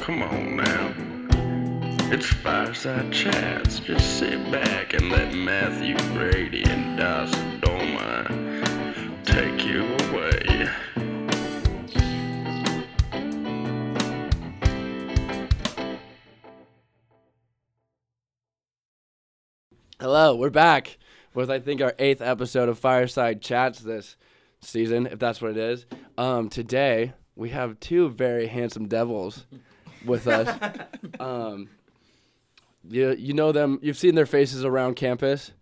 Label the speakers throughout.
Speaker 1: come on now. It's fireside chats. Just sit back and let Matthew Brady and Das Doma take you away.
Speaker 2: Hello, we're back with I think our eighth episode of Fireside Chats this season, if that's what it is. Um, today we have two very handsome devils with us. um, you you know them. You've seen their faces around campus,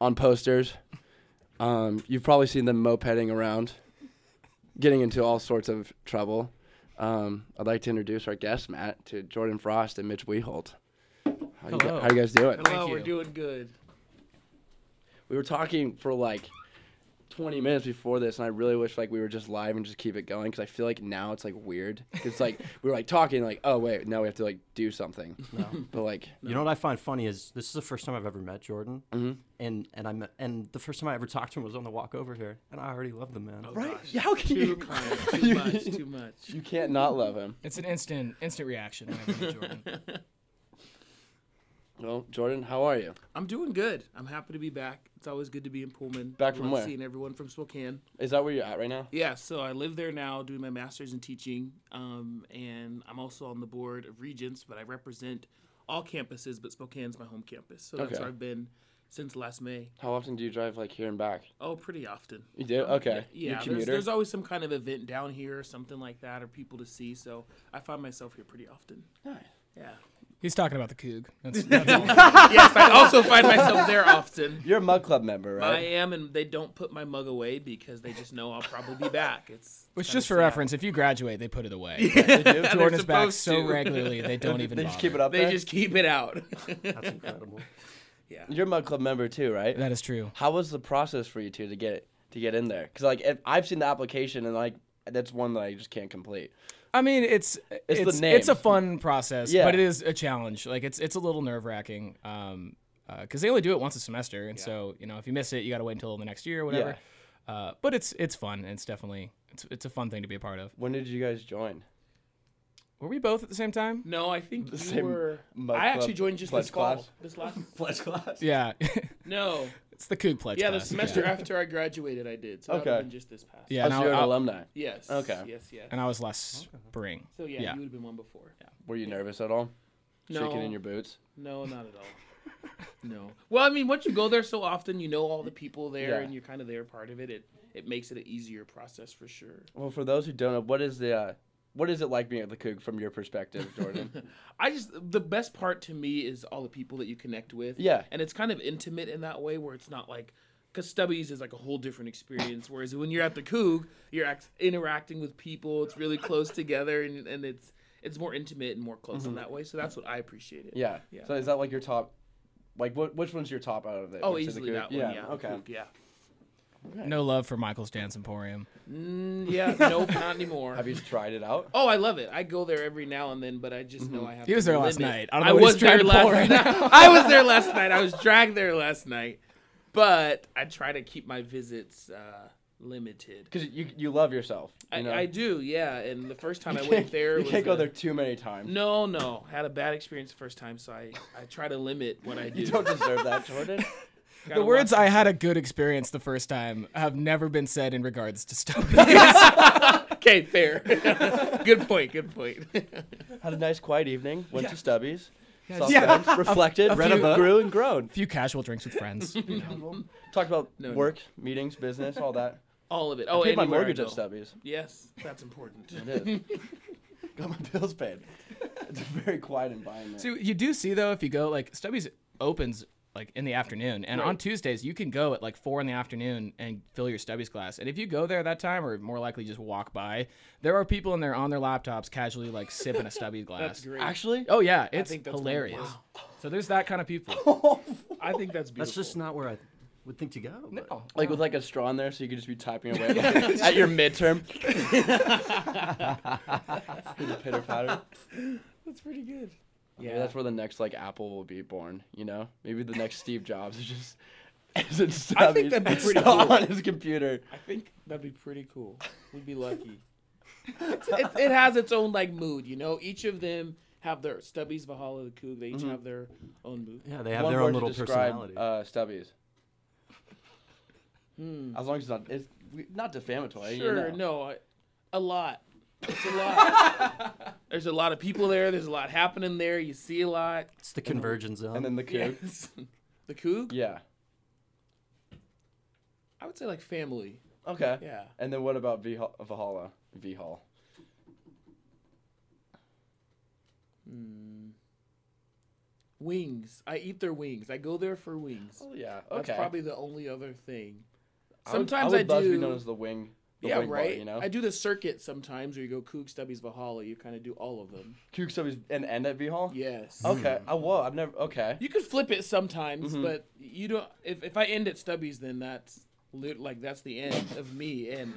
Speaker 2: on posters. Um, you've probably seen them mopeding around, getting into all sorts of trouble. Um, I'd like to introduce our guests, Matt, to Jordan Frost and Mitch Weeholt. How, you,
Speaker 3: Hello.
Speaker 2: how you guys doing?
Speaker 3: Thank
Speaker 4: Hello, we're
Speaker 3: you.
Speaker 4: doing good.
Speaker 2: we were talking for like 20 minutes before this and i really wish like we were just live and just keep it going because i feel like now it's like weird it's like we were like talking like oh wait now we have to like do something but like
Speaker 3: You know what I find funny is this is the first time I've ever met Jordan, and and I met, and the first time I ever talked to him was on the walk over here, and I already love the man.
Speaker 2: right
Speaker 4: Oh, gosh.
Speaker 2: yeah, how can
Speaker 4: Too
Speaker 2: you
Speaker 4: kind, too much, too much.
Speaker 2: you can't not love him
Speaker 5: It's an instant instant reaction whenever you Jordan.
Speaker 2: well jordan how are you
Speaker 4: I'm doing good. I'm happy to be back. It's always good to be in Pullman.
Speaker 2: Back from
Speaker 4: Love
Speaker 2: where?
Speaker 4: Seeing everyone from Spokane.
Speaker 2: is that where you're at right now
Speaker 4: Yeah, so I live there now, doing my master's in teaching, um, and I'm also on the board of Regents, but I represent all campuses, but Spokane's my home campus, so that's
Speaker 2: Okay.
Speaker 4: where I've been since last May.
Speaker 2: how often do you drive like here and back
Speaker 4: Oh, pretty often.
Speaker 2: you do okay
Speaker 4: Um, Yeah,
Speaker 2: you
Speaker 4: there's,
Speaker 2: commuter
Speaker 4: there's always some kind of event down here or something like that, or people to see. So I find myself here pretty often.
Speaker 2: Nice.
Speaker 4: Yeah.
Speaker 5: He's talking about the Coog. That's, that's
Speaker 4: yes, I also find myself there often.
Speaker 2: you're a mug club member
Speaker 4: I
Speaker 2: right
Speaker 4: am, and they don't put my mug away because they just know I'll probably be back. It's
Speaker 5: which
Speaker 4: kinda
Speaker 5: just for
Speaker 4: sad.
Speaker 5: reference, if you graduate, they put it away.
Speaker 2: do?
Speaker 5: Jordan is back
Speaker 4: supposed
Speaker 5: so
Speaker 4: to.
Speaker 5: regularly they don't even.
Speaker 2: they just
Speaker 5: bother.
Speaker 2: keep it up
Speaker 4: They
Speaker 2: there?
Speaker 4: just keep it out.
Speaker 3: That's incredible.
Speaker 2: you're a mug club member too right
Speaker 5: That is true.
Speaker 2: How was the process for you two to get to get in there? Because like if, I've seen the application and like that's one that I just can't complete.
Speaker 5: I mean, it's
Speaker 2: the
Speaker 5: it's it's,
Speaker 2: name.
Speaker 5: a fun process,
Speaker 2: Yeah.
Speaker 5: but it is a challenge. Like it's it's a little nerve wracking, um, because they only do it once a semester, and so you know if you miss it, you got to wait until the next year or whatever. Uh, but it's it's fun. And it's definitely it's it's a fun thing to be a part of.
Speaker 2: When did you guys join?
Speaker 5: Were we both at the same time?
Speaker 4: No, I think you
Speaker 2: same
Speaker 4: were.
Speaker 2: mug
Speaker 4: I actually
Speaker 2: club
Speaker 4: joined just
Speaker 2: pledge
Speaker 4: this fall.
Speaker 2: class?
Speaker 4: This last.
Speaker 3: Pledge class.
Speaker 5: Yeah,
Speaker 4: No.
Speaker 5: it's the Coog pledge.
Speaker 4: Yeah, the
Speaker 5: class.
Speaker 4: semester after I graduated, I did. So that would
Speaker 2: Okay.
Speaker 4: have been just this past.
Speaker 5: Yeah, and
Speaker 2: oh,
Speaker 5: I-
Speaker 2: so you're an
Speaker 5: I-
Speaker 2: alumni.
Speaker 4: Yes.
Speaker 2: Okay.
Speaker 4: Yes. Yes.
Speaker 5: and I was last spring.
Speaker 4: So yeah,
Speaker 5: yeah.
Speaker 4: you would have been one before. Yeah.
Speaker 2: Were you nervous at all?
Speaker 4: No.
Speaker 2: Shaking in your boots.
Speaker 4: No, not at all. No. Well, I mean, once you go there so often, you know all the people there,
Speaker 2: Yeah.
Speaker 4: and you're kind of there part of it. It it makes it an easier process for sure.
Speaker 2: Well, for those who don't know, what is the uh, what is it like being at the Coug from your perspective, Jordan?
Speaker 4: I just the best part to me is all the people that you connect with.
Speaker 2: Yeah.
Speaker 4: And it's kind of intimate in that way where it's not like because Stubbies is like a whole different experience. Whereas when you're at the Coog, you're act- interacting with people. It's really close together, and and it's it's more intimate and more close in that way. So that's what I appreciate it.
Speaker 2: Mm-hmm. yeah.
Speaker 4: Yeah.
Speaker 2: So is that like your top? Like what? Which one's your top out of it?
Speaker 4: Oh,
Speaker 2: Which is the
Speaker 4: easily
Speaker 2: Coug?
Speaker 4: that one. Yeah. the
Speaker 2: Okay.
Speaker 4: Coug, yeah.
Speaker 5: No love for Michael's Dance Emporium.
Speaker 4: Mm, yeah. Nope. Not anymore.
Speaker 2: Have you tried it out?
Speaker 4: Oh, I love it. I go there every now and then, but I just know I
Speaker 5: Mm-hmm. He
Speaker 4: have. to
Speaker 5: was there
Speaker 4: limit.
Speaker 5: last night. I don't know what
Speaker 4: was
Speaker 5: he's
Speaker 4: there
Speaker 5: trying to
Speaker 4: last
Speaker 5: pull right
Speaker 4: night. I was there last night. I was dragged there last night, but I try to keep my visits uh, limited.
Speaker 2: Because you you love yourself. You know?
Speaker 4: I, I do, yeah. And the first time I went there,
Speaker 2: You
Speaker 4: was
Speaker 2: can't go
Speaker 4: a-
Speaker 2: there too many times.
Speaker 4: No, no, had a bad experience the first time, so I, I try to limit what I do.
Speaker 2: You don't deserve that, Jordan.
Speaker 4: Gotta
Speaker 5: The words
Speaker 4: watch-
Speaker 5: "I had a good experience the first time" have never been said in regards to Stubbies.
Speaker 4: Okay, fair. good point. Good point.
Speaker 2: Had a nice quiet evening. Went to Stubby's. saw
Speaker 5: Yeah.
Speaker 2: friends, reflected,
Speaker 5: a
Speaker 2: read a
Speaker 5: few-
Speaker 2: book, grew and grown.
Speaker 5: a few casual drinks with friends. you know.
Speaker 2: Talked about
Speaker 4: No, no.
Speaker 2: work, meetings, business, all that.
Speaker 4: All of it. Oh,
Speaker 2: Paid my
Speaker 4: anywhere I
Speaker 2: mortgage at
Speaker 4: go.
Speaker 2: Stubby's.
Speaker 4: Yes, that's important.
Speaker 2: It is. Got my bills paid. It's a very quiet environment.
Speaker 5: So you do see though, if you go like Stubbies opens like in the afternoon, and on Tuesdays you can go at like four in the afternoon and fill your Stubbies class. And if you go there that time, or more likely just walk by, there are people in there on their laptops casually like sipping a Stubby glass.
Speaker 4: That's great.
Speaker 2: Actually,
Speaker 5: Oh yeah, it's
Speaker 4: think that's
Speaker 5: hilarious.
Speaker 4: wonderful.
Speaker 5: So there's that kind of people.
Speaker 4: I think that's beautiful.
Speaker 3: That's just not where I would think to go. but-
Speaker 4: Oh.
Speaker 2: like with
Speaker 4: um,
Speaker 2: like a straw in there, so you could just be typing away like, at your midterm. pitter patter.
Speaker 4: That's pretty good.
Speaker 2: Maybe that's where the next like Apple will be born. You know, maybe the next Steve Jobs is just. Is in Stubby's
Speaker 4: I think that'd be pretty cool.
Speaker 2: on his computer.
Speaker 4: I think that'd be pretty cool. We'd be lucky. it's, it's, it has its own like mood, you know. Each of them have their Stubbies, Valhalla, the Coog. They each
Speaker 2: Mm-hmm.
Speaker 4: have their own mood.
Speaker 3: Yeah, they have
Speaker 2: One
Speaker 3: their
Speaker 2: word
Speaker 3: own
Speaker 2: to
Speaker 3: little
Speaker 2: describe,
Speaker 3: personality.
Speaker 2: Uh, Stubbies. Hmm. As long as it's not, it's not defamatory. you
Speaker 4: Sure,
Speaker 2: know.
Speaker 4: no, I- a lot. It's a lot. there's a lot of people there. There's a lot happening there. You see a lot.
Speaker 3: it's the convergence zone.
Speaker 2: And then the coog.
Speaker 4: Yes. the Coog.
Speaker 2: Yeah.
Speaker 4: I would say like family.
Speaker 2: Okay.
Speaker 4: Yeah.
Speaker 2: And then what about V Valhalla? V Hall.
Speaker 4: Wings. I eat their wings. I go there for wings.
Speaker 2: Oh yeah.
Speaker 4: That's
Speaker 2: Okay.
Speaker 4: probably the only other thing.
Speaker 2: I would-
Speaker 4: Sometimes
Speaker 2: I
Speaker 4: I,
Speaker 2: would love
Speaker 4: do.
Speaker 2: to be known as the wing. The
Speaker 4: yeah,
Speaker 2: wing bar,
Speaker 4: right.
Speaker 2: you know,
Speaker 4: I do the circuit sometimes, where you go Kook, Stubbies, Valhalla. You kind of do all of them.
Speaker 2: Kook Stubbies and end at V Hall.
Speaker 4: Yes.
Speaker 2: Okay. Mm-hmm. Oh whoa. I've never. Okay.
Speaker 4: You could flip it sometimes, but you don't. If, if I end at Stubbies, then that's lit, like that's the end of me, and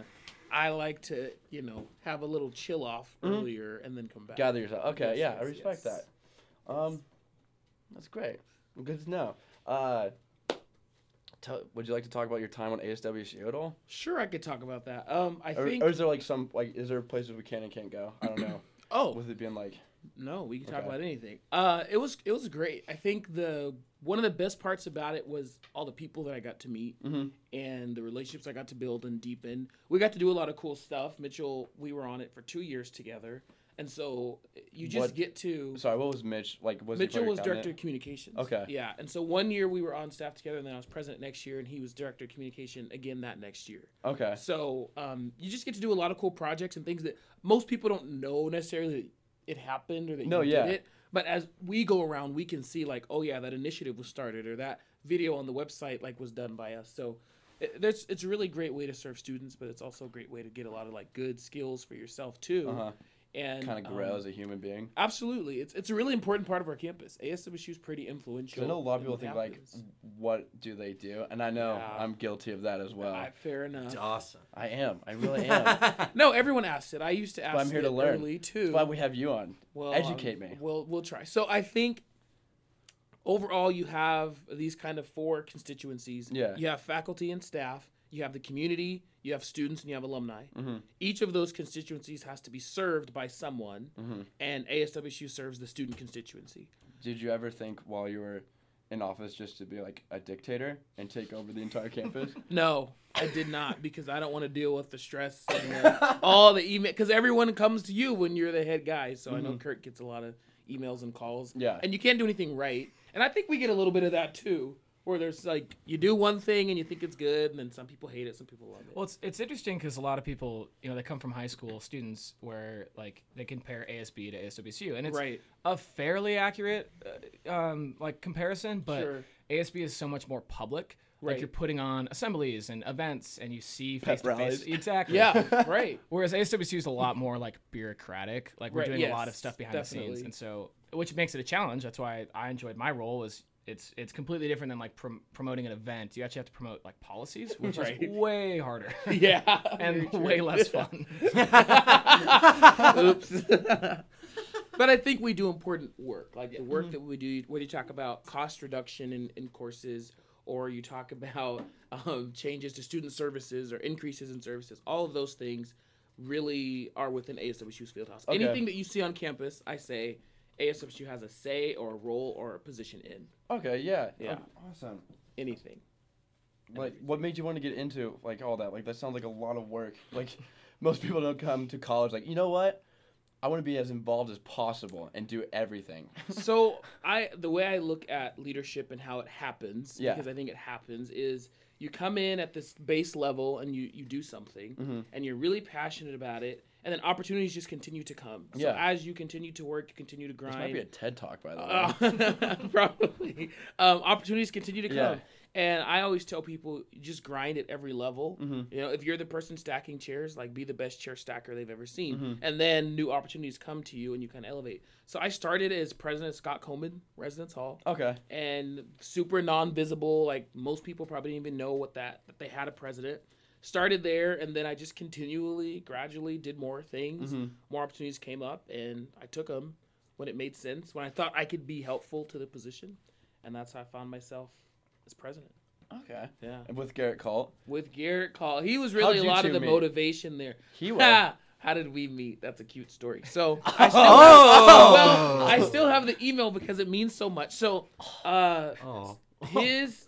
Speaker 4: I like to you know have a little chill off earlier and then come back.
Speaker 2: Mm-hmm. Gather yourself. Okay.
Speaker 4: Yes,
Speaker 2: yeah. I
Speaker 4: yes,
Speaker 2: respect
Speaker 4: yes.
Speaker 2: that. Um, that's great. Good to know. Uh, tell, would you like to talk about your time on ASWCU at all?
Speaker 4: Sure, I could talk about that. Um, I
Speaker 2: Or,
Speaker 4: think.
Speaker 2: or is there like some like is there places we can and can't go? I don't know.
Speaker 4: oh,
Speaker 2: With it being like
Speaker 4: No, we can talk
Speaker 2: Okay.
Speaker 4: about anything. Uh, it was it was great. I think the one of the best parts about it was all the people that I got to meet
Speaker 2: Mm-hmm.
Speaker 4: and the relationships I got to build and deepen. We got to do a lot of cool stuff. Mitchell, we were on it for two years together, and so you just
Speaker 2: What-
Speaker 4: get to.
Speaker 2: sorry, what was Mitch like? Was he
Speaker 4: Mitchell
Speaker 2: player
Speaker 4: was
Speaker 2: cabinet?
Speaker 4: director of communications.
Speaker 2: Okay.
Speaker 4: Yeah, and so one year we were on staff together, and then I was president next year, and he was director of communication again that next year.
Speaker 2: Okay.
Speaker 4: So um, you just get to do a lot of cool projects and things that most people don't know necessarily that it happened or that
Speaker 2: No,
Speaker 4: you
Speaker 2: yeah.
Speaker 4: did it. But as we go around, we can see like, oh yeah, that initiative was started or that video on the website like was done by us. So it, there's it's a really great way to serve students, but it's also a great way to get a lot of like good skills for yourself too.
Speaker 2: Uh-huh.
Speaker 4: And
Speaker 2: Kind of
Speaker 4: um,
Speaker 2: grow as a human being.
Speaker 4: Absolutely, it's it's a really important part of our campus. ASWSU is pretty influential.
Speaker 2: 'Cause I know a lot of
Speaker 4: in
Speaker 2: people
Speaker 4: what
Speaker 2: think like,
Speaker 4: happens.
Speaker 2: what do they do? And I know
Speaker 4: Yeah.
Speaker 2: I'm guilty of that as well.
Speaker 4: Ah,
Speaker 2: I,
Speaker 4: fair enough.
Speaker 3: awesome.
Speaker 2: am. I really am. That's
Speaker 4: No, everyone asks it. I used to ask.
Speaker 2: I'm here
Speaker 4: it
Speaker 2: to learn.
Speaker 4: Early too.
Speaker 2: why we have you on.
Speaker 4: Well,
Speaker 2: Educate
Speaker 4: um,
Speaker 2: me.
Speaker 4: We'll we'll try. So I think overall you have these kind of four constituencies.
Speaker 2: Yeah.
Speaker 4: You have faculty and staff. You have the community. You have students and you have alumni.
Speaker 2: Mm-hmm.
Speaker 4: Each of those constituencies has to be served by someone,
Speaker 2: Mm-hmm.
Speaker 4: and ASWSU serves the student constituency.
Speaker 2: Did you ever think while you were in office just to be like a dictator and take over the entire campus?
Speaker 4: No, I did not because I don't want to deal with the stress and the, all the email. Because everyone comes to you when you're the head guy. So I
Speaker 5: Mm-hmm.
Speaker 4: know Kurt gets a lot of emails and calls.
Speaker 2: Yeah.
Speaker 4: And you can't do anything right. And I think we get a little bit of that too, where there's like you do one thing and you think it's good, and then some people hate it, some people love it.
Speaker 5: Well, it's it's interesting because a lot of people, you know, they come from high school students where like they compare ASB to ASWCU, and it's
Speaker 4: Right.
Speaker 5: a fairly accurate uh, um, like comparison, but
Speaker 4: Sure.
Speaker 5: ASB is so much more public.
Speaker 4: Right.
Speaker 5: Like you're putting on assemblies and events, and you see face to
Speaker 2: rallies.
Speaker 5: face. Exactly.
Speaker 4: yeah, right.
Speaker 5: Whereas ASWCU is a lot more like bureaucratic. Like we're
Speaker 4: Right,
Speaker 5: doing a lot of
Speaker 4: yes,
Speaker 5: stuff behind the
Speaker 4: definitely.
Speaker 5: scenes, and so which makes it a challenge. That's why I enjoyed my role. Is it's it's completely different than like prom- promoting an event. You actually have to promote like policies, which
Speaker 4: Right.
Speaker 5: is way harder
Speaker 4: Yeah.
Speaker 5: and way less fun.
Speaker 4: Oops. but I think we do important work, like the work that we do. When you talk about cost reduction in, in courses, or you talk about um, changes to student services or increases in services, all of those things really are within ASWSU's fieldhouse. Anything that you see on campus, I say ASWSU has a say or a role or a position in
Speaker 2: okay, yeah.
Speaker 4: Yeah.
Speaker 2: Oh, Awesome.
Speaker 4: anything.
Speaker 2: Like what made you want to get into like all that? Like that sounds like a lot of work. Like most people don't come to college like, you know what? I want to be as involved as possible and do everything.
Speaker 4: so I the way I look at leadership and how it happens
Speaker 2: Yeah.
Speaker 4: because I think it happens is you come in at this base level and you you do something
Speaker 2: Mm-hmm.
Speaker 4: and you're really passionate about it and then opportunities just continue to come. So
Speaker 2: Yeah.
Speaker 4: as you continue to work, you continue to grind.
Speaker 2: This might be a TED talk by the way.
Speaker 4: Uh, probably. Um, opportunities continue to come.
Speaker 2: Yeah.
Speaker 4: And I always tell people just grind at every level. You know, if you're the person stacking chairs, like be the best chair stacker they've ever seen. And then new opportunities come to you and you kind of elevate. So I started as president of Scott Coleman Residence Hall
Speaker 2: okay.
Speaker 4: and super non-visible. Like most people probably didn't even know what that that they had a president. Started there, and then I just continually, gradually did more things.
Speaker 2: Mm-hmm.
Speaker 4: More opportunities came up, and I took them when it made sense, when I thought I could be helpful to the position, and that's how I found myself as president.
Speaker 2: Okay.
Speaker 4: Yeah.
Speaker 2: And with Garrett Colt.
Speaker 4: With Garrett Call, he was really a
Speaker 2: you
Speaker 4: lot of
Speaker 2: two
Speaker 4: the
Speaker 2: meet?
Speaker 4: motivation there.
Speaker 2: He was. Oh.
Speaker 4: How did we meet? That's a cute story. So I still, well, I still have the email because it means so much. So uh,
Speaker 3: Oh.
Speaker 4: his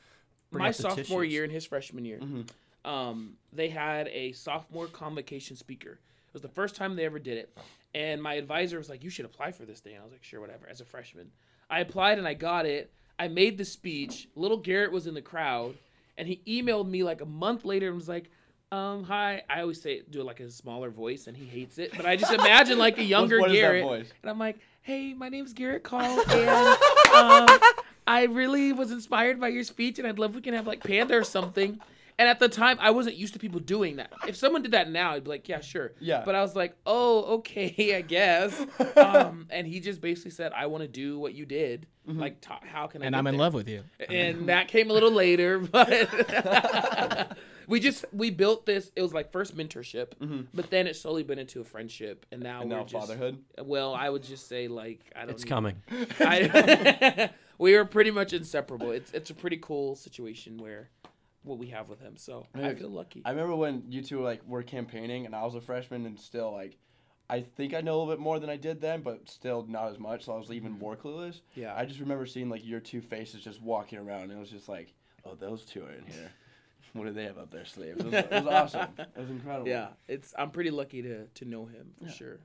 Speaker 3: Bring
Speaker 4: my
Speaker 3: up the
Speaker 4: sophomore
Speaker 3: tissues.
Speaker 4: year and his freshman year,
Speaker 2: Mm-hmm.
Speaker 4: um, they had a sophomore convocation speaker. It was the first time they ever did it, and my advisor was like, "You should apply for this thing." And I was like, "Sure, whatever." As a freshman, I applied and I got it. I made the speech. Little Garrett was in the crowd, and he emailed me like a month later and was like. Um, hi. I always say do it like a smaller voice, and he hates it. But I just imagine like a younger
Speaker 2: what is that
Speaker 4: Garrett,
Speaker 2: voice?
Speaker 4: and I'm like, "Hey, my name's Garrett Call, and um, I really was inspired by your speech, and I'd love if we can have like Panda or something." And at the time, I wasn't used to people doing that. If someone did that now, I'd be like, "Yeah, sure."
Speaker 2: Yeah.
Speaker 4: But I was like, "Oh, okay, I guess." um, and he just basically said, "I want to do what you did. Like, ta- how can I?"
Speaker 5: Mm-hmm. and
Speaker 4: get
Speaker 5: I'm in
Speaker 4: there?"
Speaker 5: love with you.
Speaker 4: and that came a little later but we just we built this it was like first mentorship
Speaker 5: Mm-hmm.
Speaker 4: but then it slowly went into a friendship and now
Speaker 2: And
Speaker 4: we're
Speaker 2: now
Speaker 4: just,
Speaker 2: fatherhood?
Speaker 4: well i would just say like i don't
Speaker 3: It's
Speaker 4: even-
Speaker 3: coming.
Speaker 4: I, we were pretty much inseparable it's it's a pretty cool situation where what we have with him so i
Speaker 2: Maybe-
Speaker 4: feel lucky
Speaker 2: I remember when you two like were campaigning, and I was a freshman, and still like, I think I know a little bit more than I did then, but still not as much. So I was even more clueless.
Speaker 4: Mm-hmm. Yeah.
Speaker 2: I just remember seeing like your two faces just walking around, and it was just like, oh, those two are in here. What do they have up their sleeves? It was, it was awesome. It was incredible.
Speaker 4: yeah it's i'm pretty lucky to to know him for sure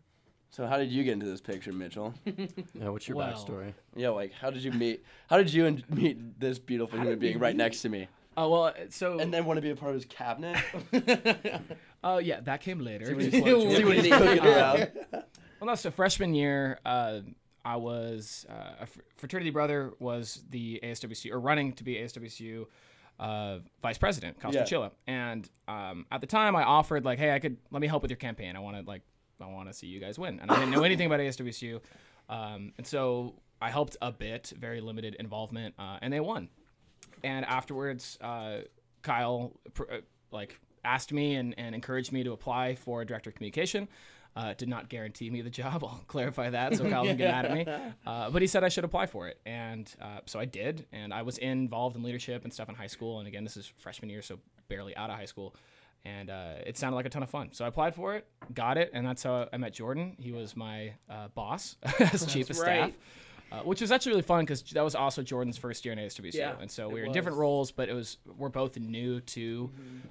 Speaker 2: So how did you get into this picture, Mitchell?
Speaker 3: Yeah, what's your
Speaker 5: Well.
Speaker 3: backstory?
Speaker 2: yeah, like how did you meet? How did you and meet this beautiful human being right next to me,
Speaker 5: Oh well, so
Speaker 2: and then want to be a part of his cabinet?
Speaker 5: oh yeah, that came later.
Speaker 2: See what he's cooking around.
Speaker 5: Well, no, so freshman year, uh, I was uh, a fr- fraternity brother was the ASWCU or running to be ASWCU uh, vice president,
Speaker 2: Yeah.
Speaker 5: Costachilla, and um, at the time I offered like, hey, I could let me help with your campaign. I want to like, I want to see you guys win, and I didn't know anything about ASWCU, um, and so I helped a bit, very limited involvement, uh, and they won and afterwards uh, kyle pr- uh, like asked me and, and encouraged me to apply for director of communication uh, did not guarantee me the job i'll clarify that so kyle didn't get mad at me uh, but he said i should apply for it and uh, so i did and i was involved in leadership and stuff in high school and again this is freshman year so barely out of high school and uh, it sounded like a ton of fun so i applied for it got it and that's how i met jordan he was my uh, boss as chief of
Speaker 4: right.
Speaker 5: staff uh, which was actually really fun because that was also Jordan's first year in ASWCU,
Speaker 4: Yeah,
Speaker 5: and so
Speaker 4: it
Speaker 5: we were in different
Speaker 4: was. Mm-hmm.
Speaker 5: roles, but it was we're both new to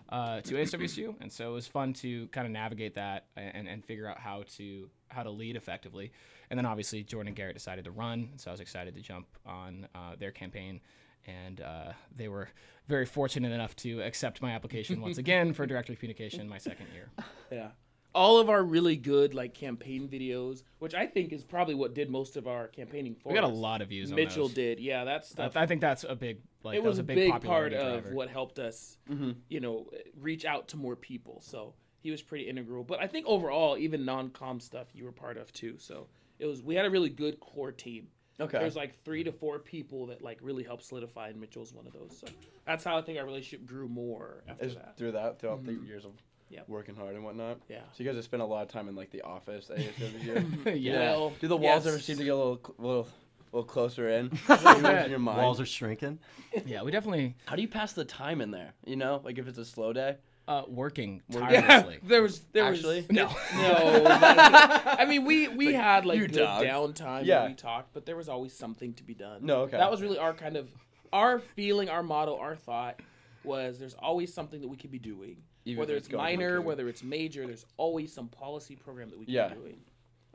Speaker 5: uh, to ASWCU, and so it was fun to kind of navigate that and, and figure out how to how to lead effectively. And then obviously Jordan and Garrett decided to run, and so I was excited to jump on uh, their campaign, and uh, they were very fortunate enough to accept my application once again for director of communication my second year.
Speaker 4: Yeah. All of our really good like campaign videos, which I think is probably what did most of our campaigning for
Speaker 5: We got a
Speaker 4: us.
Speaker 5: lot of views. on
Speaker 4: Mitchell
Speaker 5: those.
Speaker 4: did. Yeah, that
Speaker 5: I,
Speaker 4: stuff.
Speaker 5: I think that's a big like
Speaker 4: it
Speaker 5: that
Speaker 4: was, a big, part
Speaker 5: popularity
Speaker 4: of
Speaker 5: driver.
Speaker 4: what helped us,
Speaker 2: Mm-hmm.
Speaker 4: you know, reach out to more people. So he was pretty integral. But I think overall, even non-com stuff, you were part of too. So it was we had a really good core team.
Speaker 2: Okay.
Speaker 4: There's like three to four people that like really helped solidify, and Mitchell's one of those. So that's how I think our relationship grew more after
Speaker 2: It's
Speaker 4: that.
Speaker 2: through that throughout
Speaker 3: Mm-hmm.
Speaker 2: the years of
Speaker 4: Yep.
Speaker 2: working hard and whatnot.
Speaker 4: Yeah.
Speaker 2: So you guys have spent a lot of time in like the office. I guess, over here.
Speaker 3: Mm-hmm.
Speaker 5: yeah.
Speaker 4: Well,
Speaker 2: Do the walls ever
Speaker 4: yes.
Speaker 2: seem to get a little, cl- little, little closer in? in your mind?
Speaker 3: Walls are shrinking.
Speaker 5: Yeah, we definitely
Speaker 2: How do you pass the time in there? You know, like if it's a slow day.
Speaker 5: uh, working
Speaker 4: Yeah,
Speaker 5: tirelessly.
Speaker 4: there was there
Speaker 2: Actually?
Speaker 4: was
Speaker 5: No.
Speaker 4: No, but- I mean we we had like
Speaker 2: "You
Speaker 4: good
Speaker 2: dog."
Speaker 4: downtime
Speaker 2: Yeah.
Speaker 4: when we talked, but there was always something to be done.
Speaker 2: No, okay.
Speaker 4: that was really our kind of our feeling, our motto, our thought was there's always something that we could be doing,
Speaker 2: Even if
Speaker 4: whether
Speaker 2: it's
Speaker 4: it's
Speaker 2: going
Speaker 4: minor,
Speaker 2: okay.
Speaker 4: whether it's major. There's always some policy program that we could
Speaker 2: Yeah.
Speaker 4: be doing.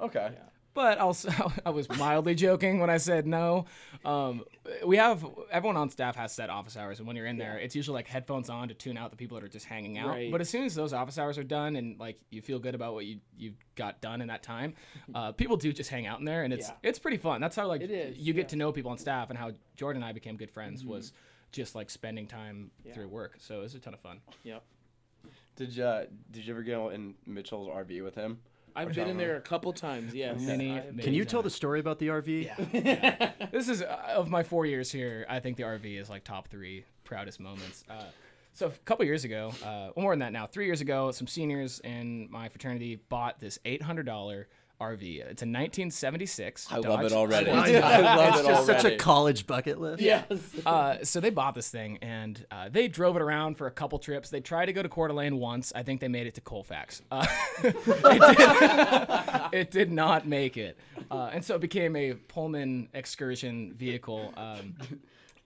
Speaker 2: Okay.
Speaker 5: But also, I was mildly joking when I said no. Um, we have everyone on staff has set office hours, and when you're in there, it's usually like headphones on to tune out the people that are just hanging out.
Speaker 4: Right.
Speaker 5: But as soon as those office hours are done, and like you feel good about what you you got done in that time, uh, people do just hang out in there, and it's
Speaker 4: Yeah.
Speaker 5: it's pretty fun. That's how like
Speaker 4: It is,
Speaker 5: you get
Speaker 4: yeah. Mm-hmm.
Speaker 5: to know people on staff, and how Jordan and I became good friends was just like spending time through work. So it was a ton of fun.
Speaker 4: Yep.
Speaker 2: Did you uh, Did you ever go in Mitchell's RV with him?
Speaker 4: I've been in there a couple times. Yes.
Speaker 5: Many,
Speaker 4: I've-
Speaker 5: many
Speaker 3: Can you tell
Speaker 5: times.
Speaker 3: the story about the RV?
Speaker 5: this is uh, of my four years here. I think the RV is like top three proudest moments. Uh, so a couple years ago, uh, well, more than that now, three years ago, some seniors in my fraternity bought this eight hundred dollar RV. It's a 1976.
Speaker 6: I love
Speaker 5: Dodge
Speaker 6: it already.
Speaker 5: Sport.
Speaker 6: I love
Speaker 3: it's
Speaker 6: it
Speaker 3: just
Speaker 6: already.
Speaker 3: such a college bucket list.
Speaker 5: Uh, so they bought this thing and uh, they drove it around for a couple trips. They tried to go to Coeur d'Alene once. I think they made it to Colfax. Uh, it, did, it did not make it. Uh, and so it became a Pullman excursion vehicle. Um,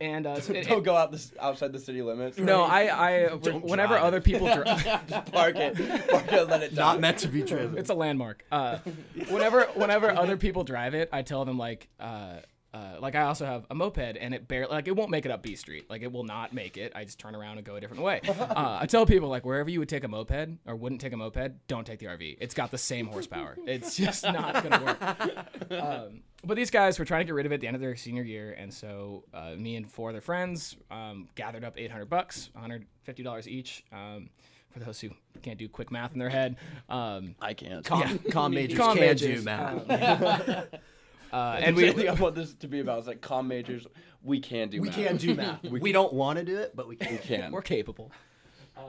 Speaker 5: and uh, so it-
Speaker 6: Don't
Speaker 5: it-
Speaker 6: go out this, outside the city limits.
Speaker 5: no, I, I whenever
Speaker 3: drive.
Speaker 5: other people drive.
Speaker 6: park it. Park it. Let it die.
Speaker 3: Not meant to be driven.
Speaker 5: it's a landmark. Uh, whenever whenever other people drive it, I tell them like uh, uh, like I also have a moped and it barely like it won't make it up B Street. Like it will not make it. I just turn around and go a different way. Uh, I tell people like wherever you would take a moped or wouldn't take a moped, don't take the RV. It's got the same horsepower. It's just not gonna work. Um, but these guys were trying to get rid of it at the end of their senior year, and so uh, me and four other friends um, gathered up 800 bucks, 150 dollars each. Um, for those who can't do quick math in their head, um,
Speaker 6: I can't.
Speaker 3: Com, com majors
Speaker 5: Com
Speaker 3: can
Speaker 5: majors,
Speaker 3: do, Matt.
Speaker 5: Uh, and
Speaker 6: And
Speaker 5: we
Speaker 6: I want this to be about. It's like com majors. We can do.
Speaker 3: we
Speaker 6: math.
Speaker 3: can do math. we, don't want to do it, but we can.
Speaker 6: We can.
Speaker 5: we're capable. Uh,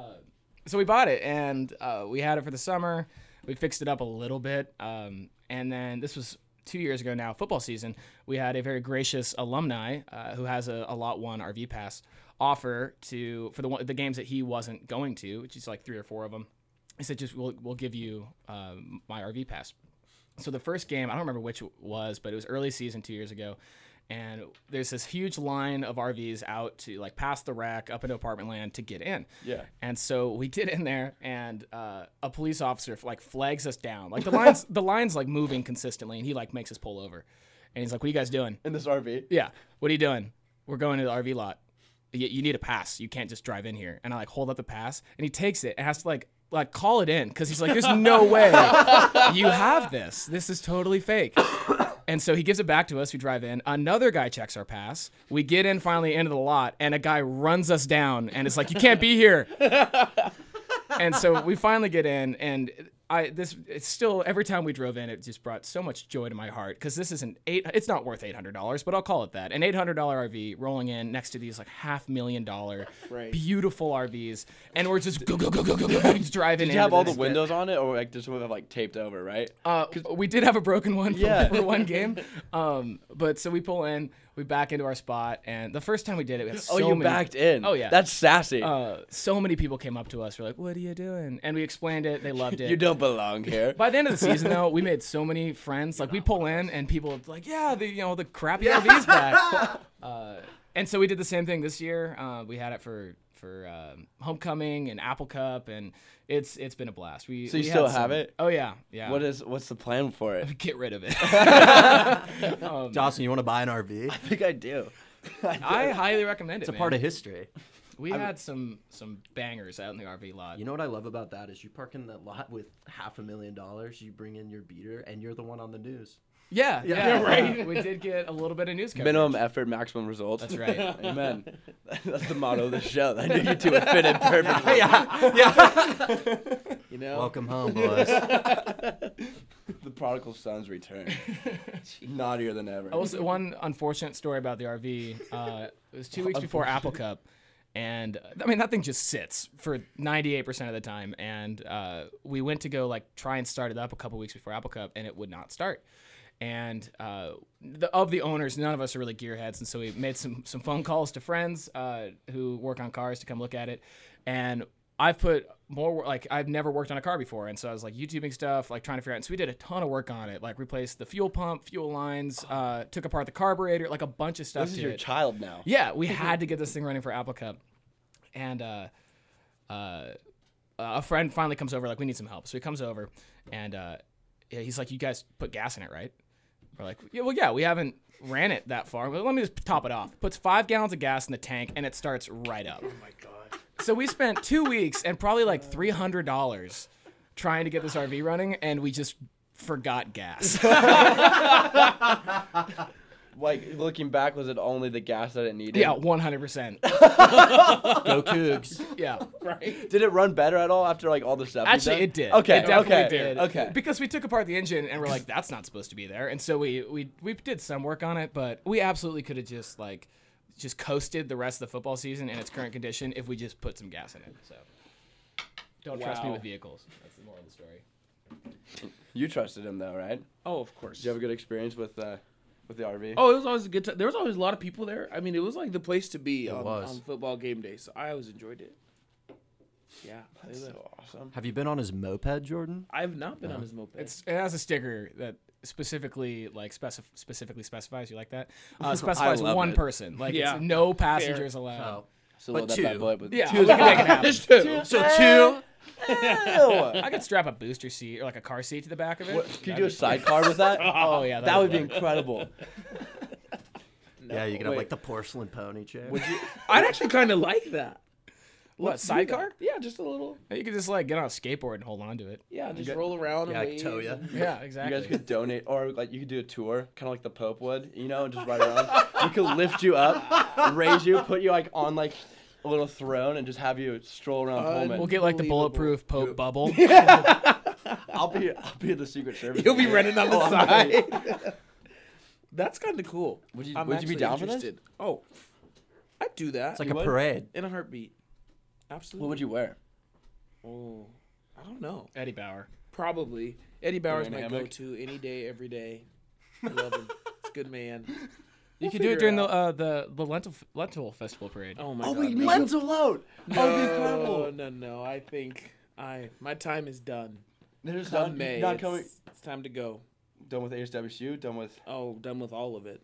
Speaker 5: so we bought it and uh, we had it for the summer. We fixed it up a little bit, um, and then this was two years ago now, football season. We had a very gracious alumni uh, who has a, a lot one RV pass offer to for the one, the games that he wasn't going to, which is like three or four of them. He said, "Just we'll we'll give you um, my RV pass." so the first game, I don't remember which it was, but it was early season two years ago. And there's this huge line of RVs out to like past the rack up into apartment land to get in.
Speaker 6: Yeah.
Speaker 5: And so we get in there, and uh, a police officer like flags us down. Like the lines, the lines like moving consistently, and he like makes us pull over. And he's like, "What you guys doing?"
Speaker 6: In this RV.
Speaker 5: Yeah. What are you doing? We're going to the RV lot. You, you need a pass. You can't just drive in here. And I like hold up the pass, and he takes it and has to like like call it in because he's like, "There's no way you have this. This is totally fake." And so he gives it back to us. We drive in. Another guy checks our pass. We get in finally into the lot, and a guy runs us down and it's like, "You can't be here." and so we finally get in and I this it's still every time we drove in it just brought so much joy to my heart because this isn't eight it's not worth eight hundred dollars but I'll call it that an eight hundred dollar RV rolling in next to these like half million dollar beautiful RVs and we're just go go go go go go, go just driving
Speaker 6: Did you have all the windows on it, or like just some of them like taped over, right?
Speaker 5: uh, we did have a broken one for,
Speaker 6: Yeah.
Speaker 5: for one game um but so we pull in we back into our spot and the first time we did it we had so
Speaker 6: oh, you
Speaker 5: many
Speaker 6: backed in.
Speaker 5: oh yeah
Speaker 6: That's sassy.
Speaker 5: uh, so many people came up to us were like what are you doing and we explained it they loved it
Speaker 6: you don't belong here.
Speaker 5: By the end of the season, though, we made so many friends. Like we pull in, and people are like, "Yeah, the you know the crappy RV's back." Uh, and so we did the same thing this year. Uh, we had it for for um, homecoming and Apple Cup, and it's it's been a blast. We
Speaker 6: So you
Speaker 5: we had
Speaker 6: still have
Speaker 5: some-
Speaker 6: it?
Speaker 5: Oh yeah, yeah.
Speaker 6: What is? What's the plan for it?
Speaker 5: get rid of it?
Speaker 3: Dawson, you want to buy an RV?
Speaker 6: I think I do.
Speaker 5: I highly recommend it.
Speaker 3: It's a part of history.
Speaker 5: we had some some bangers out in the RV lot.
Speaker 3: You know what I love about that is you park in that lot with half a million dollars, you bring in your beater, and you're the one on the news.
Speaker 5: yeah, yeah,
Speaker 3: Yeah,
Speaker 5: right. we did get a little bit of news coverage.
Speaker 6: Minimum effort, maximum results.
Speaker 5: That's right.
Speaker 6: Amen. That's the motto of the show. I knew you two would fit in perfectly.
Speaker 3: yeah, yeah.
Speaker 6: You know,
Speaker 3: Welcome home, boys.
Speaker 6: the prodigal son's return. Naughtier than ever.
Speaker 5: Also, one unfortunate story about the RV. Uh, it was two weeks before Apple Cup, and uh, I mean that thing just sits for 98% of the time. And uh, we went to go like try and start it up a couple weeks before Apple Cup, and it would not start. And uh, the, of the owners, none of us are really gearheads, and so we made some some phone calls to friends uh, who work on cars to come look at it, and. I've put more wor- like I've never worked on a car before, and so I was like YouTubing stuff, like trying to figure out. And so we did a ton of work on it, like replaced the fuel pump, fuel lines, uh, took apart the carburetor, like a bunch of stuff.
Speaker 6: this is
Speaker 5: to
Speaker 6: your
Speaker 5: it.
Speaker 6: child now.
Speaker 5: Yeah, we had to get this thing running for Apple Cup, and uh, uh, a friend finally comes over. Like, we need some help. So he comes over, and uh, yeah, he's like, "You guys put gas in it, right?" We're like, "Yeah, well, yeah, we haven't ran it that far. Well, let me just top it off." Puts five gallons of gas in the tank, and it starts right up. Oh my god! So we spent two weeks and probably like three hundred dollars trying to get this RV running, and we just forgot gas.
Speaker 6: Like looking back, was it only the gas that it needed?
Speaker 5: yeah, one hundred percent.
Speaker 3: Go Cougs.
Speaker 5: Yeah.
Speaker 6: Did it run better at all after like all the stuff? you've
Speaker 5: Actually,
Speaker 6: done?
Speaker 5: it did.
Speaker 6: Okay.
Speaker 5: it definitely
Speaker 6: okay.
Speaker 5: did.
Speaker 6: Okay.
Speaker 5: because we took apart the engine and we're like, that's not supposed to be there, and so we we we did some work on it, but we absolutely could have just like just coasted the rest of the football season in its current condition if we just put some gas in it. So don't trust me
Speaker 6: Wow.
Speaker 5: with vehicles. That's the moral of the story.
Speaker 2: You trusted him though, right?
Speaker 4: Oh, of course.
Speaker 2: Did you have a good experience with uh, with the RV?
Speaker 4: Oh, it was always a good time. There was always a lot of people there. I mean, it was like the place to be on,
Speaker 3: was.
Speaker 4: on football game day. So I always enjoyed it. Yeah, it was-
Speaker 2: so awesome.
Speaker 3: Have you been on his moped, Jordan?
Speaker 4: I've not been on his moped.
Speaker 5: It's it has a sticker that specifically like specif- specifically specifies you like that uh, specifies
Speaker 2: love
Speaker 5: one
Speaker 2: it.
Speaker 5: person like
Speaker 4: Yeah.
Speaker 5: it's no passengers allowed.
Speaker 2: Oh. So
Speaker 3: But
Speaker 2: load up that
Speaker 3: two.
Speaker 2: boy up with
Speaker 5: Yeah,
Speaker 2: two
Speaker 5: we
Speaker 2: is
Speaker 5: can
Speaker 2: enough.
Speaker 5: make it happen.
Speaker 4: There's two.
Speaker 3: So two.
Speaker 5: I could strap a booster seat or like a car seat to the back of it.
Speaker 2: What, could you
Speaker 5: That'd
Speaker 2: do a
Speaker 5: be-
Speaker 2: sidecar with that?
Speaker 5: Oh yeah,
Speaker 2: that would be incredible.
Speaker 3: yeah, you could have
Speaker 2: wait.
Speaker 3: like the porcelain pony chair.
Speaker 4: I'd actually kind of like that.
Speaker 5: what sidecar?
Speaker 4: Yeah, just a little.
Speaker 5: You could just like get on a skateboard and hold on to it.
Speaker 4: Yeah, just roll around. and
Speaker 3: yeah, like
Speaker 4: wave
Speaker 3: tow ya.
Speaker 4: and-
Speaker 5: Yeah,
Speaker 2: You
Speaker 5: exactly.
Speaker 2: guys could donate, or like you could do a tour, kind of like the Pope would, you know, and just ride around. you could lift you up, raise you, put you like on like a little throne, and just have you stroll around Pullman.
Speaker 5: we'll get like the
Speaker 4: Unbelievable.
Speaker 5: bulletproof Pope bubble.
Speaker 2: I'll be, I'll be the Secret Service.
Speaker 4: You'll be
Speaker 2: dude.
Speaker 4: running on the side. That's kind of cool.
Speaker 2: Would you-
Speaker 4: I'm
Speaker 2: would you be
Speaker 4: actually
Speaker 2: down for this?
Speaker 4: Oh, I'd do that.
Speaker 3: It's like a
Speaker 2: would?
Speaker 3: parade.
Speaker 4: in a heartbeat. Absolutely.
Speaker 2: What would you wear?
Speaker 4: Oh, I don't know.
Speaker 5: Eddie Bauer.
Speaker 4: Probably. Eddie Bauer's
Speaker 2: in a
Speaker 4: my
Speaker 2: hammock?
Speaker 4: go-to any day, every day. I love him. It's a good man.
Speaker 5: You could do it during the uh, the the lentil lentil festival parade.
Speaker 4: Oh my
Speaker 2: Oh,
Speaker 4: god.
Speaker 2: we
Speaker 4: no.
Speaker 2: went alone.
Speaker 4: no,
Speaker 2: Oh, incredible.
Speaker 4: No, no. I think I my time is done.
Speaker 2: There's
Speaker 4: Done
Speaker 2: done
Speaker 4: May.
Speaker 2: Not
Speaker 4: it's,
Speaker 2: coming.
Speaker 4: it's time to go.
Speaker 2: Done with HWSU. Done with.
Speaker 4: Oh, done with all of it.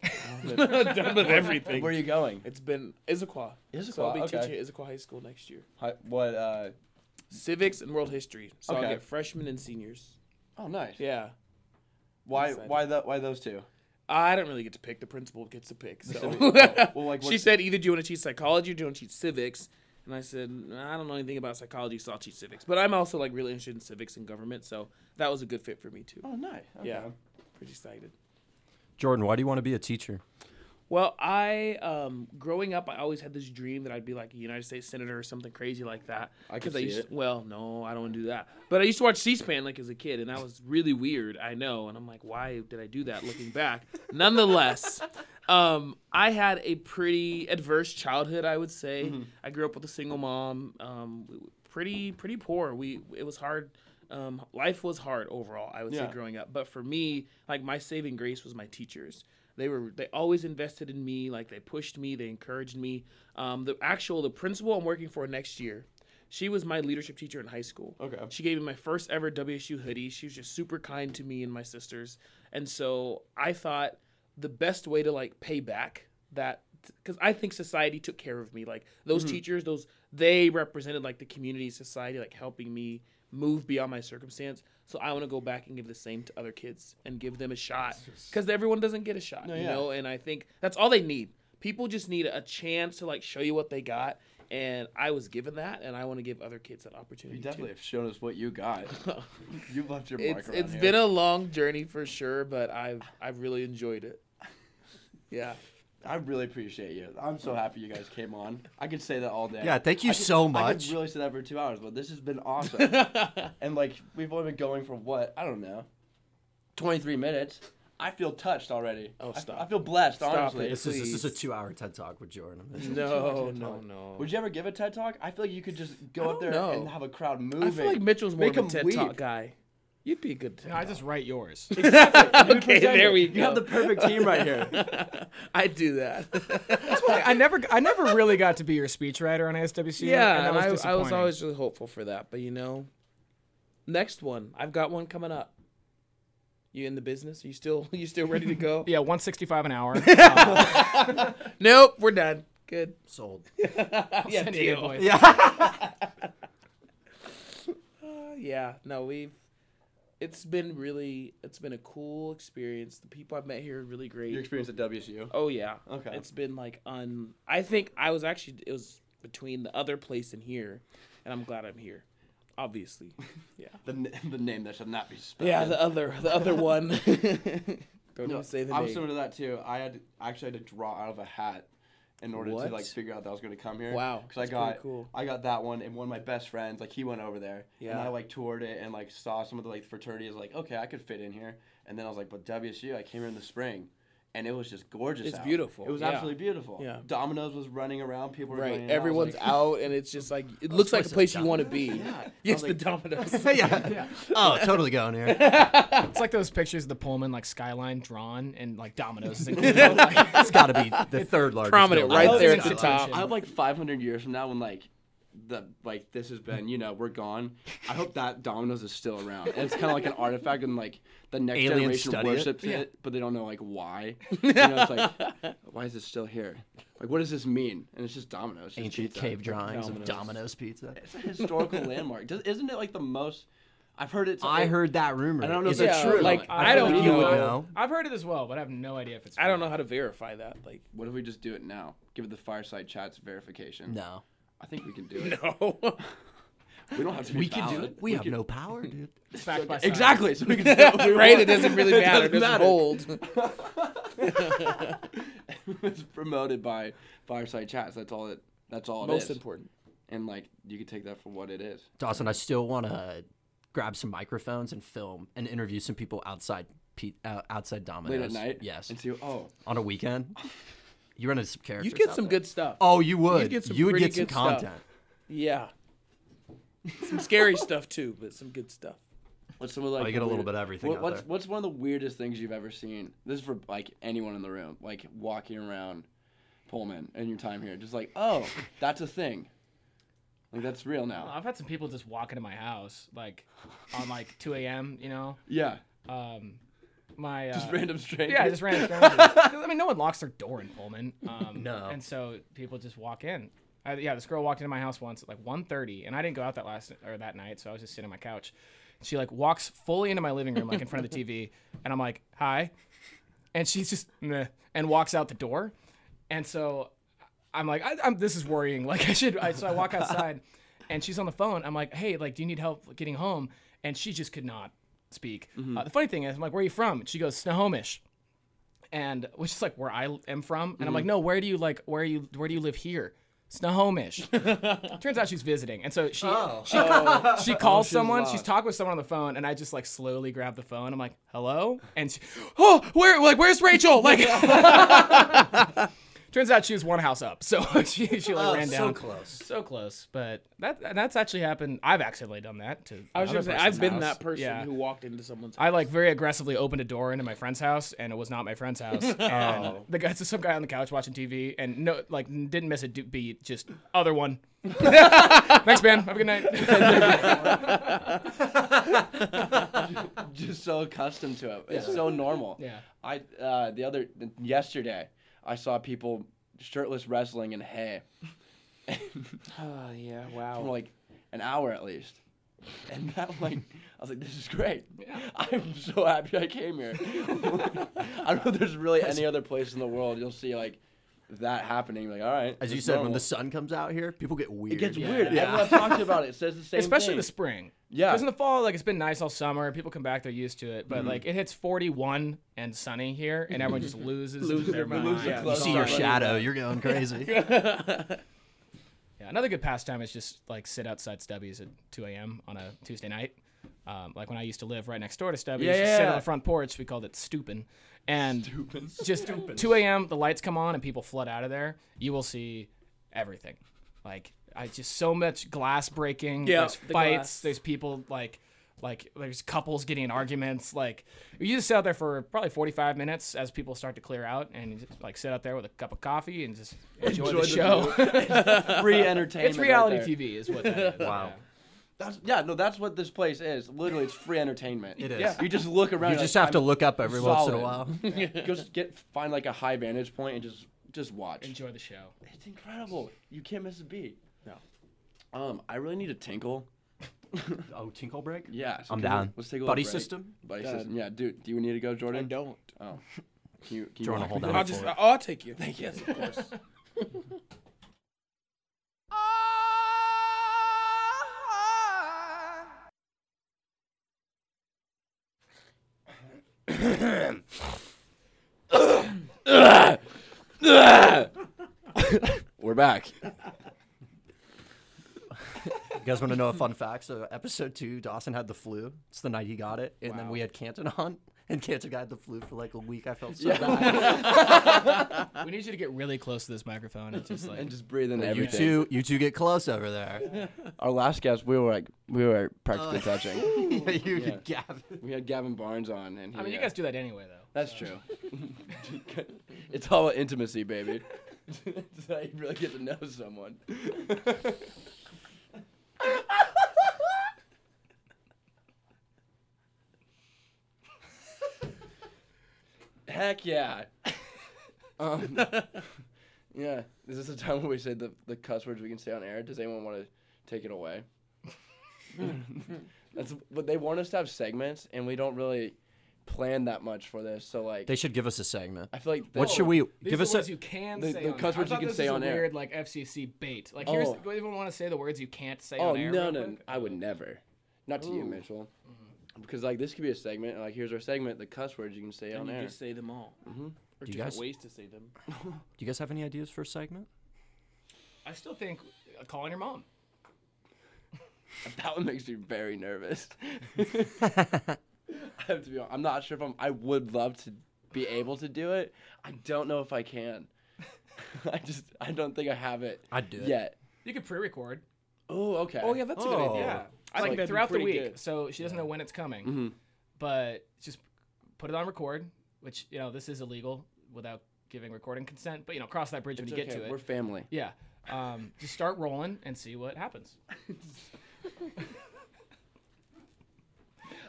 Speaker 4: done with everything.
Speaker 2: Where are you going?
Speaker 4: It's been Issaquah. So
Speaker 2: Issaquah,
Speaker 4: I'll be
Speaker 2: okay.
Speaker 4: teaching at Issaquah High School next year.
Speaker 2: Hi, what? Uh,
Speaker 4: Civics and world history. So
Speaker 2: Okay.
Speaker 4: I'll get freshmen and seniors.
Speaker 2: oh, nice.
Speaker 4: Yeah.
Speaker 2: Why?
Speaker 4: excited.
Speaker 2: Why that? Why those two?
Speaker 4: I don't really get to pick. The principal gets to pick. So
Speaker 2: Oh, Well, like,
Speaker 4: she
Speaker 2: what's-
Speaker 4: said, either do you want to teach psychology or do you want to teach civics? And I said, I don't know anything about psychology, so I'll teach civics. But I'm also like really interested in civics and government, so that was a good fit for me too.
Speaker 2: Oh, nice. Okay.
Speaker 4: Yeah, pretty excited.
Speaker 3: Jordan, why do you want to be a teacher?
Speaker 4: Well, I um, growing up, I always had this dream that I'd be like a United States senator or something crazy like that.
Speaker 2: I could
Speaker 4: 'Cause
Speaker 2: see
Speaker 4: used
Speaker 2: it.
Speaker 4: well, no, I don't want to do that. But I used to watch C-SPAN like as a kid, and that was really weird. I know, and I'm like, why did I do that? Looking back, nonetheless, um, I had a pretty adverse childhood. I would say I grew up with a single mom, um, pretty pretty poor. We it was hard. Um, life was hard overall. I would
Speaker 2: Yeah.
Speaker 4: say growing up, but for me, like my saving grace was my teachers. They were they always invested in me. Like they pushed me, they encouraged me. Um, the actual the principal I'm working for next year. She was my leadership teacher in high school.
Speaker 2: Okay.
Speaker 4: She gave me my first ever WSU hoodie. She was just super kind to me and my sisters. And so I thought the best way to like pay back that because I think society took care of me. Like those
Speaker 2: Mm-hmm.
Speaker 4: teachers, those they represented like the community, society, like helping me move beyond my circumstance. So I want to go back and give the same to other kids and give them a shot because everyone doesn't get a shot, you
Speaker 2: yeah.
Speaker 4: know. And I think that's all they need. People just need a chance to like show you what they got. And I was given that, and I want to give other kids that opportunity.
Speaker 2: You
Speaker 4: too.
Speaker 2: definitely have shown us what you got. You've left your mark
Speaker 4: It's
Speaker 2: around
Speaker 4: it's
Speaker 2: here.
Speaker 4: been a long journey for sure, but I've I've really enjoyed it. Yeah.
Speaker 2: I really appreciate you. I'm so happy you guys came on. I could say that all day.
Speaker 3: Yeah, thank you
Speaker 2: I could-
Speaker 3: so
Speaker 2: I could
Speaker 3: much.
Speaker 2: really say that for two hours, but this has been awesome. and like we've only been going for what I don't know, 23 minutes. I feel touched already. I
Speaker 4: Oh,
Speaker 2: f-
Speaker 4: stop.
Speaker 2: I, feel blessed,
Speaker 4: Stop
Speaker 2: honestly.
Speaker 4: it.
Speaker 3: This is, this is a
Speaker 4: Please.
Speaker 3: two-hour TED talk with Jordan.
Speaker 4: No, no, no.
Speaker 2: Would you ever give a TED talk? I feel like you could just go up
Speaker 4: don't
Speaker 2: there
Speaker 4: know.
Speaker 2: and have a crowd moving.
Speaker 4: I feel like Mitchell's more
Speaker 2: Make
Speaker 4: of a
Speaker 2: him
Speaker 4: TED
Speaker 2: weep.
Speaker 4: Talk guy. You'd be a good TED
Speaker 5: No, I just write yours.
Speaker 4: Okay, there we
Speaker 2: You have
Speaker 4: go.
Speaker 2: the perfect team right here.
Speaker 4: I do that.
Speaker 5: I never I never really got to be your speechwriter on SWC.
Speaker 4: yeah,
Speaker 5: and that
Speaker 4: and
Speaker 5: was
Speaker 4: I, I was
Speaker 5: disappointing.
Speaker 4: always really hopeful for that. But you know, next one, I've got one coming up. You in the business? you still you still ready to go?
Speaker 5: yeah 165 an hour.
Speaker 4: Nope, we're done. Good.
Speaker 3: Sold.
Speaker 4: yeah,
Speaker 5: Send you a
Speaker 4: deal.
Speaker 5: voice.
Speaker 4: Uh, yeah, no, we've. It's been really, it's been a cool experience. The people I've met here are really great.
Speaker 2: Your experience at WSU.
Speaker 4: Oh yeah.
Speaker 2: Okay.
Speaker 4: It's been like un. I think I was actually it was between the other place and here, and I'm glad I'm here. Obviously. Yeah.
Speaker 2: The, n- the name that should not be spelled.
Speaker 4: yeah. The other the other one. Don't
Speaker 2: No,
Speaker 4: even say the
Speaker 2: I'm
Speaker 4: name.
Speaker 2: similar to that too. I had actually had to draw out of a hat in order
Speaker 4: What?
Speaker 2: to like figure out that I was going to come here.
Speaker 4: Wow,
Speaker 2: because
Speaker 4: that's
Speaker 2: I
Speaker 4: pretty
Speaker 2: got
Speaker 4: cool.
Speaker 2: I got that one, and one of my best friends like he went over there, and
Speaker 4: Yeah.
Speaker 2: I like toured it and like saw some of the like fraternities like okay I could fit in here, and then I was like but WSU I came here in the spring. and it was just gorgeous.
Speaker 4: It's
Speaker 2: out.
Speaker 4: beautiful,
Speaker 2: It was
Speaker 4: yeah.
Speaker 2: absolutely beautiful.
Speaker 4: Yeah.
Speaker 2: Domino's was running around. People were
Speaker 4: Right.
Speaker 2: Running, and I was
Speaker 4: Everyone's
Speaker 2: like-
Speaker 4: out, and it's just like it looks like a place you want to be. Yes,
Speaker 2: I was
Speaker 4: the dominoes.
Speaker 3: yeah. Oh, totally going here.
Speaker 5: It's like those pictures of the Pullman like skyline drawn and like dominoes. is included. Like,
Speaker 3: It's got to be the third largest.
Speaker 4: Prominent
Speaker 3: building.
Speaker 4: right
Speaker 5: housing
Speaker 4: there at the
Speaker 5: situation.
Speaker 4: top.
Speaker 2: I hope like 500 years from now, when like the like this has been, you know, we're gone. I hope that Domino's is still around. And it's kind of like an artifact, and like the next
Speaker 3: Aliens
Speaker 2: generation
Speaker 3: study it?
Speaker 2: worships it. but they don't know like why. You know, it's like, why is it still here? Like, what does this mean? And it's just Domino's. Just
Speaker 3: Ancient
Speaker 2: pizza.
Speaker 3: cave drawings of
Speaker 2: Domino's.
Speaker 3: Domino's pizza.
Speaker 2: It's a historical landmark. Does, isn't it like the most? I've heard it's.
Speaker 3: I
Speaker 2: it-
Speaker 3: heard that rumor.
Speaker 2: I don't know
Speaker 3: Is
Speaker 2: if
Speaker 3: it
Speaker 2: it's
Speaker 4: Yeah,
Speaker 2: true.
Speaker 4: like,
Speaker 5: I,
Speaker 4: I
Speaker 5: don't
Speaker 4: feel like
Speaker 5: know.
Speaker 4: you
Speaker 3: would know.
Speaker 5: I've heard it as well, but I have no idea if it's.
Speaker 4: I don't know how to verify that. Like,
Speaker 2: What if we just do it now? Give it the fireside chats verification.
Speaker 3: No.
Speaker 2: I think we can do it.
Speaker 4: no.
Speaker 2: We don't have to. Be
Speaker 3: We can do
Speaker 2: valid.
Speaker 3: it. We, have no power, dude.
Speaker 5: It's fact by side.
Speaker 2: Exactly. So we can. do what we
Speaker 4: right?
Speaker 2: want.
Speaker 4: It doesn't really matter. It
Speaker 2: doesn't
Speaker 4: doesn't,
Speaker 2: matter.
Speaker 4: hold.
Speaker 2: it's promoted by Fireside Chats. That's all it. That's all it is.
Speaker 4: Most important.
Speaker 2: And like, you can take that for what it is.
Speaker 3: Dawson, I still want to grab some microphones and film and interview some people outside pe- uh, outside Domino's.
Speaker 2: Late at night.
Speaker 3: Yes.
Speaker 2: And see. Oh,
Speaker 3: On a weekend. You run into some characters.
Speaker 4: You'd get
Speaker 3: out
Speaker 4: some
Speaker 3: there.
Speaker 4: good stuff.
Speaker 3: Oh, you would.
Speaker 4: get some
Speaker 3: you would
Speaker 4: pretty
Speaker 3: get some
Speaker 4: good stuff.
Speaker 3: content.
Speaker 4: Yeah. Some scary stuff too, but some good stuff.
Speaker 2: what's some of like?
Speaker 3: Oh, you get
Speaker 2: the
Speaker 3: a little
Speaker 2: weird-
Speaker 3: bit of everything
Speaker 2: What,
Speaker 3: out
Speaker 2: what's
Speaker 3: there.
Speaker 2: What's one of the weirdest things you've ever seen? This is for like anyone in the room. Like walking around Pullman and your time here, just like, oh, that's a thing. Like that's real now.
Speaker 5: I've had some people just walk into my house like on like 2 a.m. You know,
Speaker 2: Yeah.
Speaker 5: um, my uh,
Speaker 2: Just random strangers.
Speaker 5: Yeah, just random strangers. 'Cause, I mean, no one locks their door in Pullman. Um,
Speaker 3: No.
Speaker 5: And so people just walk in. I, yeah, this girl walked into my house once at like 1.30, and I didn't go out that last or that night, so I was just sitting on my couch. She like walks fully into my living room, like in front of the TV, and I'm like, "Hi," and she's just Meh, and walks out the door, and so I'm like, I, I'm, this is worrying. Like I should. I, so I walk outside, and she's on the phone. I'm like, hey, like, do you need help getting home? And she just could not speak.
Speaker 7: Mm-hmm.
Speaker 5: Uh, the funny thing is, I'm like, where are you from? And she goes, Snohomish, and which is like where I am from. And I'm
Speaker 7: Mm-hmm.
Speaker 5: like, no, where do you like, where you, where do you live here? Snohomish. Turns out she's visiting, and so she
Speaker 7: Oh.
Speaker 5: she, she calls someone. She's talking with someone on the phone, and I just like slowly grab the phone. I'm like, hello, and she, oh, where like where's Rachel? Like. Turns out she was one house up, so she she like
Speaker 7: Oh,
Speaker 5: ran down.
Speaker 3: close.
Speaker 5: So close, but that and that's actually happened. I've accidentally done that to.
Speaker 7: I was
Speaker 5: another
Speaker 7: gonna say
Speaker 5: person's
Speaker 7: I've been
Speaker 5: house.
Speaker 7: that person
Speaker 5: Yeah.
Speaker 7: who walked into someone's.
Speaker 5: I like very aggressively opened a door into my friend's house, and it was not my friend's house.
Speaker 2: Oh.
Speaker 5: And the guy, so some guy on the couch watching TV, and no, like didn't miss a du- beat. Just other one. Thanks, man. Have a good night.
Speaker 2: just so accustomed to it. It's so normal.
Speaker 5: Yeah.
Speaker 2: I uh, the other yesterday I saw people shirtless wrestling in hay
Speaker 4: Oh yeah,
Speaker 2: for
Speaker 4: wow.
Speaker 2: like an hour at least. And that like I was like, this is great. I'm so happy I came here. I don't know if there's really any other place in the world you'll see like that happening. Like, all right.
Speaker 3: As you
Speaker 2: it's
Speaker 3: said, when
Speaker 2: normal.
Speaker 3: the sun comes out here, people get weird.
Speaker 2: it gets weird.
Speaker 3: Yeah.
Speaker 2: Everyone I've talked to about it says the same
Speaker 5: Especially
Speaker 2: thing.
Speaker 5: the spring.
Speaker 2: Yeah. Mm-hmm.
Speaker 5: Because in the fall, like it's been nice all summer. People come back, they're used to it. But like it hits 41 and sunny here, and everyone just loses, their mind.
Speaker 2: their
Speaker 3: You
Speaker 2: clothes.
Speaker 3: see your shadow, you're going crazy.
Speaker 5: Yeah, another good pastime is just like sit outside Stubby's at 2 a.m. on a Tuesday night. Um, like when I used to live right next door to Stubby's,
Speaker 2: Yeah,
Speaker 5: just sit
Speaker 2: yeah.
Speaker 5: on the front porch. We called it stoopin'. And just 2 a.m. the lights come on and people flood out of there. You will see everything. Like I just so much glass breaking.
Speaker 4: Yeah,
Speaker 5: there's
Speaker 4: the
Speaker 5: fights.
Speaker 4: glass.
Speaker 5: There's people like like there's couples getting in arguments. Like you just sit out there for probably 45 minutes as people start to clear out, and you just, like sit out there with a cup of coffee and just enjoy, the, show.
Speaker 2: free entertainment.
Speaker 5: It's
Speaker 2: right
Speaker 5: reality
Speaker 2: there.
Speaker 5: TV, is what that is.
Speaker 3: Wow.
Speaker 2: That's yeah, no, that's what this place is. Literally, it's free entertainment.
Speaker 3: It is.
Speaker 2: Yeah. You just look around.
Speaker 3: You
Speaker 2: you're
Speaker 3: just
Speaker 2: like,
Speaker 3: have to look up every once in a
Speaker 2: solid.
Speaker 3: while.
Speaker 2: I'm- just get find like a high vantage point and just just watch.
Speaker 5: Enjoy the show.
Speaker 2: It's incredible. You can't miss a beat. No. Um, I really need a tinkle.
Speaker 3: Oh, tinkle break?
Speaker 2: Yeah. so
Speaker 3: I'm
Speaker 2: can we-
Speaker 3: down.
Speaker 2: let's take a little
Speaker 3: Buddy
Speaker 2: break.
Speaker 3: system?
Speaker 2: Buddy
Speaker 4: Done.
Speaker 2: system. Yeah, dude. Do you need to go,
Speaker 4: I
Speaker 2: Jordan?
Speaker 4: don't.
Speaker 2: Oh. Can you, can
Speaker 3: Do you want
Speaker 2: walk
Speaker 3: to hold
Speaker 2: me
Speaker 3: on?
Speaker 4: I'll
Speaker 3: for
Speaker 4: just.
Speaker 3: it?
Speaker 4: I'll I'll take you. Thank you. Yes, of course.
Speaker 6: We're back.
Speaker 3: You guys want to know a fun fact? So, episode two, Dawson had the flu. It's the night he got it. And then we had Canton on. and cancer got the flu for like a week. I felt so bad.
Speaker 5: We need you to get really close to this microphone and just like
Speaker 2: and just breathe in
Speaker 3: You
Speaker 2: everything.
Speaker 3: two, you two get close over there.
Speaker 2: Our last guest, we were like, we
Speaker 5: Uh.
Speaker 2: were practically touching.
Speaker 3: yeah, you did Gavin.
Speaker 2: We had Gavin Barnes on, and he,
Speaker 5: I mean, you
Speaker 2: uh,
Speaker 5: guys do that anyway, though.
Speaker 2: That's true. it's all about intimacy, baby. That's how you really get to know someone. Heck yeah. Um, yeah. Is this the time where we say the, the cuss words we can say on air? Does anyone want to take it away? That's but they want us to have segments and we don't really plan that much for this. So like
Speaker 3: They should give us a segment.
Speaker 2: I feel like
Speaker 3: What should we
Speaker 5: These
Speaker 3: give
Speaker 5: are
Speaker 3: us?
Speaker 5: the ones
Speaker 3: A,
Speaker 5: you can
Speaker 2: the-
Speaker 5: say.
Speaker 2: the
Speaker 5: on
Speaker 2: cuss
Speaker 5: air. I
Speaker 2: words you
Speaker 5: thought
Speaker 2: can
Speaker 5: this
Speaker 2: say
Speaker 5: was a
Speaker 2: on air.
Speaker 5: Weird, like FCC bait. Like, here's,
Speaker 2: Oh.
Speaker 5: do you even want to say the words you can't say
Speaker 2: Oh
Speaker 5: on air?
Speaker 2: no,
Speaker 5: real
Speaker 2: no,
Speaker 5: quick?
Speaker 2: I would never. Not to you, Mitchell. Because like this could be a segment. and, Like here's our segment, the cuss words you can say on
Speaker 4: And you
Speaker 2: air.
Speaker 4: just say them all. Mm-hmm. Or
Speaker 3: you
Speaker 4: different
Speaker 3: guys-
Speaker 4: ways to say them.
Speaker 3: do you guys have any ideas for a segment?
Speaker 5: I still think uh, calling your mom.
Speaker 2: That one makes me very nervous. I have to be. Honest. I'm not sure if I'm. I would love to be able to do it. I don't know if I can. I just. I don't think I have it.
Speaker 3: I'd do it.
Speaker 2: yet.
Speaker 5: You could pre-record.
Speaker 2: Oh, okay.
Speaker 8: Oh yeah, that's a good
Speaker 3: Oh.
Speaker 8: idea.
Speaker 5: Yeah.
Speaker 4: I
Speaker 5: like
Speaker 4: think that'd be
Speaker 5: throughout the
Speaker 4: pretty
Speaker 5: week,
Speaker 4: good.
Speaker 5: so she doesn't know when it's coming.
Speaker 2: Mm-hmm.
Speaker 5: But just put it on record, which you know this is illegal without giving recording consent. But you know, cross that bridge
Speaker 2: It's
Speaker 5: when you
Speaker 2: okay,
Speaker 5: get to
Speaker 2: We're
Speaker 5: it.
Speaker 2: family.
Speaker 5: Yeah. Um, just start rolling and see what happens.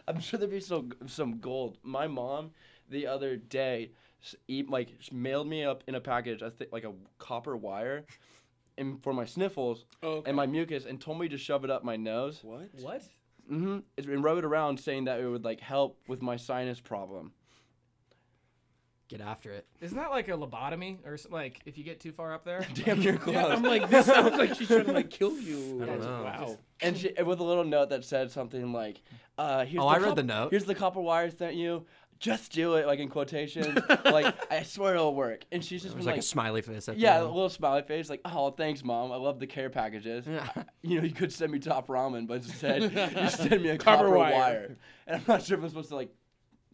Speaker 2: I'm sure there'd be some some gold. My mom, the other day, s- e- like s- mailed me up in a package, I think like a copper wire, and for my sniffles and my mucus, and told me to shove it up my nose.
Speaker 8: What?
Speaker 5: What?
Speaker 2: Mm-hmm. And rub it around, saying that it would like help with my sinus problem.
Speaker 3: Get after it.
Speaker 5: Isn't that like a lobotomy or something? Like if you get too far up there?
Speaker 2: Damn, you're close.
Speaker 4: I'm like, this sounds like she's trying to like kill you.
Speaker 3: don't know.
Speaker 4: Wow.
Speaker 2: and she, and with a little note that said something like, uh, here's
Speaker 3: Oh,
Speaker 2: the
Speaker 3: I read
Speaker 2: cop-
Speaker 3: the note.
Speaker 2: Here's the copper wire sent you. Just do it, like in quotation. like I swear it'll work. And she's just
Speaker 3: It was
Speaker 2: been
Speaker 3: like,
Speaker 2: like
Speaker 3: a smiley face. At the
Speaker 2: Yeah, a
Speaker 3: end.
Speaker 2: little smiley face, like, oh, thanks, mom. I love the care packages. you know, you could send me top ramen, but instead, you send me a copper,
Speaker 4: Copper
Speaker 2: wire.
Speaker 4: wire.
Speaker 2: And I'm not sure if I'm supposed to, like,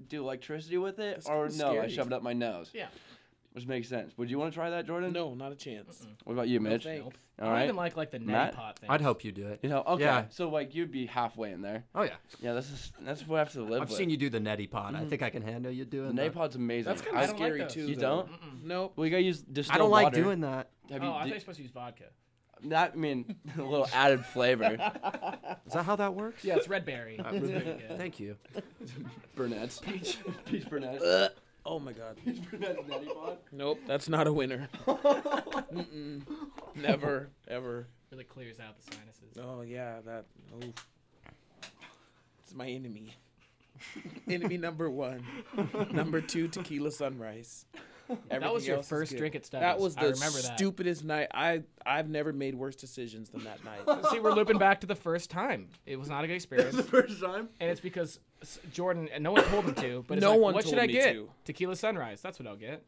Speaker 2: do electricity with it or no,
Speaker 4: kinda
Speaker 2: I
Speaker 4: scary.
Speaker 2: shoved it up my nose.
Speaker 5: Yeah.
Speaker 2: Which makes sense. Would you want to try that, Jordan?
Speaker 4: No, not a chance.
Speaker 2: What about you, Mitch?
Speaker 4: thanks.
Speaker 2: All
Speaker 5: I don't
Speaker 2: right.
Speaker 5: even like like the
Speaker 2: Matt?
Speaker 5: neti pot thing.
Speaker 3: I'd hope you do it.
Speaker 2: you know, okay.
Speaker 3: Yeah.
Speaker 2: So, like, you'd be halfway in there.
Speaker 3: Oh yeah.
Speaker 2: Yeah, this is, that's what I have to live
Speaker 3: I've
Speaker 2: with.
Speaker 3: seen you do the neti pot.
Speaker 2: Mm-hmm.
Speaker 3: I think I can handle you doing
Speaker 2: The
Speaker 3: that.
Speaker 2: napod's amazing.
Speaker 4: That's kind
Speaker 2: I-
Speaker 4: of
Speaker 5: don't like
Speaker 4: scary
Speaker 5: those.
Speaker 4: too.
Speaker 2: You
Speaker 4: though.
Speaker 2: don't?
Speaker 4: Nope.
Speaker 2: Well, you gotta use distilled
Speaker 3: I don't like
Speaker 2: water.
Speaker 3: doing that.
Speaker 2: Have
Speaker 5: Oh,
Speaker 2: you,
Speaker 5: I thought
Speaker 2: di-
Speaker 5: you were supposed to use vodka.
Speaker 2: that, I mean, a little added flavor.
Speaker 3: Is that how that works?
Speaker 5: Yeah, it's red berry. It's very good.
Speaker 3: Thank you.
Speaker 2: Burnett's. Peach. Peach Burnett.
Speaker 8: Oh my god.
Speaker 2: That's
Speaker 4: Nope. That's not a winner. Mm-mm. Never, ever.
Speaker 5: Really clears out the sinuses.
Speaker 8: Oh yeah, that. Oh. It's my enemy. enemy number one. Number two, tequila sunrise.
Speaker 5: that
Speaker 8: Everything
Speaker 5: was your
Speaker 8: else is
Speaker 5: first
Speaker 8: good.
Speaker 5: drink at Stubbs.
Speaker 8: That was
Speaker 5: I
Speaker 8: the
Speaker 5: remember that.
Speaker 8: stupidest night. I I've never made worse decisions than that night.
Speaker 5: See, we're looping back to the first time. It was not a good experience,
Speaker 2: the first time.
Speaker 5: and it's because s- Jordan and no one told him to. But it's
Speaker 4: No
Speaker 5: like,
Speaker 4: one
Speaker 5: What
Speaker 4: told
Speaker 5: should I
Speaker 4: me
Speaker 5: get?
Speaker 4: to.
Speaker 5: Tequila sunrise. That's what I'll get.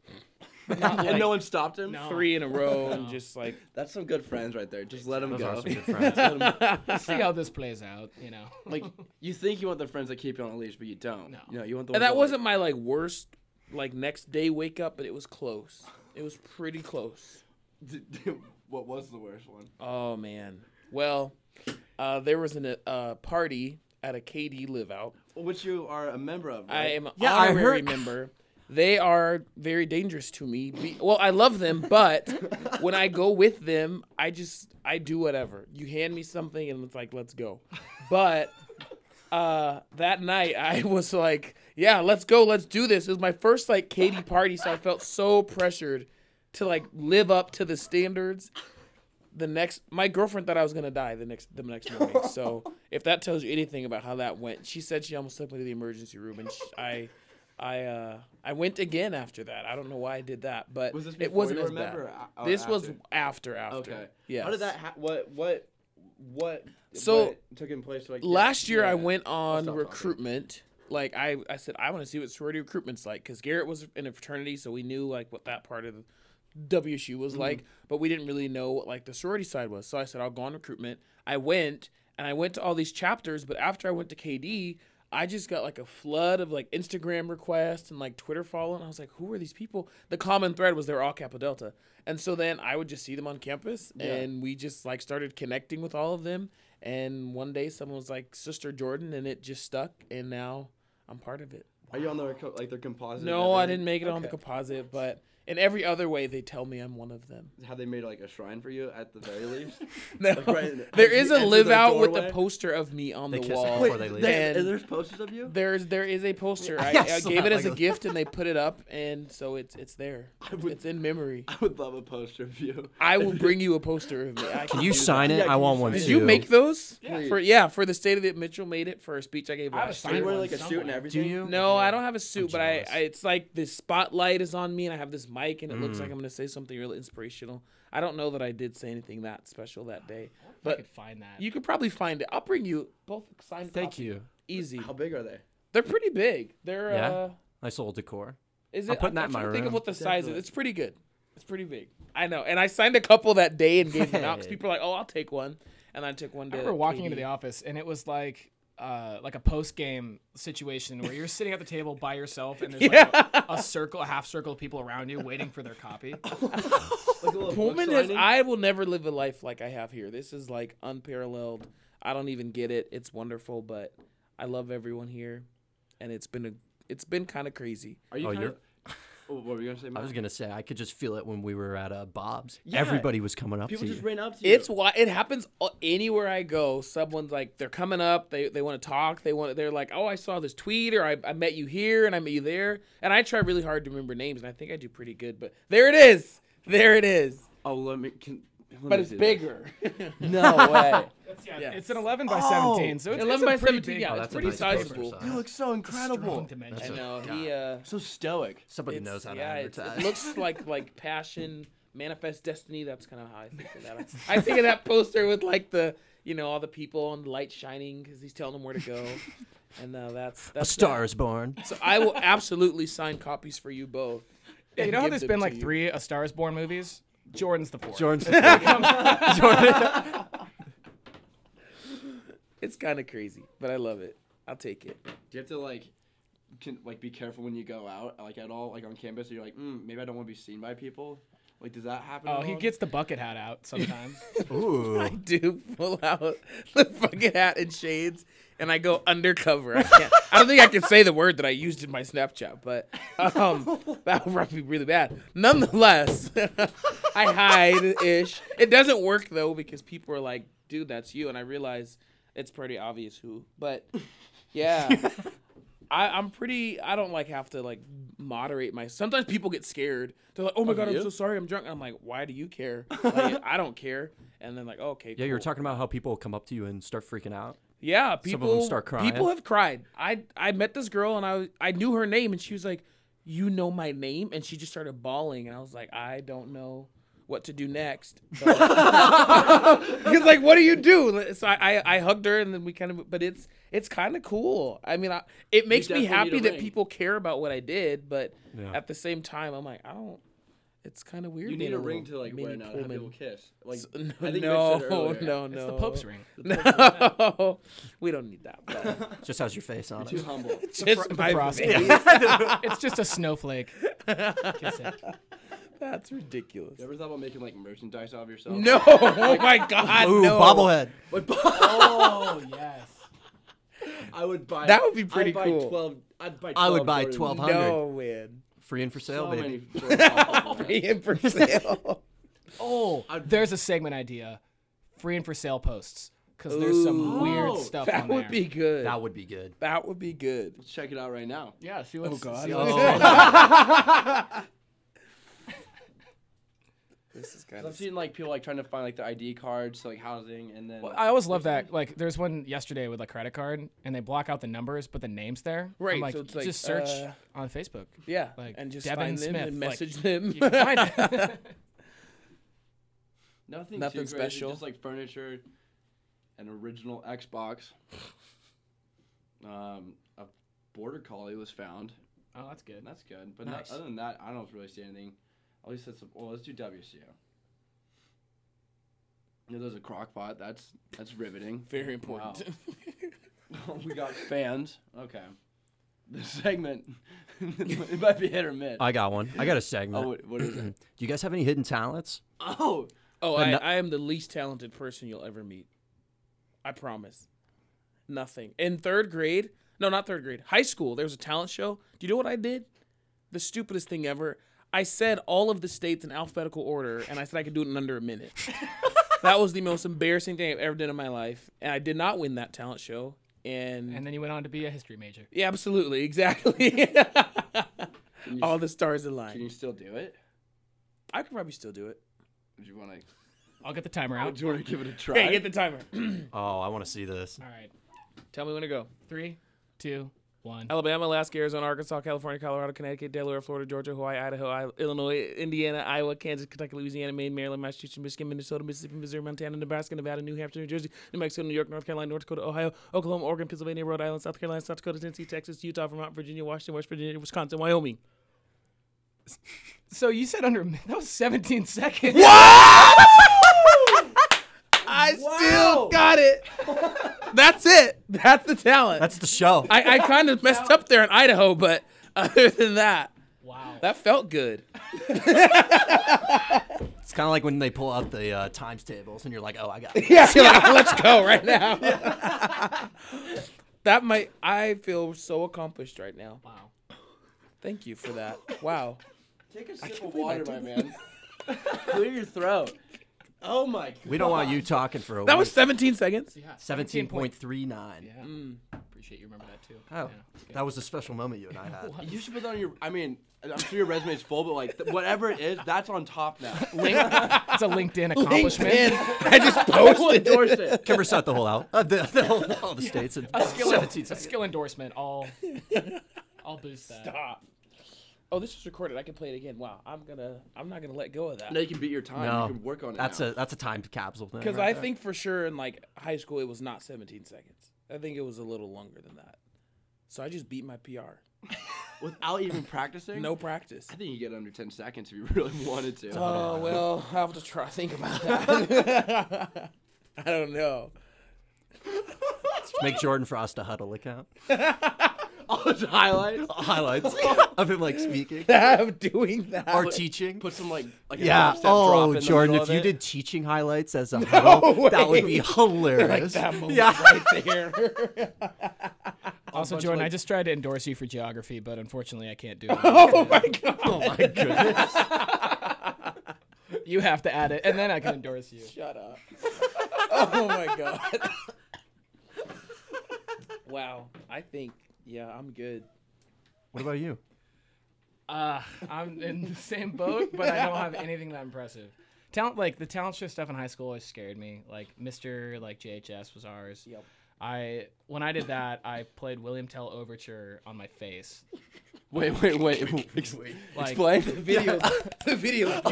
Speaker 2: and no one stopped him.
Speaker 5: No.
Speaker 4: Three in a row and just like
Speaker 2: That's some good friends right there. Just let them
Speaker 3: Those
Speaker 2: go.
Speaker 3: are some good friends.
Speaker 5: Let's see how this plays out. You know.
Speaker 2: like you think you want the friends that keep you on a leash, but you don't.
Speaker 5: No.
Speaker 2: you, know, you want the.
Speaker 4: And
Speaker 2: ones
Speaker 4: that
Speaker 2: like-
Speaker 4: wasn't my like worst like next day wake up, but it was close. It was pretty close.
Speaker 2: what was the worst one?
Speaker 4: Oh man. Well, uh, there was an uh, party at a KD live out.
Speaker 2: Which you are a member of.
Speaker 4: I
Speaker 2: Right?
Speaker 4: am an
Speaker 3: Yeah, I
Speaker 4: honorary
Speaker 3: heard-
Speaker 4: member. They are very dangerous to me. Be- well, I love them, but when I go with them, I just I do whatever. You hand me something and it's like, let's go. But uh that night I was like, yeah, let's go, let's do this. It was my first like Katie party, so I felt so pressured to like live up to the standards. The next, my girlfriend thought I was gonna die the next the next morning. So if that tells you anything about how that went, she said she almost took me to the emergency room, and she, I, I, uh, I went again after that. I don't know why I did that, but
Speaker 2: Was this
Speaker 4: it
Speaker 2: before
Speaker 4: wasn't
Speaker 2: you
Speaker 4: as
Speaker 2: were a member
Speaker 4: bad.
Speaker 2: or a- or
Speaker 4: this was
Speaker 2: after?
Speaker 4: after after.
Speaker 2: Okay.
Speaker 4: Yes.
Speaker 2: How did that? Ha- what? What? What?
Speaker 4: So,
Speaker 2: what took in place. Like
Speaker 4: Last year,
Speaker 2: yeah.
Speaker 4: I went on
Speaker 2: stop talking.
Speaker 4: recruitment. Like I, I said, I want to see what sorority recruitment's like because Garrett was in a fraternity, so we knew like what that part of the WSU was like, but we didn't really know what like the sorority side was. So I said, I'll go on recruitment. I went and I went to all these chapters, but after I went to KD, I just got like a flood of like Instagram requests and like Twitter follow, and I was like, who are these people? The common thread was they're all Kappa Delta, and so then I would just see them on campus, and we just like started connecting with all of them. And one day, someone was like, "Sister Jordan," and it just stuck, and now I'm part of it.
Speaker 2: Are you on their co- like their composite?
Speaker 4: No, I
Speaker 2: event?
Speaker 4: didn't make it on the
Speaker 2: Okay.
Speaker 4: composite, but in every other way, they tell me I'm one of them.
Speaker 2: Have they made like a shrine for you at the very least?
Speaker 4: No.
Speaker 2: Like, right in-
Speaker 4: there
Speaker 2: as
Speaker 4: is
Speaker 2: you
Speaker 4: a
Speaker 2: enter
Speaker 4: live
Speaker 2: their
Speaker 4: out with a
Speaker 2: doorway?
Speaker 4: poster of me on
Speaker 3: They
Speaker 4: the
Speaker 3: kiss
Speaker 4: wall.
Speaker 3: before they leave.
Speaker 2: There-
Speaker 4: and-
Speaker 2: is there's posters of you?
Speaker 4: There's there is a poster. I,
Speaker 3: Yeah, I
Speaker 4: I
Speaker 3: saw
Speaker 4: gave
Speaker 3: that,
Speaker 4: it as
Speaker 3: like,
Speaker 4: a
Speaker 3: a-
Speaker 4: gift, and they put it up, and so it's it's there. It's in memory.
Speaker 2: I would love a poster of you.
Speaker 4: I will bring you a poster of me. I
Speaker 3: Can you sign it?
Speaker 2: Yeah,
Speaker 3: I
Speaker 2: can
Speaker 3: want
Speaker 2: you
Speaker 3: one
Speaker 2: sign
Speaker 4: Did
Speaker 2: it?
Speaker 3: too.
Speaker 4: you make those
Speaker 2: Yeah.
Speaker 4: for yeah for the state of it? Mitchell made it for a speech I gave
Speaker 5: I have a
Speaker 4: last
Speaker 5: sign
Speaker 2: Are you
Speaker 4: year.
Speaker 2: wearing
Speaker 5: one
Speaker 2: like a suit and
Speaker 5: somewhere.
Speaker 2: everything?
Speaker 3: Do you?
Speaker 4: No, I don't have a suit, but I,
Speaker 3: jealous.
Speaker 4: I it's like the spotlight is on me, and I have this mic, and it looks
Speaker 3: Mm.
Speaker 4: like I'm gonna say something really inspirational. I don't know that I did say anything that special that day,
Speaker 5: I
Speaker 4: but
Speaker 5: could find that.
Speaker 4: you could probably find it. I'll bring you both signed.
Speaker 3: Thank
Speaker 4: copies.
Speaker 3: you.
Speaker 4: Easy.
Speaker 2: How big are they?
Speaker 4: They're pretty big. They're
Speaker 3: Yeah?
Speaker 4: uh.
Speaker 3: Nice little decor.
Speaker 4: Is it?
Speaker 3: I'm putting that in
Speaker 4: trying
Speaker 3: my
Speaker 4: to Think of
Speaker 3: room.
Speaker 4: what the size is. It's pretty good. It's pretty big. I know. And I signed a couple that day and gave them out because people are like, "Oh, I'll take one," and I took one.
Speaker 5: I
Speaker 4: To
Speaker 5: remember walking
Speaker 4: Katie.
Speaker 5: into the office and it was like uh, like a post game situation where you're sitting at the table by yourself and there's like a, a circle, a half circle of people around you waiting for their copy.
Speaker 2: Like a little
Speaker 4: Pullman
Speaker 2: book
Speaker 4: has.
Speaker 2: signing?
Speaker 4: I will never live a life like I have here. This is like unparalleled. I don't even get it. It's wonderful, but I love everyone here, and it's been a. It's been kind of crazy.
Speaker 2: Are you?
Speaker 3: Oh,
Speaker 2: kind
Speaker 3: you're-
Speaker 2: of- Oh, what were you gonna say?
Speaker 3: I was
Speaker 2: Matt?
Speaker 3: gonna say I could just feel it when we were at uh, Bob's.
Speaker 2: Yeah.
Speaker 3: Everybody was coming up
Speaker 2: People
Speaker 3: to
Speaker 2: just
Speaker 3: you.
Speaker 2: ran up to you.
Speaker 4: It's why it happens a- anywhere I go. Someone's like, they're coming up. They they want to talk. They want. They're like, oh, I saw this tweet, or I, I met you here, and I met you there. And I try really hard to remember names, and I think I do pretty good. But there it is. There it is.
Speaker 2: Oh, let me. Can, let
Speaker 4: But
Speaker 2: me
Speaker 4: it's
Speaker 2: do
Speaker 4: bigger.
Speaker 2: No way.
Speaker 4: Yeah.
Speaker 5: It's an 11 by 17, so it's
Speaker 4: 11
Speaker 5: it's a
Speaker 4: by
Speaker 5: pretty
Speaker 4: 17,
Speaker 5: big
Speaker 4: yeah,
Speaker 5: one.
Speaker 4: it's
Speaker 3: Oh, that's a
Speaker 4: pretty
Speaker 3: nice paper
Speaker 4: sizable.
Speaker 3: size.
Speaker 2: you look so incredible.
Speaker 5: dimension.
Speaker 3: That's
Speaker 4: I
Speaker 3: a-
Speaker 4: know.
Speaker 3: God.
Speaker 4: He uh.
Speaker 2: So stoic.
Speaker 3: Somebody
Speaker 4: it's-
Speaker 3: knows how to
Speaker 4: yeah, it's-
Speaker 3: advertise.
Speaker 4: It looks like like passion, manifest destiny. That's kind of how I think of that. I think of that poster with like the you know all the people and the light shining because he's telling them where to go, and uh, that's
Speaker 3: a
Speaker 4: that's
Speaker 3: star is born.
Speaker 4: that. So I will absolutely sign copies for you both.
Speaker 5: Yeah, you know how
Speaker 4: give
Speaker 5: there's
Speaker 4: them
Speaker 5: been
Speaker 4: to
Speaker 5: like
Speaker 4: you.
Speaker 5: three A Star is Born movies? Jordan's the fourth.
Speaker 3: Jordan's
Speaker 4: It's kind of crazy, but I love it. I'll take it.
Speaker 2: Do you have to like, can like be careful when you go out, like at all, like on campus? Or you're like, mm, maybe I don't want to be seen by people. Like, does that happen?
Speaker 5: Oh,
Speaker 2: at
Speaker 5: he
Speaker 2: all?
Speaker 5: gets the bucket hat out sometimes.
Speaker 3: Ooh.
Speaker 4: do pull out the fucking hat and shades, and I go undercover. I, can't, I don't think I can say the word that I used in my Snapchat, but um, that would probably be really bad. Nonetheless, I hide ish. It doesn't work though because people are like, "Dude, that's you," and I realize it's pretty obvious who. But yeah. I, I'm pretty. I don't like have to like moderate my. Sometimes people get scared. They're like, "Oh my god, I'm
Speaker 2: you?
Speaker 4: so sorry, I'm drunk." And I'm like, "Why do you care? Like, I don't care." And then like, "Oh, "Okay,
Speaker 3: Yeah, you were
Speaker 4: cool."
Speaker 3: talking about how people come up to you and start freaking out.
Speaker 4: Yeah,
Speaker 3: them
Speaker 4: people
Speaker 3: start crying.
Speaker 4: People have cried. I I met this girl and I I knew her name and she was like, "You know my name?" and she just started bawling and I was like, "I don't know what to do next." Because like, what do you do? So I, I I hugged her and then we kind of, but it's it's kind of cool. I mean, I, it makes me
Speaker 2: definitely
Speaker 4: happy
Speaker 2: need a
Speaker 4: that
Speaker 2: ring.
Speaker 4: people care about what I did, but
Speaker 3: Yeah.
Speaker 4: at the same time, I'm like, I don't. It's kind of weird.
Speaker 2: You
Speaker 4: being
Speaker 2: need a
Speaker 4: little
Speaker 2: ring to like wear
Speaker 4: mini
Speaker 2: now to have
Speaker 4: Pullman.
Speaker 2: people kiss. Like,
Speaker 4: So-
Speaker 2: I think Mitch
Speaker 4: no,
Speaker 2: said earlier.
Speaker 4: no, no,
Speaker 5: It's the Pope's ring.
Speaker 4: No, we don't need that. but-
Speaker 3: Just has your face on
Speaker 2: Too
Speaker 3: it.
Speaker 2: humble.
Speaker 4: just my
Speaker 5: frost.
Speaker 4: face.
Speaker 5: it's just a snowflake. Kiss it.
Speaker 4: That's ridiculous.
Speaker 2: You ever thought about making like merchandise out of yourself?
Speaker 4: No, oh my god,
Speaker 3: Ooh,
Speaker 4: no.
Speaker 3: bobblehead.
Speaker 2: But
Speaker 5: Oh yes.
Speaker 2: I would buy.
Speaker 4: That would be pretty
Speaker 2: I'd buy
Speaker 4: cool.
Speaker 2: 12, I'd buy 12
Speaker 3: I would buy
Speaker 2: Jordans.
Speaker 3: 1200.
Speaker 4: No, man.
Speaker 3: Free and for sale,
Speaker 2: So
Speaker 3: baby.
Speaker 2: many Jordans.
Speaker 4: Being for sale.
Speaker 5: Oh, there's a segment idea. Free and for sale posts. Because there's some
Speaker 2: Ooh.
Speaker 5: weird
Speaker 2: Oh,
Speaker 5: stuff
Speaker 4: That
Speaker 5: on
Speaker 4: would
Speaker 5: there.
Speaker 4: be good.
Speaker 3: That would be good.
Speaker 4: That would be good.
Speaker 2: Check it out right now.
Speaker 5: yeah, see what's, oh, God.
Speaker 4: This is kind
Speaker 2: I've seen like people like trying to find like their ID cards, so, like housing, and
Speaker 4: Oh.
Speaker 2: then
Speaker 5: I always love that. Like, there's one yesterday with a credit card, and they block out the numbers, but the name's there. I'm
Speaker 4: Right,
Speaker 5: like,
Speaker 4: so it's
Speaker 5: you
Speaker 4: like,
Speaker 5: just search
Speaker 4: uh,
Speaker 5: on Facebook.
Speaker 4: yeah,
Speaker 5: like
Speaker 4: and just
Speaker 5: Devin
Speaker 4: find them
Speaker 5: Smith,
Speaker 4: and
Speaker 5: like,
Speaker 4: message them.
Speaker 5: You can find it.
Speaker 2: nothing,
Speaker 4: nothing
Speaker 2: too crazy,
Speaker 4: special.
Speaker 2: Just like furniture, an original Xbox. Um, a border collie was found.
Speaker 5: oh, that's good.
Speaker 2: That's good, but
Speaker 5: Nice.
Speaker 2: not, other than that, I don't really see anything. At least that's well. Let's do WCO. You know, there's a crock pot. That's that's riveting.
Speaker 4: Very important.
Speaker 2: we got fans. Okay. This segment, it might be hit or miss.
Speaker 3: I got one. I got a segment.
Speaker 2: Oh, what, what is it?
Speaker 3: Do you guys have any hidden talents?
Speaker 2: Oh,
Speaker 4: Oh,
Speaker 3: But
Speaker 4: I,
Speaker 3: no-
Speaker 4: I am the least talented person you'll ever meet. I promise. Nothing. In third grade, no, not third grade, high school, there was a talent show. Do you know what I did? The stupidest thing ever. I said all of the states in alphabetical order, and I said I could do it in under a minute. that was the most embarrassing thing I've ever done in my life, and I did not win that talent show. And,
Speaker 5: And then you went on to be a history major.
Speaker 4: yeah, absolutely, exactly. all the stars
Speaker 2: can you
Speaker 4: aligned.
Speaker 2: still do it?
Speaker 4: I could probably still do it.
Speaker 2: Do you want to?
Speaker 5: I'll get the timer out.
Speaker 2: Do you want to give it a try?
Speaker 4: Okay, get the timer.
Speaker 3: Oh, I want to see this.
Speaker 5: All right.
Speaker 4: Tell me when to go.
Speaker 5: Three, two, one.
Speaker 4: Alabama, Alaska, Arizona, Arkansas, California, Colorado, Connecticut, Delaware, Florida, Georgia, Hawaii, Idaho, I- Illinois, Indiana, Iowa, Kansas, Kentucky, Louisiana, Maine, Maryland, Massachusetts, Michigan, Minnesota, Mississippi, Missouri, Montana, Nebraska, Nevada, New Hampshire, New Jersey, New Mexico, New York, North Carolina, North Dakota, Ohio, Oklahoma, Oregon, Pennsylvania, Rhode Island, South Carolina, South Dakota, Tennessee, Texas, Utah, Vermont, Virginia, Washington, West Virginia, Wisconsin, Wyoming.
Speaker 5: So you said under a minute. That was 17 seconds.
Speaker 4: I still got it. That's it. That's the talent.
Speaker 3: That's the show.
Speaker 4: I, I kind of messed up there in Idaho, but other than that,
Speaker 5: Wow.
Speaker 4: that felt good.
Speaker 3: it's kind of like when they pull out the uh, times tables and you're like, oh, I got it.
Speaker 4: Yeah, like, let's go right now. that might. I feel so accomplished right now.
Speaker 5: Wow.
Speaker 4: Thank you for that. Wow.
Speaker 2: Take a sip of water, my man. Clear your throat. Oh my god.
Speaker 3: We don't want you talking for a
Speaker 4: That
Speaker 3: week.
Speaker 4: was 17 seconds.
Speaker 5: Yeah.
Speaker 3: 17.39.
Speaker 5: Yeah. Appreciate you remember that too.
Speaker 3: Oh,
Speaker 5: Yeah.
Speaker 3: that was a special moment you and I had.
Speaker 2: You should put that on your. I mean, I'm sure your resume's full, but like th- whatever it is, that's on top now.
Speaker 5: It's a LinkedIn accomplishment.
Speaker 4: I just posted.
Speaker 2: Endorse it.
Speaker 3: Kimber set the whole out. Uh, the, the whole, all the states in 17
Speaker 5: A
Speaker 3: seconds.
Speaker 5: skill endorsement. I'll, I'll boost that.
Speaker 4: Stop. Oh, this was recorded. I can play it again. Wow. I'm gonna. I'm not gonna let go of that.
Speaker 2: Now you can beat your time.
Speaker 3: No,
Speaker 2: you can work on it.
Speaker 3: That's
Speaker 2: now.
Speaker 3: a that's a time capsule thing.
Speaker 4: Because
Speaker 3: right
Speaker 4: I
Speaker 3: there.
Speaker 4: think for sure in like high school it was not 17 seconds. I think it was a little longer than that. So I just beat my PR.
Speaker 2: without even practicing.
Speaker 4: No practice.
Speaker 2: I think you get under 10 seconds if you really wanted to.
Speaker 4: Oh well, I have to try think about that. I don't know.
Speaker 3: make Jordan Frost a huddle account.
Speaker 2: All those highlights.
Speaker 3: Highlights of him like speaking
Speaker 4: I'm doing that.
Speaker 3: or teaching.
Speaker 2: Put some like like
Speaker 3: Yeah.
Speaker 2: a dubstep drop in
Speaker 3: Oh,
Speaker 2: the
Speaker 3: Jordan,
Speaker 2: middle
Speaker 3: if
Speaker 2: of
Speaker 3: you
Speaker 2: it.
Speaker 3: did teaching highlights as a huddle, that would be hilarious. yeah.
Speaker 5: Also, Jordan, I just tried to endorse you for geography, but unfortunately, I can't do it.
Speaker 3: Oh my goodness.
Speaker 5: you have to add it, and then I can endorse you.
Speaker 4: Shut up. oh my god. wow. I think yeah, I'm good.
Speaker 3: What about you?
Speaker 5: Uh, I'm in the same boat, but I don't have anything that impressive. Talent like the talent show stuff in high school always scared me. Like Mr. like JHS was ours.
Speaker 4: Yep.
Speaker 5: I when I did that, I played William Tell Overture on my face.
Speaker 2: Wait, wait, wait. Ex-
Speaker 5: Like
Speaker 4: The
Speaker 2: Explain.
Speaker 4: video the video is beautiful.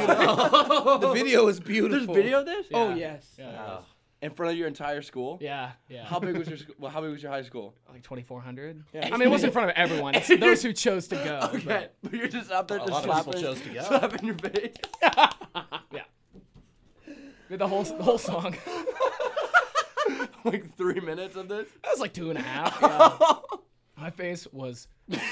Speaker 4: the video is
Speaker 2: There's
Speaker 4: beautiful.
Speaker 2: video of this?
Speaker 4: Oh
Speaker 5: Yeah.
Speaker 4: yes.
Speaker 5: Yeah. there was-
Speaker 2: In front of your entire school?
Speaker 5: Yeah. yeah.
Speaker 2: How big was your sc- well, how big was your high school?
Speaker 5: like 2400?
Speaker 4: Yeah.
Speaker 5: I mean, it was in front of everyone. It's those who chose to go. but-
Speaker 2: Okay. But you're just up there
Speaker 3: A
Speaker 2: just
Speaker 3: lot of people
Speaker 2: slapping,
Speaker 3: chose to go.
Speaker 2: slapping your face.
Speaker 5: The whole the whole song. that
Speaker 2: like 3 minutes of this.
Speaker 5: was like two and a half. yeah. My face was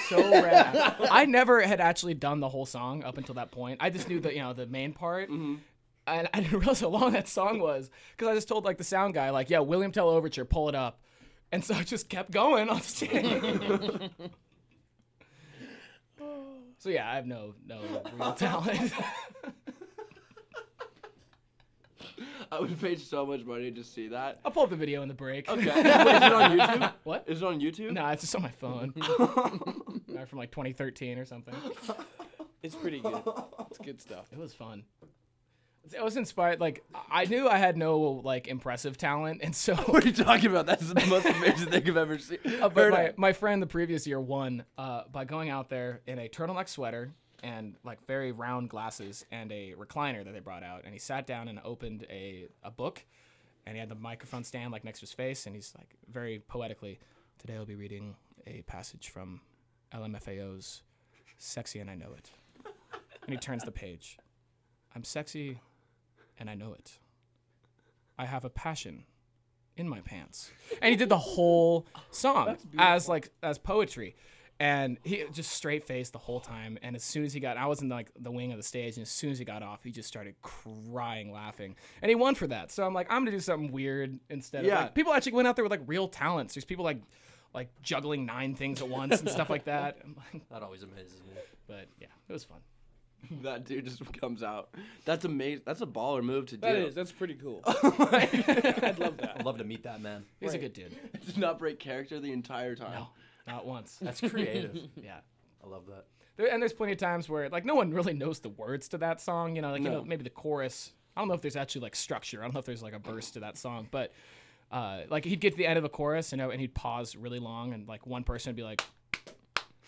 Speaker 5: so red. I never had actually done the whole song up until that point. I just knew the you know the main part. And I didn't realize how long that song was because I just told like the sound guy like yeah William Tell Overture pull it up, and so I just kept going on stage. so yeah, I have no no real talent.
Speaker 2: I would pay so much money to see that.
Speaker 5: I'll pull up the video in the break.
Speaker 2: Okay. Wait, is it on YouTube?
Speaker 5: What?
Speaker 2: Is it on YouTube?
Speaker 5: No, it's just on my phone. Or from like 2013 or something.
Speaker 4: It's pretty good. It's good stuff.
Speaker 5: It was fun. I was inspired. Like I knew I had no like impressive talent, and so
Speaker 2: What are you talking about? That's the most amazing thing I've ever seen.
Speaker 5: but my, my friend the previous year won uh, by going out there in a turtleneck sweater and like very round glasses and a recliner that they brought out and he sat down and opened a, a book and he had the microphone stand like next to his face and he's like very poetically today i'll be reading a passage from lmfao's sexy and i know it and he turns the page i'm sexy and i know it i have a passion in my pants. And he did the whole song as like as poetry. And he just straight faced the whole time. And as soon as he got, I was in like the wing of the stage. And as soon as he got off, he just started crying, laughing. And he won for that. So I'm like, I'm gonna do something weird instead.
Speaker 2: Yeah.
Speaker 5: Of, like, people actually went out there with like real talents. There's people like, like juggling nine things at once and stuff like that. I'm like,
Speaker 3: That always amazes me.
Speaker 5: but yeah, it was fun.
Speaker 2: That dude just comes out. That's amazing. That's a baller move to do.
Speaker 4: That is. That's pretty cool.
Speaker 3: I'd love to meet that man.
Speaker 5: He's a good dude.
Speaker 2: Did not break character the entire time.
Speaker 5: No, not once.
Speaker 3: That's creative.
Speaker 5: Yeah.
Speaker 3: I love that.
Speaker 5: There, and there's plenty of times where like no one really knows the words to that song. You know, like you know maybe the chorus. I don't know if there's actually like structure. I don't know if there's like a verse to that song, but uh, like he'd get to the end of a chorus and, and he'd pause really long, and like one person would be like,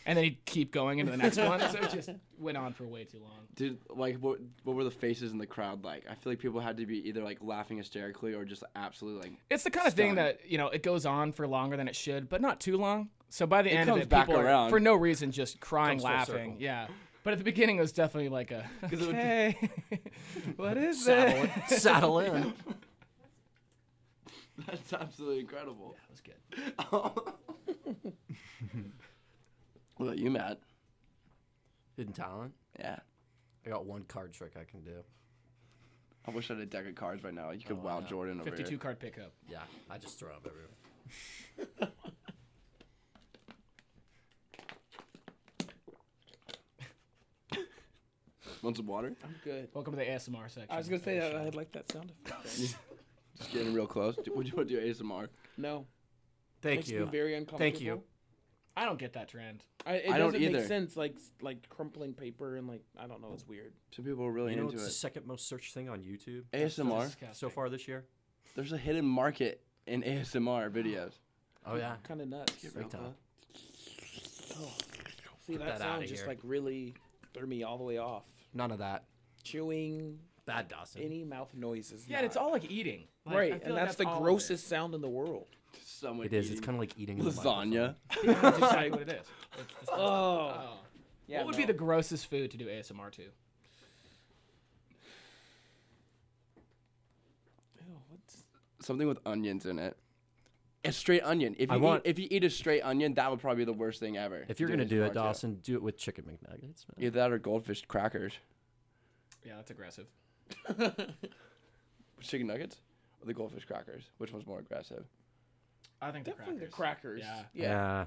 Speaker 5: and then he'd keep going into the next one. So it just went on for way too long.
Speaker 2: Did like what? What were the faces in the crowd like? I feel like people had to be either like laughing hysterically or just absolutely like.
Speaker 5: It's the kind of thing that you know it goes on for longer than it should, but not too long. So by the end
Speaker 2: comes
Speaker 5: of it,
Speaker 2: back
Speaker 5: people are
Speaker 2: around.
Speaker 5: for no reason just crying,
Speaker 3: Comes full
Speaker 5: laughing.
Speaker 3: circle.
Speaker 5: Yeah. But at the beginning, it was definitely like a
Speaker 2: it would-
Speaker 5: okay, what is
Speaker 3: Saddle
Speaker 5: it?
Speaker 3: in. Saddle in.
Speaker 2: That's absolutely incredible.
Speaker 5: That was good.
Speaker 2: What about you, Matt?
Speaker 3: Hidden talent.
Speaker 2: Yeah.
Speaker 3: I got one card trick I can do.
Speaker 2: I wish I had a deck of cards right now. You
Speaker 3: Oh,
Speaker 2: could wow Jordan over
Speaker 5: 52
Speaker 2: here.
Speaker 5: card pickup.
Speaker 3: Yeah, I just throw up everywhere.
Speaker 2: Want some water?
Speaker 4: Good.
Speaker 5: Welcome to the ASMR section.
Speaker 4: I was gonna say
Speaker 5: uh,
Speaker 4: that I like that sound effect.
Speaker 2: Just getting real close. Do- Would you want to do ASMR?
Speaker 4: No,
Speaker 3: Thank
Speaker 4: makes
Speaker 3: you.
Speaker 4: me very uncomfortable.
Speaker 3: you.
Speaker 5: I don't get that trend.
Speaker 4: I, it
Speaker 2: I don't
Speaker 4: doesn't make
Speaker 2: either.
Speaker 4: sense. Like s- like crumpling paper and like I don't know. It's weird.
Speaker 2: Some people are really
Speaker 3: you know
Speaker 2: into
Speaker 3: what's the
Speaker 2: it.
Speaker 3: second most searched thing on YouTube
Speaker 2: ASMR.
Speaker 3: so far this year?
Speaker 2: There's a hidden market in ASMR videos.
Speaker 3: Oh yeah.
Speaker 4: Kind of nuts.
Speaker 3: Big time.
Speaker 4: See that,
Speaker 3: that outta
Speaker 4: sound just
Speaker 3: here.
Speaker 4: like really threw me all the way off.
Speaker 3: None of that.
Speaker 4: Chewing,
Speaker 3: Bad Dawson.
Speaker 4: any mouth noises.
Speaker 5: Yeah, and it's all like eating. Like, I
Speaker 4: right,
Speaker 5: feel
Speaker 4: and
Speaker 5: like
Speaker 4: that's, the
Speaker 5: all of it.
Speaker 4: grossest sound in the world.
Speaker 2: Someone
Speaker 3: it is. It's
Speaker 2: eating
Speaker 3: kind of like eating a microphone.
Speaker 2: lasagna.
Speaker 5: That's exactly what it is.
Speaker 4: Oh,
Speaker 5: Oh.
Speaker 4: yeah.
Speaker 5: what would be the grossest food to do ASMR to?
Speaker 2: Something with onions in it. A straight onion. If
Speaker 3: I
Speaker 2: you
Speaker 3: want-
Speaker 2: eat, if you eat a straight onion, that would probably be the worst thing ever.
Speaker 3: If you're
Speaker 2: Doing
Speaker 3: gonna do
Speaker 2: ASMR
Speaker 3: it,
Speaker 2: too.
Speaker 3: Dawson, do it with chicken McNuggets. Man.
Speaker 2: Either that or goldfish crackers.
Speaker 5: Yeah, that's aggressive.
Speaker 2: Chicken nuggets or the goldfish crackers? Which one's more aggressive?
Speaker 5: I think
Speaker 4: Definitely
Speaker 5: the
Speaker 4: the
Speaker 5: crackers.
Speaker 4: crackers.
Speaker 5: Yeah.
Speaker 3: Yeah.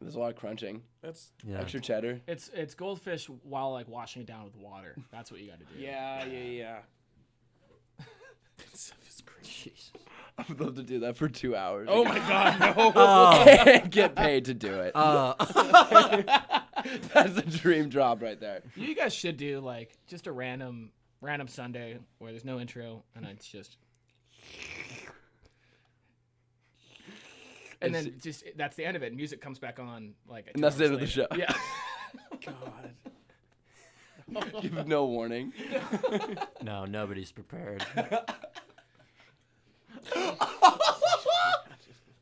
Speaker 2: There's a lot of crunching.
Speaker 4: That's
Speaker 3: Yeah.
Speaker 2: Extra cheddar.
Speaker 5: It's it's goldfish while like washing it down with water. That's what you got to do.
Speaker 4: yeah, yeah, yeah.
Speaker 3: Jeez.
Speaker 2: I would love to do that for two hours.
Speaker 4: Oh my god, no.
Speaker 2: and get paid to do it.
Speaker 3: Oh. Uh,
Speaker 2: That's a dream job right there.
Speaker 5: You guys should do like just a random random Sunday where there's no intro and it's just And then just that's the end of it. Music comes back on like two
Speaker 2: And that's the
Speaker 5: hours
Speaker 2: end of the
Speaker 5: later.
Speaker 2: show.
Speaker 5: Yeah.
Speaker 2: Give no warning.
Speaker 3: no, nobody's prepared.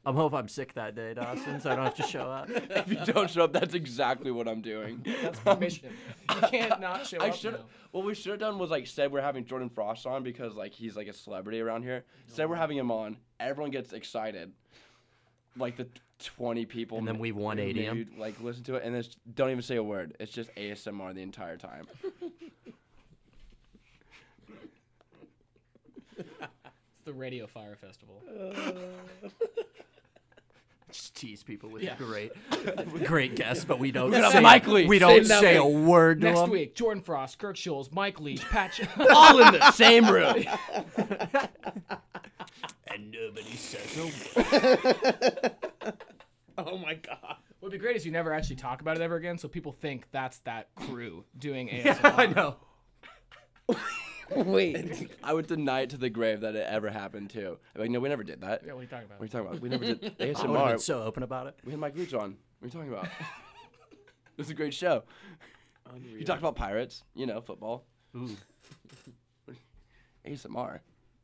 Speaker 3: I'm hope I'm sick that day, Dawson, so I don't have to show up.
Speaker 2: If you don't show up, that's exactly what I'm doing.
Speaker 5: That's permission. You can't not show
Speaker 2: I
Speaker 5: up.
Speaker 2: should.
Speaker 5: now.
Speaker 2: What we should have done was like said we're having Jordan Frost on because like he's like a celebrity around here. Said we're having him on. Everyone gets excited. Like the twenty people.
Speaker 3: And then
Speaker 2: ma-
Speaker 3: we 180 'em.
Speaker 2: maybe, Like listen to it and it's, don't even say a word. It's just ASMR the entire time.
Speaker 5: It's the Radio Fire Festival.
Speaker 3: Just tease people with
Speaker 5: Yeah.
Speaker 3: great, great guests, but we don't
Speaker 2: up
Speaker 3: say
Speaker 2: Mike Lee.
Speaker 3: we
Speaker 2: Say
Speaker 3: don't say, a
Speaker 2: nothing.
Speaker 3: word to
Speaker 5: Next
Speaker 3: them.
Speaker 5: week, Jordan Frost, Kirk Schulz, Mike Leach, Pat. Ch-
Speaker 2: All in the same room.
Speaker 3: And nobody says a word.
Speaker 4: Oh my god.
Speaker 5: What'd be great is you never actually talk about it ever again, so people think that's that crew doing ASMR.
Speaker 3: I know.
Speaker 4: Wait.
Speaker 2: I would deny it to the grave that it ever happened to. I'm like, no, we never did that.
Speaker 5: Yeah, what are you talking
Speaker 2: What are you
Speaker 5: about?
Speaker 2: talking about? We never did
Speaker 3: I would have been
Speaker 2: ASMR.
Speaker 3: so open about it.
Speaker 2: we had Mike Leach on. What are you talking about? this is a great show. You talked about pirates, you know, football. ASMR.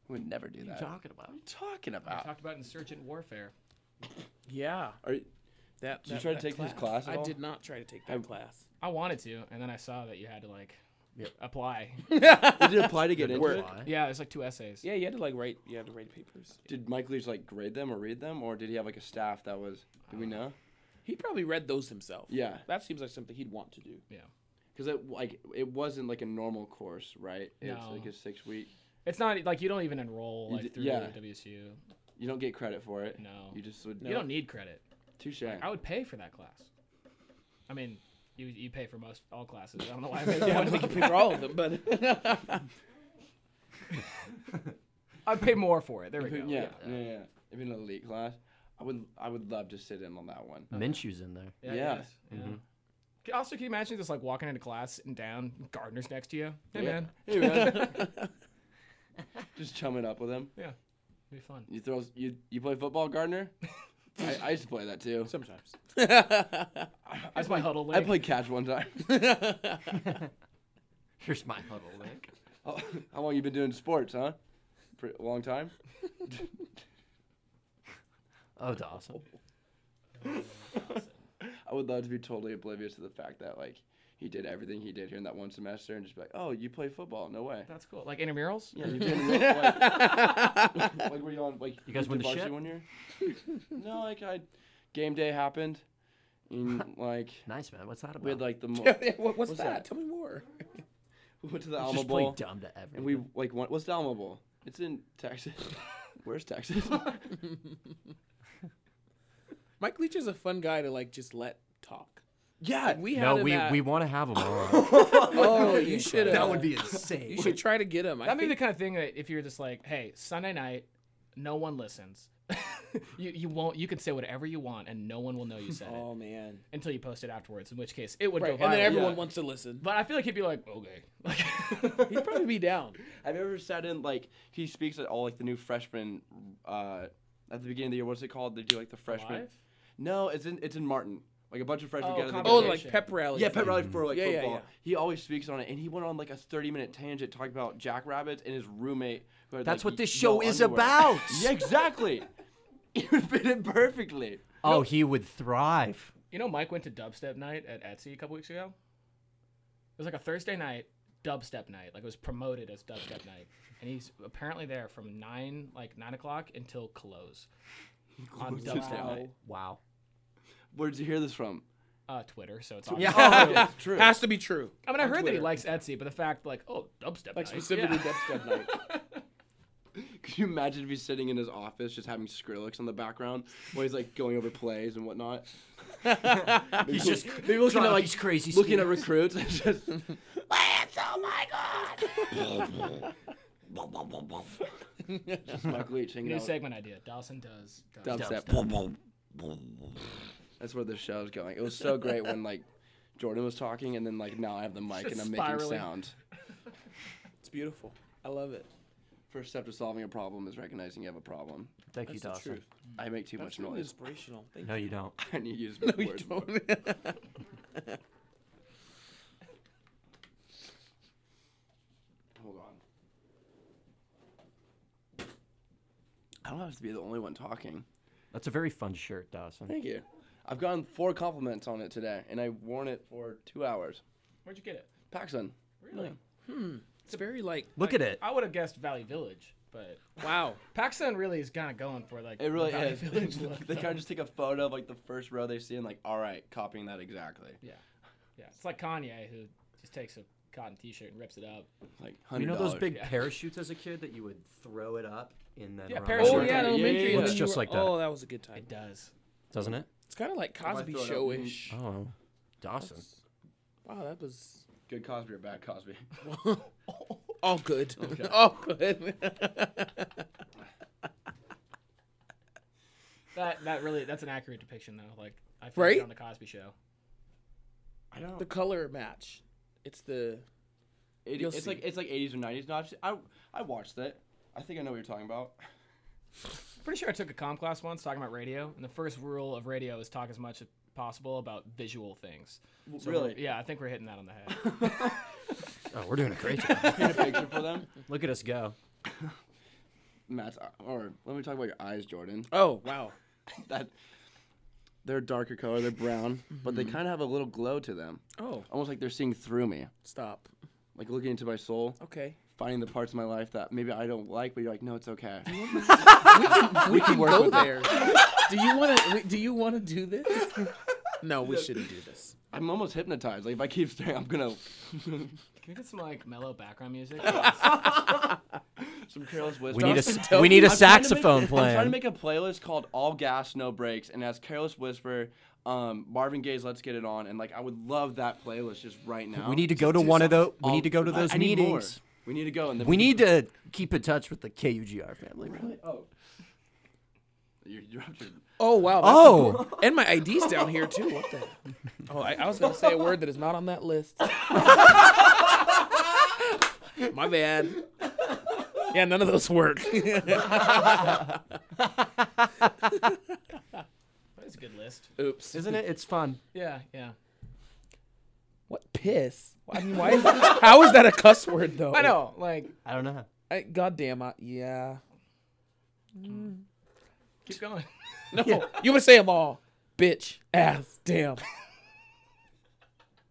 Speaker 2: We would never do that. What are
Speaker 3: talking about?
Speaker 2: you talking about?
Speaker 5: Talked about insurgent warfare.
Speaker 4: Yeah.
Speaker 2: Are you,
Speaker 4: That.
Speaker 2: Did you
Speaker 4: that-
Speaker 2: try to
Speaker 4: that
Speaker 2: take his class at
Speaker 4: I
Speaker 2: all?
Speaker 4: did not try to take that class.
Speaker 5: I wanted to, and then I saw that you had to like apply.
Speaker 2: Did it apply to get into it?
Speaker 5: Yeah, it's like two essays.
Speaker 4: Yeah, you had to like write. You had to write papers.
Speaker 2: Did Mike Leach like grade them or read them, or did he have like a staff that was? Do we know?
Speaker 4: He probably read those himself.
Speaker 2: Yeah,
Speaker 4: That seems like something he'd want to do.
Speaker 2: because it like it wasn't like a normal course, right? It's
Speaker 5: No.
Speaker 2: like a six week.
Speaker 5: It's not like you don't even enroll
Speaker 2: You
Speaker 5: like
Speaker 2: d-
Speaker 5: through
Speaker 2: yeah.
Speaker 5: WSU.
Speaker 2: You don't get credit for it.
Speaker 5: No.
Speaker 2: You just would.
Speaker 5: You don't need credit.
Speaker 2: Touche.
Speaker 5: I would pay for that class. I mean, you you pay for most all classes. I don't know why. I paid yeah,
Speaker 4: He paid for all of them, Oh, but
Speaker 5: I'd pay more for it. There we go.
Speaker 2: Yeah, yeah, yeah. If in an elite class, I would I would love to sit in on that one.
Speaker 3: Minshew's in there.
Speaker 5: Yeah.
Speaker 2: Yeah.
Speaker 5: yes, yeah. Can- Also, can you imagine just like walking into class and down Gardner's next to you? Hey man,
Speaker 2: Hey, man. just chum it up with him.
Speaker 5: it'd be fun.
Speaker 2: You throw you you play football, Gardner. I, I used to play that too.
Speaker 4: sometimes.
Speaker 5: That's my huddle.
Speaker 2: I
Speaker 5: Link.
Speaker 2: played catch one time.
Speaker 3: Here's my huddle link.
Speaker 2: How how long you been doing sports, huh? Pretty long time.
Speaker 3: Oh, Dawson.
Speaker 2: I would love to be totally oblivious to the fact that like he did everything he did here in that one semester and just be like, oh, you play football? No way.
Speaker 5: That's cool. Like intramurals.
Speaker 2: Yeah, you did. real- Like, like were you on like
Speaker 3: You guys
Speaker 2: did
Speaker 3: win the
Speaker 2: varsity
Speaker 3: shit?
Speaker 2: one year? no, like I, game day happened, and like
Speaker 3: Nice man. What's that about?
Speaker 2: we had like the mo-
Speaker 4: Yeah, what, what's,
Speaker 2: What's that?
Speaker 4: that? Tell me more.
Speaker 2: we went to the
Speaker 3: Let's
Speaker 2: Alamo
Speaker 3: just play
Speaker 2: Bowl
Speaker 3: dumb to everyone.
Speaker 2: and we like went. What's the Alamo Bowl? It's in Texas. Where's Texas?
Speaker 4: Mike Leach is a fun guy to like just let talk.
Speaker 2: yeah.
Speaker 4: We had
Speaker 3: no,
Speaker 4: him
Speaker 3: we,
Speaker 4: at-
Speaker 3: we want to have them all.
Speaker 4: Oh, you should.
Speaker 3: that
Speaker 4: uh,
Speaker 3: would be insane.
Speaker 4: You should try to get him. I
Speaker 5: That'd be
Speaker 4: think
Speaker 5: the kind of thing that if you're just like, hey, Sunday night, no one listens. you you won't. You can say whatever you want, and no one will know you said
Speaker 4: Oh man.
Speaker 5: it until you post it afterwards. In which case, it would
Speaker 4: Right,
Speaker 5: go viral.
Speaker 4: and then everyone wants to listen.
Speaker 5: But I feel like he'd be like, okay. Like,
Speaker 4: He'd probably be down.
Speaker 2: Have you ever sat in like he speaks at all like the new freshman uh, at the beginning of the year? What's it called? They do like the freshman.
Speaker 5: Live?
Speaker 2: No, it's in it's in Martin. Like a bunch of freshmen
Speaker 5: Oh,
Speaker 2: get out of the
Speaker 4: Oh,
Speaker 5: Yeah,
Speaker 4: like
Speaker 5: sure.
Speaker 4: pep rally.
Speaker 2: Yeah, pep
Speaker 3: Mm-hmm.
Speaker 2: rally for like
Speaker 4: Yeah, yeah,
Speaker 2: football.
Speaker 4: yeah.
Speaker 2: He always speaks on it, and he went on like a thirty-minute tangent talking about jackrabbits and his roommate. Who had,
Speaker 3: That's
Speaker 2: like,
Speaker 3: what this
Speaker 2: no
Speaker 3: show is
Speaker 2: underwear.
Speaker 3: about.
Speaker 2: yeah, exactly. It would fit in perfectly.
Speaker 3: Oh, he would thrive.
Speaker 5: You know, Mike went to dubstep night at Etsy a couple weeks ago. It was like a Thursday night dubstep night, like it was promoted as dubstep night, and he's apparently there from nine, like nine o'clock until close on dubstep night.
Speaker 3: Wow.
Speaker 2: Where did you hear this from? Oh,
Speaker 5: Uh, Twitter, so it's obvious.
Speaker 3: Yeah.
Speaker 2: True.
Speaker 4: Has to be true.
Speaker 5: I mean, I heard that he
Speaker 4: Twitter.
Speaker 5: likes Etsy, but the fact, like, oh, dubstep,
Speaker 4: Like
Speaker 5: night.
Speaker 4: specifically
Speaker 5: Yeah.
Speaker 4: dubstep night.
Speaker 2: Could you imagine if he's sitting in his office just having Skrillex on the background while he's like going over plays and whatnot?
Speaker 3: He's just
Speaker 2: Maybe looking at like
Speaker 3: these crazy.
Speaker 2: looking at
Speaker 3: schemes.
Speaker 2: recruits and just
Speaker 1: Lance, oh my god!
Speaker 2: just Mike Leach hanging
Speaker 5: New
Speaker 2: out.
Speaker 5: segment idea. Dawson does. dubstep.
Speaker 2: dubstep. That's where the show's going. It was so great when like Jordan was talking, and then like now I have the mic and I'm making
Speaker 5: Spiraling.
Speaker 2: sound.
Speaker 4: It's beautiful. I love it.
Speaker 2: First step to solving a problem is recognizing you have a problem.
Speaker 3: Thank you,
Speaker 4: That's the
Speaker 3: Dawson.
Speaker 4: truth.
Speaker 2: I make too much
Speaker 4: That's really
Speaker 2: noise.
Speaker 4: inspirational. Thank
Speaker 3: No, you don't.
Speaker 2: I need to use big
Speaker 4: you.
Speaker 2: words. more.
Speaker 4: Don't.
Speaker 2: Hold on. I don't have to be the only one talking.
Speaker 3: That's a very fun shirt, Dawson.
Speaker 2: Thank you. I've gotten four compliments on it today, and I worn it for two hours.
Speaker 5: Where'd you get it?
Speaker 2: Paxson.
Speaker 5: Really?
Speaker 4: It's very like
Speaker 3: Look at it.
Speaker 5: I would have guessed Valley Village, but
Speaker 4: wow.
Speaker 5: Paxton really is kind of going for like.
Speaker 2: It really
Speaker 5: the Valley
Speaker 2: is.
Speaker 5: Village look,
Speaker 2: they
Speaker 5: though.
Speaker 2: kind of just take a photo of like the first row they see and like, all right, copying that exactly.
Speaker 5: Yeah. Yeah. It's like Kanye who just takes a cotton t shirt and rips it up.
Speaker 2: Like
Speaker 3: You
Speaker 2: hundred.
Speaker 3: know those big parachutes as a kid that you would throw it up and then
Speaker 5: Yeah,
Speaker 3: run
Speaker 5: parachute.
Speaker 3: away?
Speaker 4: Oh
Speaker 5: Sure.
Speaker 4: yeah,
Speaker 5: Yeah,
Speaker 4: elementary.
Speaker 5: yeah,
Speaker 4: and
Speaker 5: yeah.
Speaker 4: then
Speaker 3: It's
Speaker 4: you
Speaker 3: just
Speaker 4: were-
Speaker 3: like that.
Speaker 4: Oh, that was a good time.
Speaker 5: It does.
Speaker 3: doesn't it?
Speaker 4: It's kind of like Cosby
Speaker 2: throw it up,
Speaker 4: Showish.
Speaker 3: Oh, Dawson.
Speaker 4: Wow, that was
Speaker 2: good Cosby or bad Cosby?
Speaker 4: all good. all good.
Speaker 5: That that really that's an accurate depiction though. Like I found
Speaker 4: Right?
Speaker 5: it on the Cosby Show.
Speaker 2: I don't.
Speaker 4: the color match. It's the
Speaker 2: It,
Speaker 4: You'll
Speaker 2: it's
Speaker 4: see.
Speaker 2: like it's like 80s or 90s. No, I've se- I I watched it. I think I know what you're talking about.
Speaker 5: Pretty sure I took a comm class once talking about radio, and the first rule of radio is talk as much as possible about visual things. So we're-
Speaker 2: really?
Speaker 5: Yeah, I think we're hitting that on the head.
Speaker 3: Oh, we're doing a great job.
Speaker 2: Paint a picture for them.
Speaker 3: Look at us go.
Speaker 2: Matt's uh, or let me talk about your eyes, Jordan.
Speaker 4: oh wow.
Speaker 2: That they're a darker color, they're brown, but they kind of have a little glow to them,
Speaker 4: Oh
Speaker 2: almost like they're seeing through me.
Speaker 4: stop.
Speaker 2: like looking into my soul,
Speaker 4: Okay.
Speaker 2: finding the parts of my life that maybe I don't like, but you're like, no, it's okay.
Speaker 4: We can go there. do you want to? Do you want to do this? No, we shouldn't do this.
Speaker 2: I'm almost hypnotized. Like if I keep staring, I'm gonna
Speaker 5: Can we get some like mellow background music?
Speaker 2: some careless whisper.
Speaker 3: We need a s- we need a
Speaker 2: I'm trying to
Speaker 3: saxophone
Speaker 2: make, I'm trying to
Speaker 3: playing.
Speaker 2: make a playlist called All Gas No Breaks, and it has Careless Whisper, um, Marvin Gaye's Let's Get It On, and like I would love that playlist just right now.
Speaker 3: We need to go to one of those. We
Speaker 2: All-
Speaker 3: need to go to
Speaker 2: I-
Speaker 3: those
Speaker 2: I need more.
Speaker 3: meetings.
Speaker 2: We need to go. And then
Speaker 3: We need to keep in touch with the KUGR family. Really?
Speaker 2: Oh. You're, you're up to
Speaker 4: Oh wow. that's
Speaker 3: Oh,
Speaker 4: And my ID's down here too. What the? Oh, I, I was gonna say a word that is not on that list. my bad. Yeah, none of those work.
Speaker 5: That's a good list.
Speaker 4: Oops.
Speaker 3: isn't it? It's fun.
Speaker 5: Yeah, yeah.
Speaker 4: What piss? I mean, why is how is that a cuss word though?
Speaker 5: I know, like
Speaker 3: I don't know.
Speaker 4: I, God damn. I, yeah.
Speaker 5: keep going.
Speaker 4: No, you would say them all. Bitch, ass, damn.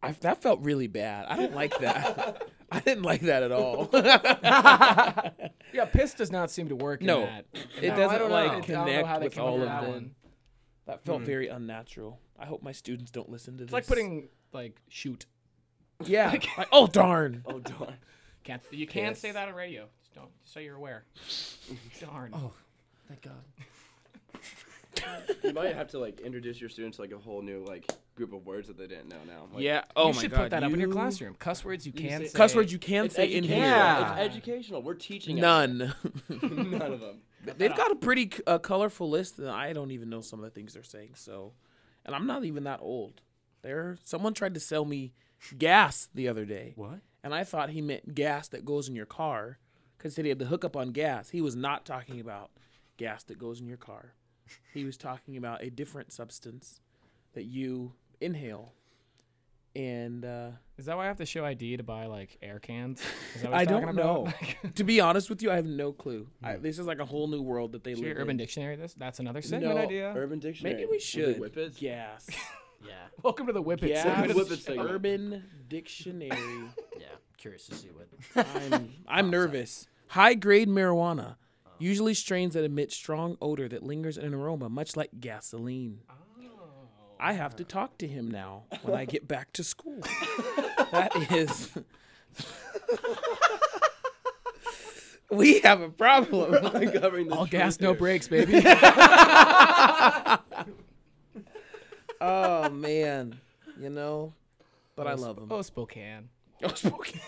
Speaker 4: I, that felt really bad. I don't like that. I didn't like that at all.
Speaker 5: Yeah, piss does not seem to work.
Speaker 4: No.
Speaker 5: in that.
Speaker 4: It
Speaker 5: No, I
Speaker 4: doesn't
Speaker 5: don't know.
Speaker 4: like
Speaker 5: I don't know how
Speaker 4: connect
Speaker 5: they
Speaker 4: with
Speaker 5: came up
Speaker 4: all
Speaker 5: with
Speaker 4: of
Speaker 5: that
Speaker 4: them.
Speaker 5: one.
Speaker 4: That felt very unnatural. I hope my students don't listen to this.
Speaker 5: It's like putting like shoot.
Speaker 4: yeah. like, oh darn.
Speaker 2: Oh darn.
Speaker 5: Can't you can't say
Speaker 4: Piss.
Speaker 5: that on radio. Just don't. Just so you're aware. Darn.
Speaker 3: Thank God.
Speaker 2: You might have to like introduce your students to like a whole new like group of words that they didn't know now. Like,
Speaker 4: yeah. Oh
Speaker 5: you
Speaker 4: my
Speaker 5: should
Speaker 4: god.
Speaker 5: put that up in your
Speaker 4: you-
Speaker 5: classroom. Cuss words you can say.
Speaker 4: Cuss words you can
Speaker 2: It's
Speaker 4: say in
Speaker 2: educational.
Speaker 4: here.
Speaker 3: Yeah.
Speaker 2: It's educational. We're teaching
Speaker 4: None.
Speaker 2: everyone. none of them.
Speaker 4: They've got a pretty uh, colorful list, and I don't even know some of the things they're saying. So, and I'm not even that old. There, someone tried to sell me gas the other day.
Speaker 3: What?
Speaker 4: and I thought he meant gas that goes in your car because he had the hookup on gas. He was not talking about gas that goes in your car. He was talking about a different substance that you inhale. And uh,
Speaker 5: Is that why I have to show ID to buy like air cans? Is that what
Speaker 4: I
Speaker 5: he's talking
Speaker 4: don't
Speaker 5: about?
Speaker 4: know. to be honest with you, I have no clue. I, this is like a whole new world that they
Speaker 5: Should we
Speaker 4: live
Speaker 5: Urban
Speaker 4: in.
Speaker 5: Dictionary. This that's another segment
Speaker 4: No,
Speaker 5: idea.
Speaker 2: Urban Dictionary.
Speaker 4: Maybe we should.
Speaker 2: Whippets.
Speaker 4: Gas.
Speaker 5: Welcome to the Whippet.
Speaker 4: gas.
Speaker 5: segment.
Speaker 2: Whip it segment.
Speaker 4: Urban Dictionary.
Speaker 3: Yeah. Curious to see what.
Speaker 2: Oh,
Speaker 4: I'm, I'm nervous. High grade marijuana, usually strains that emit strong odor that lingers in an aroma, much like gasoline.
Speaker 2: Oh.
Speaker 4: I have to talk to him now when I get back to school. that is. we have a problem.
Speaker 2: Uncovering the
Speaker 5: All
Speaker 2: truth
Speaker 5: gas, no
Speaker 2: here.
Speaker 5: brakes, baby.
Speaker 4: oh, man. You know? But I love him.
Speaker 5: Oh, Spokane.
Speaker 4: Oh, Spokane.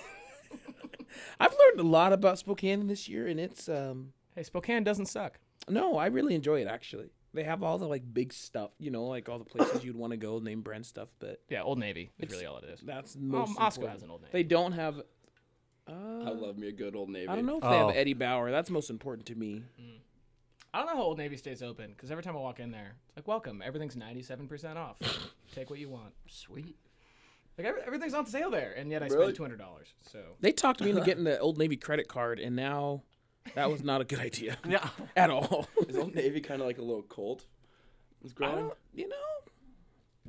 Speaker 4: I've learned a lot about Spokane this year, and it's. um.
Speaker 5: Hey, Spokane doesn't suck.
Speaker 4: No, I really enjoy it actually. They have all the like big stuff, you know, like all the places you'd want to go, name brand stuff, but
Speaker 5: Yeah, Old Navy is really all it is.
Speaker 4: that's
Speaker 5: Well,
Speaker 4: most
Speaker 5: Moscow
Speaker 4: important.
Speaker 5: Um, has an Old Navy.
Speaker 4: They don't have
Speaker 2: I love me a good old navy.
Speaker 4: I don't know if they have
Speaker 3: Oh.
Speaker 4: Eddie Bauer. That's most important to me.
Speaker 5: Mm-hmm. I don't know how Old Navy stays open because every time I walk in there, it's like, welcome, everything's 97% off. Take what you want.
Speaker 3: Sweet.
Speaker 5: Like, every, everything's on sale there. And yet I
Speaker 2: Really?
Speaker 5: spent $200. So,
Speaker 4: They talked me into getting the Old Navy credit card and now that was not a good idea
Speaker 3: Yeah.
Speaker 4: at all.
Speaker 2: Is old navy kind of like a little cult? It's
Speaker 4: I
Speaker 2: growing.
Speaker 4: don't, you know,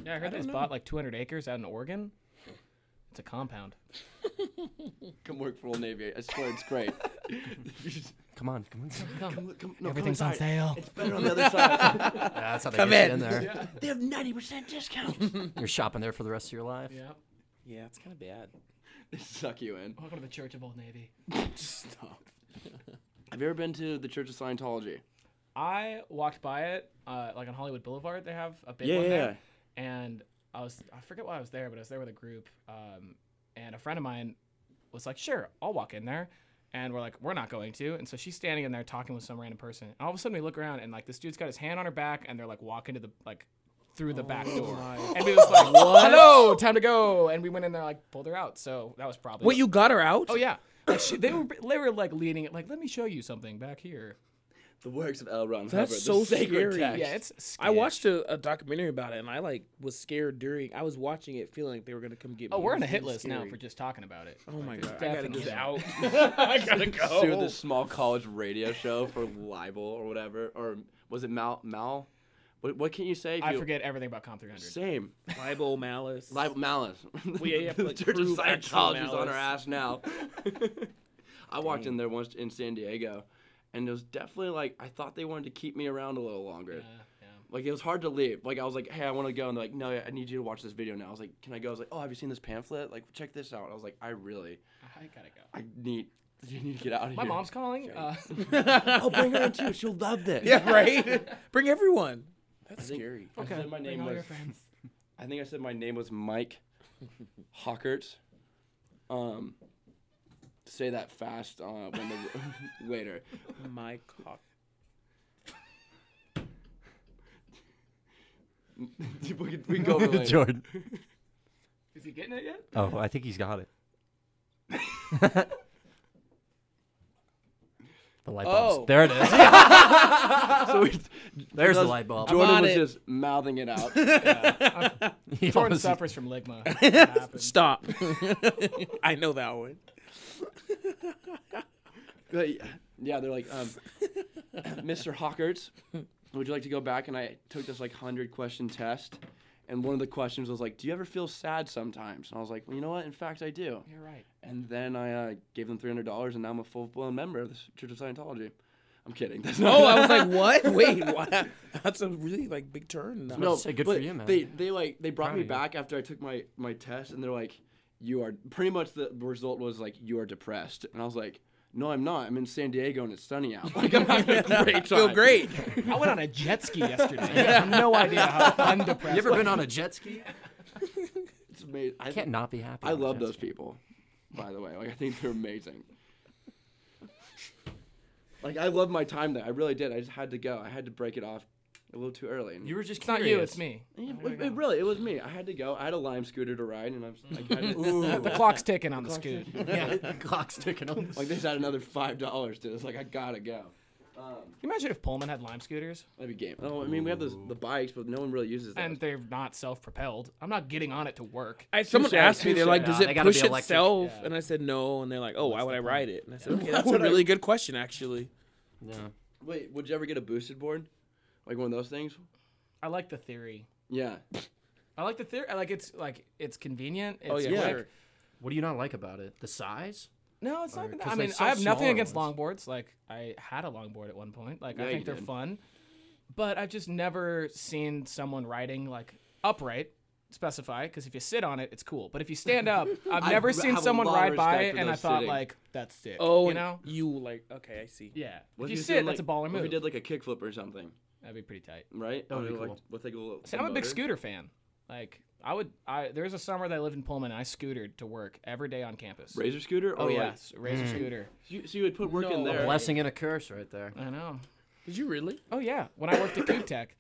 Speaker 5: yeah, I heard they just bought like 200 acres out in Oregon. It's a compound.
Speaker 2: Come work for old navy. I swear it's great.
Speaker 3: Come on. Come on.
Speaker 2: Come- come- no,
Speaker 5: Everything's
Speaker 2: come
Speaker 5: on
Speaker 2: inside.
Speaker 5: sale.
Speaker 2: It's better on the other side.
Speaker 3: that's how they
Speaker 4: Come
Speaker 3: get
Speaker 4: in.
Speaker 3: you in there.
Speaker 2: they have ninety percent discount.
Speaker 3: You're shopping there for the rest of your life.
Speaker 5: Yeah.
Speaker 4: yeah, it's kind of bad.
Speaker 2: They suck you in.
Speaker 5: Welcome to the Church of Old Navy.
Speaker 2: Have you ever been to the Church of Scientology?
Speaker 5: I walked by it, uh, like on Hollywood Boulevard, they have a big
Speaker 2: Yeah,
Speaker 5: one
Speaker 2: yeah,
Speaker 5: there. And I was, I forget why I was there, but I was there with a group. Um, and a friend of mine was like, sure, I'll walk in there. And we're like, we're not going to. And so she's standing in there talking with some random person. And all of a sudden we look around and like this dude's got his hand on her back and they're like walking to the, like, through the back door. And we was like, hello, time to go. And we went in there, like, pulled her out. So that was probably.
Speaker 4: What you got her out?
Speaker 5: Oh, yeah. Like, she, they, were, they were like leading it, like, let me show you something back here.
Speaker 2: The works of L. Ron
Speaker 4: That's
Speaker 2: Hubbard.
Speaker 4: so
Speaker 2: the sacred
Speaker 4: scary.
Speaker 2: text.
Speaker 5: Yeah, it's.
Speaker 4: I
Speaker 5: sketch.
Speaker 4: watched a, a documentary about it and I like was scared during I was watching it feeling like they were going to come get me.
Speaker 5: Oh,
Speaker 4: It
Speaker 5: we're
Speaker 4: was
Speaker 5: on a hit
Speaker 4: kinda
Speaker 5: list now
Speaker 4: scary.
Speaker 5: for just talking about it.
Speaker 4: Oh my god! I gotta
Speaker 5: definitely
Speaker 4: get
Speaker 5: a-
Speaker 4: out. I gotta go.
Speaker 2: Sue the small college radio show for libel or whatever, or was it Mal? Mal? What, what can you say? If
Speaker 5: I
Speaker 2: you,
Speaker 5: forget everything about Comp 300.
Speaker 2: Same.
Speaker 4: Bible malice.
Speaker 2: Libel malice.
Speaker 4: yeah, you have to,
Speaker 2: the
Speaker 4: like,
Speaker 2: Church of
Speaker 4: prove actual
Speaker 2: Scientology is on
Speaker 4: malice.
Speaker 2: our ass now. I walked in there once in San Diego, and it was definitely like I thought they wanted to keep me around a little longer.
Speaker 5: Uh, yeah.
Speaker 2: Like it was hard to leave. Like I was like, "Hey, I want to go," and they're like, "No, I need you to watch this video now." I was like, "Can I go?" I was like, "Oh, have you seen this pamphlet? Like, check this out." I was like, "I really,
Speaker 5: I gotta go.
Speaker 2: I need, you need to get out of
Speaker 5: My
Speaker 2: here."
Speaker 5: mom's calling. Uh,
Speaker 2: I'll bring her in too. She'll love this.
Speaker 4: yeah, right. Oh, Bring everyone. That's
Speaker 2: think-
Speaker 4: scary.
Speaker 2: I said my
Speaker 5: bring
Speaker 2: name
Speaker 5: all your
Speaker 2: was.
Speaker 5: friends.
Speaker 2: I think I said my name was Mike Hawkert. Um, say that fast uh, when the later.
Speaker 4: My cock.
Speaker 2: we can, we can go over later.
Speaker 3: Jordan.
Speaker 5: Is he getting it yet?
Speaker 3: Oh, I think he's got it. the light bulbs.
Speaker 4: Oh.
Speaker 3: There it is.
Speaker 2: So we,
Speaker 3: There's the
Speaker 2: those-
Speaker 3: light bulb.
Speaker 2: Jordan
Speaker 4: on
Speaker 2: was
Speaker 4: it.
Speaker 2: just mouthing it out.
Speaker 3: He
Speaker 5: Jordan
Speaker 3: almost-
Speaker 5: suffers from ligma. It happens.
Speaker 4: Stop. I know that one.
Speaker 2: But, yeah, they're like, um, Mr. Hawkert, would you like to go back? And I took this like hundred question test, and one of the questions was like, "Do you ever feel sad sometimes?" And I was like, "Well, you know what? In fact, I do."
Speaker 5: You're right.
Speaker 2: And then I uh, gave them three hundred dollars, and now I'm a full blown member of the Church of Scientology. I'm kidding. That's not
Speaker 4: Oh, I was like, what? Wait, what? That's a really like big turn.
Speaker 3: No. Say good for
Speaker 2: but
Speaker 3: you, man.
Speaker 2: They they like they brought
Speaker 3: Proud
Speaker 2: me
Speaker 3: of you.
Speaker 2: back after I took my my test, and they're like, "You are pretty much the result was like you are depressed," and I was like. No, I'm not. I'm in San Diego and it's sunny out. Like I'm having a great time.
Speaker 4: Feel great.
Speaker 5: I went on a jet ski yesterday. I have no idea how undepressed.
Speaker 3: You ever been on a jet ski?
Speaker 2: It's amazing. I,
Speaker 3: Can't not be happy.
Speaker 2: I
Speaker 3: on a
Speaker 2: love
Speaker 3: jet
Speaker 2: those
Speaker 3: ski.
Speaker 2: people. By the way, like I think they're amazing. like I love my time there. I really did. I just had to go. I had to break it off a little too early. And
Speaker 3: You were just
Speaker 5: It's not you. It's me.
Speaker 2: Yeah, it, it really, it was me. I had to go. I had a lime scooter to ride, and I'm s- like, I just,
Speaker 5: The clock's ticking on the scoot.
Speaker 3: yeah, the clock's ticking on.
Speaker 2: like they just had another five dollars to. It's like I gotta go.
Speaker 5: Can you imagine if Pullman had lime scooters
Speaker 2: That'd be game. Oh, I mean, we have those the bikes, but no one really uses them.
Speaker 5: and they're not self-propelled? I'm not getting on it to work.
Speaker 4: I, someone
Speaker 2: Touche,
Speaker 4: asked me, they're like,
Speaker 3: touche.
Speaker 4: does
Speaker 3: Nah, they
Speaker 4: it
Speaker 3: gotta be
Speaker 4: push
Speaker 3: electric.
Speaker 4: itself?
Speaker 5: Yeah.
Speaker 4: And I said, no. And they're like, oh, why would I ride it? And I said, okay, that's
Speaker 2: would
Speaker 4: a
Speaker 2: I-
Speaker 4: really good question, actually.
Speaker 3: No.
Speaker 2: Wait, would you ever get a boosted board, like one of those things?
Speaker 5: I like the theory.
Speaker 2: Yeah.
Speaker 5: I like the theory. I Like it's like it's convenient. It's
Speaker 4: Oh, yeah,
Speaker 5: quick.
Speaker 4: sure.
Speaker 3: What do you not like about it? The size?
Speaker 5: No, it's not.
Speaker 3: Or-
Speaker 5: even
Speaker 3: 'cause
Speaker 5: that. I
Speaker 3: they're
Speaker 5: mean,
Speaker 3: so
Speaker 5: I have nothing
Speaker 3: smaller
Speaker 5: against
Speaker 3: ones.
Speaker 5: longboards. Like I had a longboard at one point. Like
Speaker 2: Yeah,
Speaker 5: I
Speaker 2: you
Speaker 5: think they're
Speaker 2: did.
Speaker 5: fun, but I've just never seen someone riding like upright. Specify because if you sit on it, it's cool. But if you stand up, I've
Speaker 2: I
Speaker 5: never
Speaker 2: re-
Speaker 5: seen
Speaker 2: have a
Speaker 5: someone
Speaker 2: lot of
Speaker 5: ride by
Speaker 2: respect
Speaker 5: it,
Speaker 2: for
Speaker 5: and I
Speaker 2: those
Speaker 5: thought
Speaker 2: sitting.
Speaker 5: like that's sick.
Speaker 4: Oh,
Speaker 5: you know.
Speaker 4: you like, okay, I see.
Speaker 5: Yeah.
Speaker 2: What
Speaker 5: if you
Speaker 2: he was
Speaker 5: sit,
Speaker 2: doing,
Speaker 5: that's
Speaker 2: like-
Speaker 5: a baller
Speaker 2: What
Speaker 5: move.
Speaker 2: if you did like a kickflip or something,
Speaker 5: That'd be pretty tight.
Speaker 2: right?
Speaker 3: That would
Speaker 2: Or,
Speaker 3: be
Speaker 2: like,
Speaker 3: cool.
Speaker 2: with, like, a little
Speaker 5: See, I'm a big
Speaker 2: motor?
Speaker 5: scooter fan. Like I would, I there was a summer that I lived in Pullman. and I scootered to work every day on campus.
Speaker 2: Razor scooter?
Speaker 5: Oh
Speaker 2: Or, like, mm.
Speaker 5: yes, razor scooter.
Speaker 2: so you, so you would put work in
Speaker 4: No.
Speaker 2: there.
Speaker 3: Blessing and a curse, right there.
Speaker 5: I know.
Speaker 4: Did you really?
Speaker 5: Oh yeah, when I worked at Coop Tech,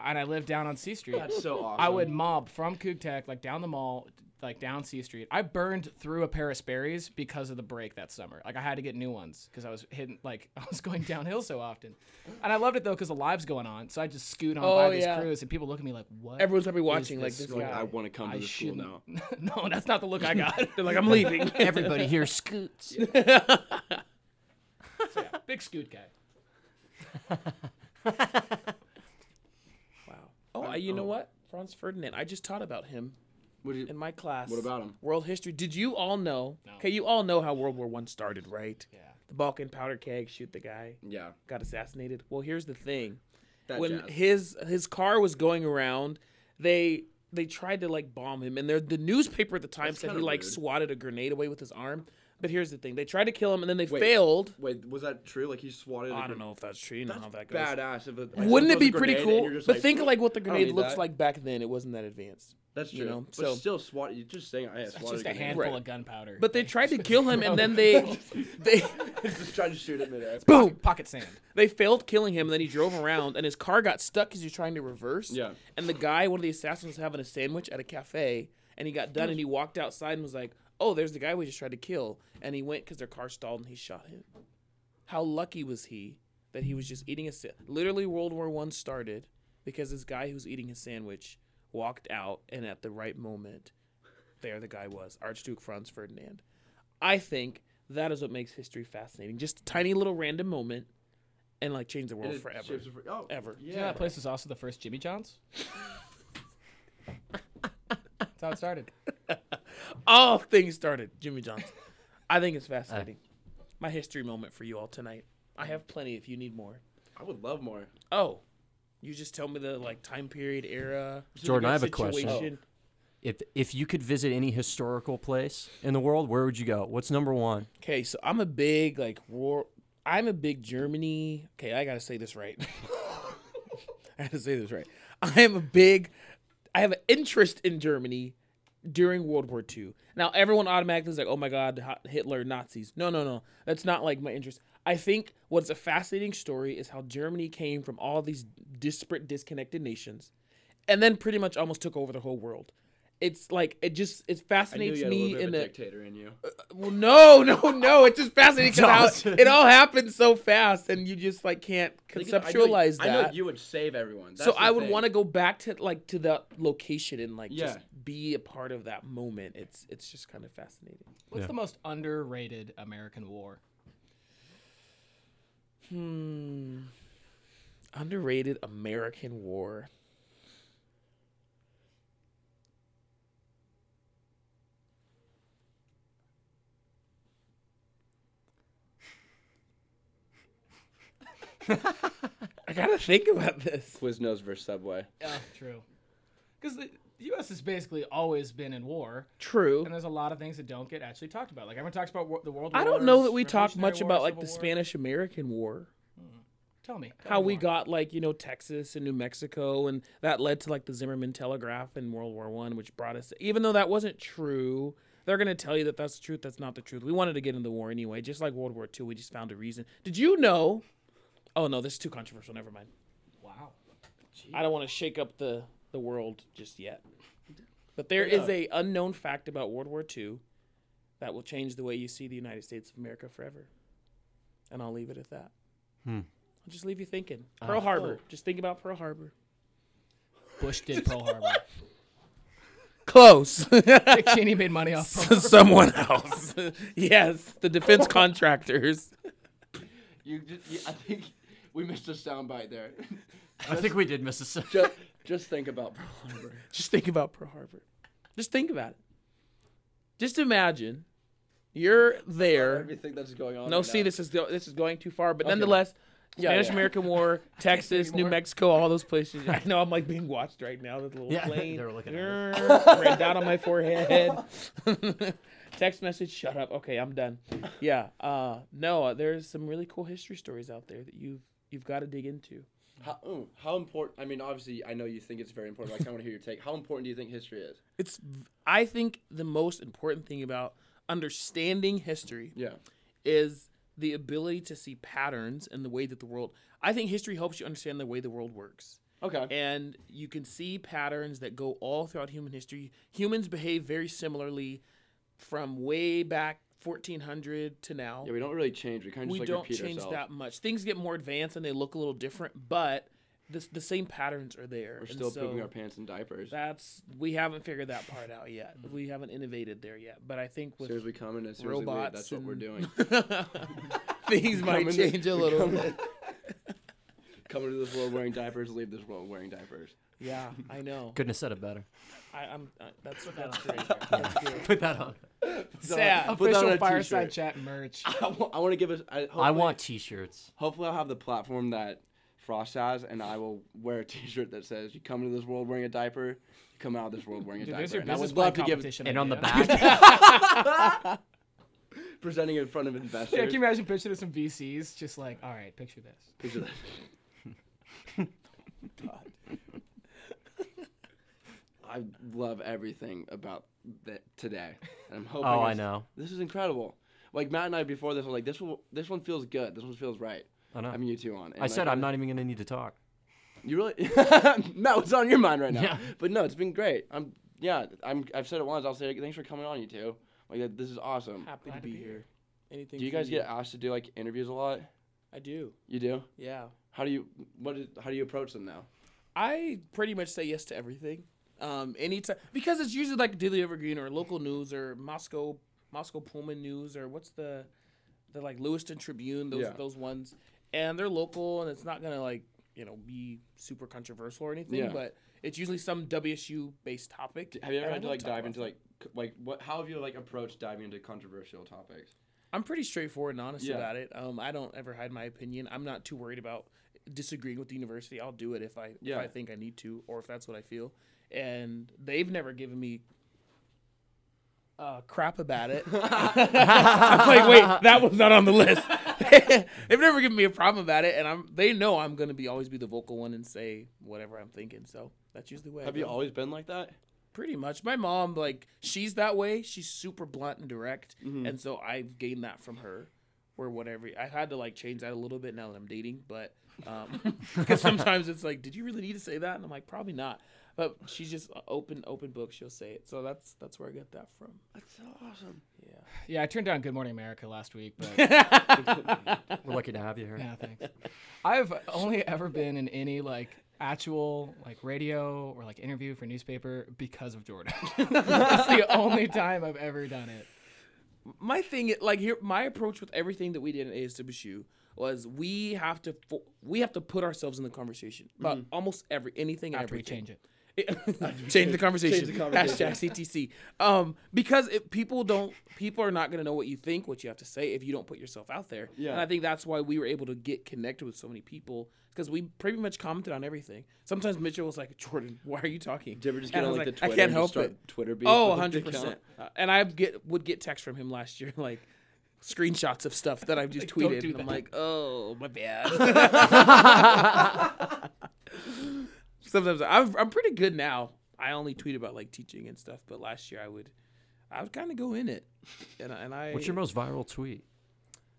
Speaker 5: and I lived down on C Street,
Speaker 2: That's so awesome.
Speaker 5: I would mob from Coop Tech like down the mall, like down C Street. I burned through a pair of Sperry's because of the break that summer. Like I had to get new ones because I was hitting like I was going downhill so often, and I loved it though because the live's going on, so I just scoot on
Speaker 4: Oh,
Speaker 5: by this
Speaker 4: yeah.
Speaker 5: cruise, and people look at me like, "What?"
Speaker 4: Everyone's probably watching, like,
Speaker 5: this
Speaker 4: this
Speaker 2: Like,
Speaker 4: guy.
Speaker 2: I want to come to
Speaker 5: I
Speaker 2: the school
Speaker 5: shouldn't.
Speaker 2: now.
Speaker 5: no, that's not the look I got.
Speaker 4: They're like, I'm leaving.
Speaker 3: Everybody here scoots.
Speaker 5: Yeah, big scoot guy.
Speaker 4: oh, I, you know what? Franz Ferdinand. I just taught about him
Speaker 2: What do you-
Speaker 4: in my class.
Speaker 2: What about him?
Speaker 4: World history. Did you all know? Okay, you all know how World War One started, right? Yeah. The Balkan powder keg, shoot the guy,
Speaker 2: Yeah.
Speaker 4: got assassinated. Well, here's the thing.
Speaker 2: That
Speaker 4: when
Speaker 2: jazz.
Speaker 4: his his car was going around, they they tried to like bomb him, and there- the newspaper at the time said he
Speaker 2: kinda
Speaker 4: like
Speaker 2: rude.
Speaker 4: swatted a grenade away with his arm. But here's the thing: they tried to kill him, and then they
Speaker 2: Wait.
Speaker 4: failed.
Speaker 2: Wait, was that true? Like he swatted.
Speaker 4: I don't know if that's true. You know how that goes.
Speaker 2: Badass. If it,
Speaker 4: Wouldn't it
Speaker 2: throws a
Speaker 4: be pretty
Speaker 2: grenade and
Speaker 4: cool?
Speaker 2: you're just
Speaker 4: But think of like what the
Speaker 2: don't
Speaker 4: grenade
Speaker 2: need
Speaker 4: looks
Speaker 2: that.
Speaker 4: like back then. It wasn't that advanced.
Speaker 2: That's true.
Speaker 4: you know,
Speaker 2: but
Speaker 4: so-
Speaker 2: still swat. You're just saying I had swatted.
Speaker 5: Just a
Speaker 2: a grenade.
Speaker 5: handful
Speaker 4: Right.
Speaker 5: of gunpowder.
Speaker 4: But they tried to kill him, and then they they
Speaker 2: just trying to shoot at midair.
Speaker 4: boom.
Speaker 5: pocket sand.
Speaker 4: They failed killing him, and then he drove around, and his car got stuck because he was trying to reverse.
Speaker 2: Yeah.
Speaker 4: And the guy, one of the assassins, was having a sandwich at a cafe, and he got done, and he walked outside and was like, "Oh, there's the guy we just tried to kill," and he went because their car stalled, and he shot him. How lucky was he that he was just eating a sa- literally World War One started because this guy who was eating his sandwich walked out, and at the right moment, there the guy was Archduke Franz Ferdinand. I think that is what makes history fascinating. Just a tiny little random moment and like change the world
Speaker 2: It
Speaker 4: forever.
Speaker 2: shapes it for- oh,
Speaker 4: Ever.
Speaker 2: Yeah.
Speaker 5: that place was also the first Jimmy John's. That's how it started.
Speaker 4: All Oh, things started Jimmy John's. I think it's fascinating. My history moment for you all tonight. I have plenty if you need more.
Speaker 2: I would love more.
Speaker 4: Oh, you just tell me the like time period, era,
Speaker 3: Jordan, I have a question.
Speaker 4: situation. Oh.
Speaker 3: If if you could visit any historical place in the world, where would you go? What's number one?
Speaker 4: Okay, so I'm a big like war. I'm a big Germany. Okay, I gotta say this right. I gotta say this right. I am a big. I have an interest in Germany during World War II. Now everyone automatically is like, "Oh my God, Hi- Hitler, Nazis." No, no, no. That's not like my interest. I think what's a fascinating story is how Germany came from all these disparate, disconnected nations, and then pretty much almost took over the whole world. It's like it just it fascinates me in the
Speaker 2: dictator in you.
Speaker 4: well, no, no, no. It's just fascinating because
Speaker 3: Dawson.
Speaker 4: it all happens so fast, and you just like can't conceptualize
Speaker 2: I know,
Speaker 4: that.
Speaker 2: you would save everyone.
Speaker 4: so I would want to go back to like to that location and like just
Speaker 2: Yeah.
Speaker 4: be a part of that moment. It's it's just kind of fascinating.
Speaker 5: What's
Speaker 3: Yeah.
Speaker 5: the most underrated American war?
Speaker 4: Hmm. Underrated American War. I gotta think about this.
Speaker 2: Quiznos versus Subway.
Speaker 5: Yeah, true. Because the the U.S. has basically always been in war,
Speaker 4: True.
Speaker 5: and there's a lot of things that don't get actually talked about. Like everyone talks about war, the World War.
Speaker 4: I don't know that we talk much about like the Spanish American War.
Speaker 5: Tell me tell
Speaker 4: How
Speaker 5: me
Speaker 4: we
Speaker 5: more.
Speaker 4: got like, you know, Texas and New Mexico and that led to like the Zimmerman telegraph in World War 1 which brought us even though that wasn't true. They're going to tell you that that's the truth, that's not the truth. We wanted to get in the war anyway, just like World War 2, we just found a reason. Did you know? Oh no, this is too controversial. Never mind.
Speaker 5: Wow.
Speaker 4: I don't want to shake up the the world just yet. But there is a unknown fact about World War II that will change the way you see the United States of America forever. And I'll leave it at that. I'll just leave you thinking. Pearl Harbor. Just think about Pearl Harbor.
Speaker 5: Bush did Pearl Harbor.
Speaker 4: Close.
Speaker 5: Dick Cheney made money off. Pearl
Speaker 4: Someone else. yes, the defense contractors.
Speaker 2: You, just, you, I think we missed a soundbite there.
Speaker 3: I think we did miss a.
Speaker 2: just, just think about Pearl Harbor.
Speaker 4: Just think about Pearl Harbor. Just think about it. Just imagine you're there.
Speaker 2: Everything that's going on.
Speaker 4: Oh, No,
Speaker 2: right
Speaker 4: see,
Speaker 2: now.
Speaker 4: this is go- this is going too far, but nonetheless, Spanish
Speaker 2: yeah.
Speaker 4: American War, Texas, New
Speaker 5: anymore.
Speaker 4: Mexico, all those places. I know I'm like being watched right now. That little
Speaker 3: Yeah,
Speaker 4: plane
Speaker 3: they were looking at
Speaker 4: ran down on my forehead. Text message, shut up. Okay, I'm done. Yeah, uh, no, uh, there's some really cool history stories out there that you've you've got to dig into.
Speaker 2: How, ooh, how important? I mean, obviously, I know you think it's very important. But I kind of want to hear your take. How important do you think history is?
Speaker 4: It's, I think, the most important thing about understanding history
Speaker 2: Yeah.
Speaker 4: is the ability to see patterns in the way that the world. I think history helps you understand the way the world works.
Speaker 2: Okay.
Speaker 4: And you can see patterns that go all throughout human history. Humans behave very similarly from way back 1400 to now.
Speaker 2: Yeah, we don't really change. We kind of
Speaker 4: we
Speaker 2: just like
Speaker 4: don't
Speaker 2: repeat
Speaker 4: change
Speaker 2: ourselves.
Speaker 4: that much. Things get more advanced and they look a little different, but this, the same patterns are there.
Speaker 2: We're
Speaker 4: And
Speaker 2: still pooping
Speaker 4: so-
Speaker 2: our pants in diapers.
Speaker 4: that's we haven't figured that part out yet. We haven't innovated there yet. But I think with
Speaker 2: Mm-hmm. Seriously, coming as seriously late.
Speaker 4: robots,
Speaker 2: That's what we're
Speaker 4: and-
Speaker 2: doing.
Speaker 4: Things might
Speaker 2: Coming to-
Speaker 4: change a little bit.
Speaker 2: coming to this world wearing diapers, leave this world wearing diapers.
Speaker 4: Yeah, I know.
Speaker 3: Couldn't have said it better.
Speaker 4: I, I'm uh, that's that's great. That's great.
Speaker 3: Put that on.
Speaker 4: Sad.
Speaker 2: Put that on
Speaker 5: Official
Speaker 2: a
Speaker 5: fireside
Speaker 2: t-shirt.
Speaker 5: chat merch.
Speaker 2: I wa- I want to give us. I,
Speaker 3: I
Speaker 2: hopefully-
Speaker 3: want T-shirts.
Speaker 2: Hopefully, I'll have the platform that Frost has, and I will wear a T-shirt that says, "You come into this world wearing a diaper, you come out of this world wearing a
Speaker 5: Dude, there's
Speaker 2: diaper."
Speaker 5: your
Speaker 2: And I
Speaker 5: business
Speaker 2: would
Speaker 5: plan
Speaker 2: love to give
Speaker 5: competition.
Speaker 3: And on the
Speaker 5: idea.
Speaker 3: back,
Speaker 2: presenting in front of
Speaker 5: Yeah, can
Speaker 2: investors.
Speaker 5: you imagine picturing some VCs just like, all right, picture this.
Speaker 2: Picture that. I love everything about that today. And I'm hoping.
Speaker 3: Oh, I
Speaker 2: it's-
Speaker 3: know.
Speaker 2: This is incredible. Like Matt and I before this, I was like, "This one, this one feels good. This one feels right."
Speaker 3: I know.
Speaker 2: having you two on. And
Speaker 3: I
Speaker 2: like,
Speaker 3: said
Speaker 2: it
Speaker 3: I'm
Speaker 2: was-
Speaker 3: not even gonna need to talk.
Speaker 2: You really? Matt, what's on your mind right now?
Speaker 3: Yeah.
Speaker 2: But no, it's been great. I'm. Yeah, I'm. I've said it once. I'll say it, thanks for coming on, you two. Like this is awesome.
Speaker 4: Happy to be here. Anything?
Speaker 2: Do you
Speaker 4: for
Speaker 2: guys get asked to do like interviews a lot?
Speaker 4: I do.
Speaker 2: You do.
Speaker 4: Yeah.
Speaker 2: How do you? What? Is, how do you approach them now?
Speaker 4: I pretty much say yes to everything. Um, anytime because it's usually like Daily Evergreen or local news or Moscow Moscow Pullman News or what's the the like Lewiston Tribune those
Speaker 2: Yeah.
Speaker 4: those ones. and they're local, and it's not gonna like you know be super controversial or anything.
Speaker 6: Yeah.
Speaker 4: But it's usually some WSU based topic.
Speaker 2: Have you
Speaker 4: and
Speaker 2: ever
Speaker 4: I
Speaker 2: had to
Speaker 4: will
Speaker 2: like
Speaker 4: talk
Speaker 2: dive
Speaker 4: about
Speaker 2: into
Speaker 4: that.
Speaker 2: like c- like what? How have you like approached diving into controversial topics?
Speaker 4: I'm pretty straightforward and honest
Speaker 2: Yeah.
Speaker 4: about it. Um, I don't ever hide my opinion. I'm not too worried about disagreeing with the university. I'll do it if I
Speaker 2: Yeah.
Speaker 4: if I think I need to or if that's what I feel. And they've never given me uh, crap about it. I'm like, wait, that was not on the list. they've never given me a problem about it, and I'm they know I'm gonna be always be the vocal one and say whatever I'm thinking. So that's usually the way. I
Speaker 2: Have you
Speaker 4: go.
Speaker 2: always been like that?
Speaker 4: Pretty much. My mom, like, she's that way. She's super blunt and direct.
Speaker 5: Mm-hmm.
Speaker 4: And so I've gained that from her or whatever. I've had to, like, change that a little bit now that I'm dating. But, um, because sometimes it's like, did you really need to say that? And I'm like, probably not. But she's just a open, open book. She'll say it. So that's, that's where I get that from.
Speaker 6: That's so awesome.
Speaker 5: Yeah, I turned down Good Morning America last week, but
Speaker 3: We're lucky to have you here.
Speaker 5: yeah, thanks. I've only ever been in any like actual like radio or like interview for newspaper because of Jordan. That's the only time I've ever done it.
Speaker 4: my thing like here my approach with everything that we did in ASWSU was we have to fo- we have to put ourselves in the conversation about almost every anything and
Speaker 5: Mm-hmm. After we
Speaker 4: everything.
Speaker 5: change it.
Speaker 4: change the conversation. Hashtag CTC. Um, because it, people don't, people are not going to know what you think, what you have to say if you don't put yourself out there. Yeah. And I think that's why we were able to get connected with so many people because we pretty much commented on everything. Sometimes Mitchell was like, Jordan, why are you talking?
Speaker 6: Did you ever just
Speaker 4: And
Speaker 6: get
Speaker 4: I
Speaker 6: on
Speaker 4: was
Speaker 6: like, the
Speaker 4: "I
Speaker 6: Twitter?
Speaker 4: can't
Speaker 6: and
Speaker 4: help
Speaker 6: just start
Speaker 4: it.
Speaker 6: Twitter beef.
Speaker 4: Oh,
Speaker 6: with the
Speaker 4: 100 percent.
Speaker 6: account?
Speaker 4: And I get would get texts from him last year, like screenshots of stuff that I've just
Speaker 5: don't
Speaker 4: tweeted.
Speaker 5: do
Speaker 4: and I'm
Speaker 5: that.
Speaker 4: like, oh, my bad. Sometimes I'm I'm pretty good now. I only tweet about like teaching and stuff, but last year I would, I would kind of go in it, and I- and I.
Speaker 3: What's your most viral tweet?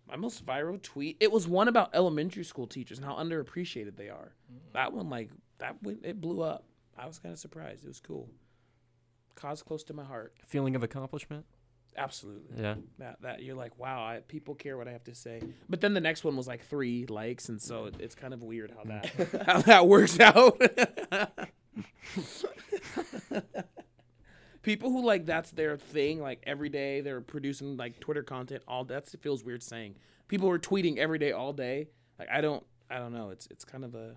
Speaker 4: My most viral tweet. It was one about elementary school teachers and how underappreciated they are. That one, like that, went, it blew up. I was kind of surprised. It was cool. Cause close to my heart.
Speaker 3: Feeling of accomplishment?
Speaker 4: Absolutely.
Speaker 3: Yeah.
Speaker 4: That that you're like, wow, I, people care what I have to say. But then the next one was like three likes, and so it, it's kind of weird how that how that works out. people who like that's their thing, like every day they're producing like Twitter content. All that's it feels weird saying. People who are tweeting every day, all day. Like I don't, I don't know. It's it's kind of a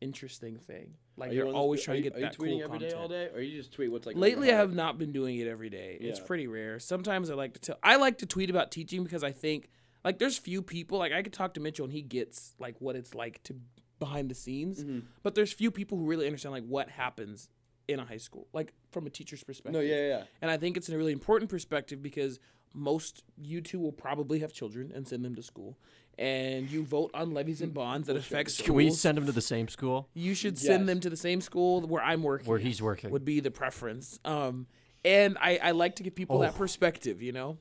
Speaker 4: interesting thing. Like
Speaker 2: Are you
Speaker 4: you're
Speaker 2: on this-
Speaker 4: always
Speaker 2: are
Speaker 4: trying
Speaker 2: you-
Speaker 4: to get that
Speaker 2: Are you tweeting
Speaker 4: cool
Speaker 2: every day
Speaker 4: content.
Speaker 2: all day, or you just tweet what's like? on your
Speaker 4: Lately, I
Speaker 2: heart?
Speaker 4: have not been doing it every day. It's
Speaker 2: Yeah.
Speaker 4: pretty rare. Sometimes I like to tell. I like to tweet about teaching because I think like there's few people like I could talk to Mitchell and he gets like what it's like to behind the scenes,
Speaker 2: Mm-hmm.
Speaker 4: but there's few people who really understand like what happens in a high school, like from a teacher's perspective.
Speaker 2: No, yeah, yeah, yeah.
Speaker 4: And I think it's a really important perspective because most you two will probably have children and send them to school, and you vote on levies and bonds that affect schools.
Speaker 3: Can we send him to the same school
Speaker 4: you should send
Speaker 2: Yes.
Speaker 4: them to the same school where I'm working
Speaker 3: where he's working?
Speaker 4: would be the preference. Um, and I, I like to give people that
Speaker 3: Oh.
Speaker 4: perspective, you know?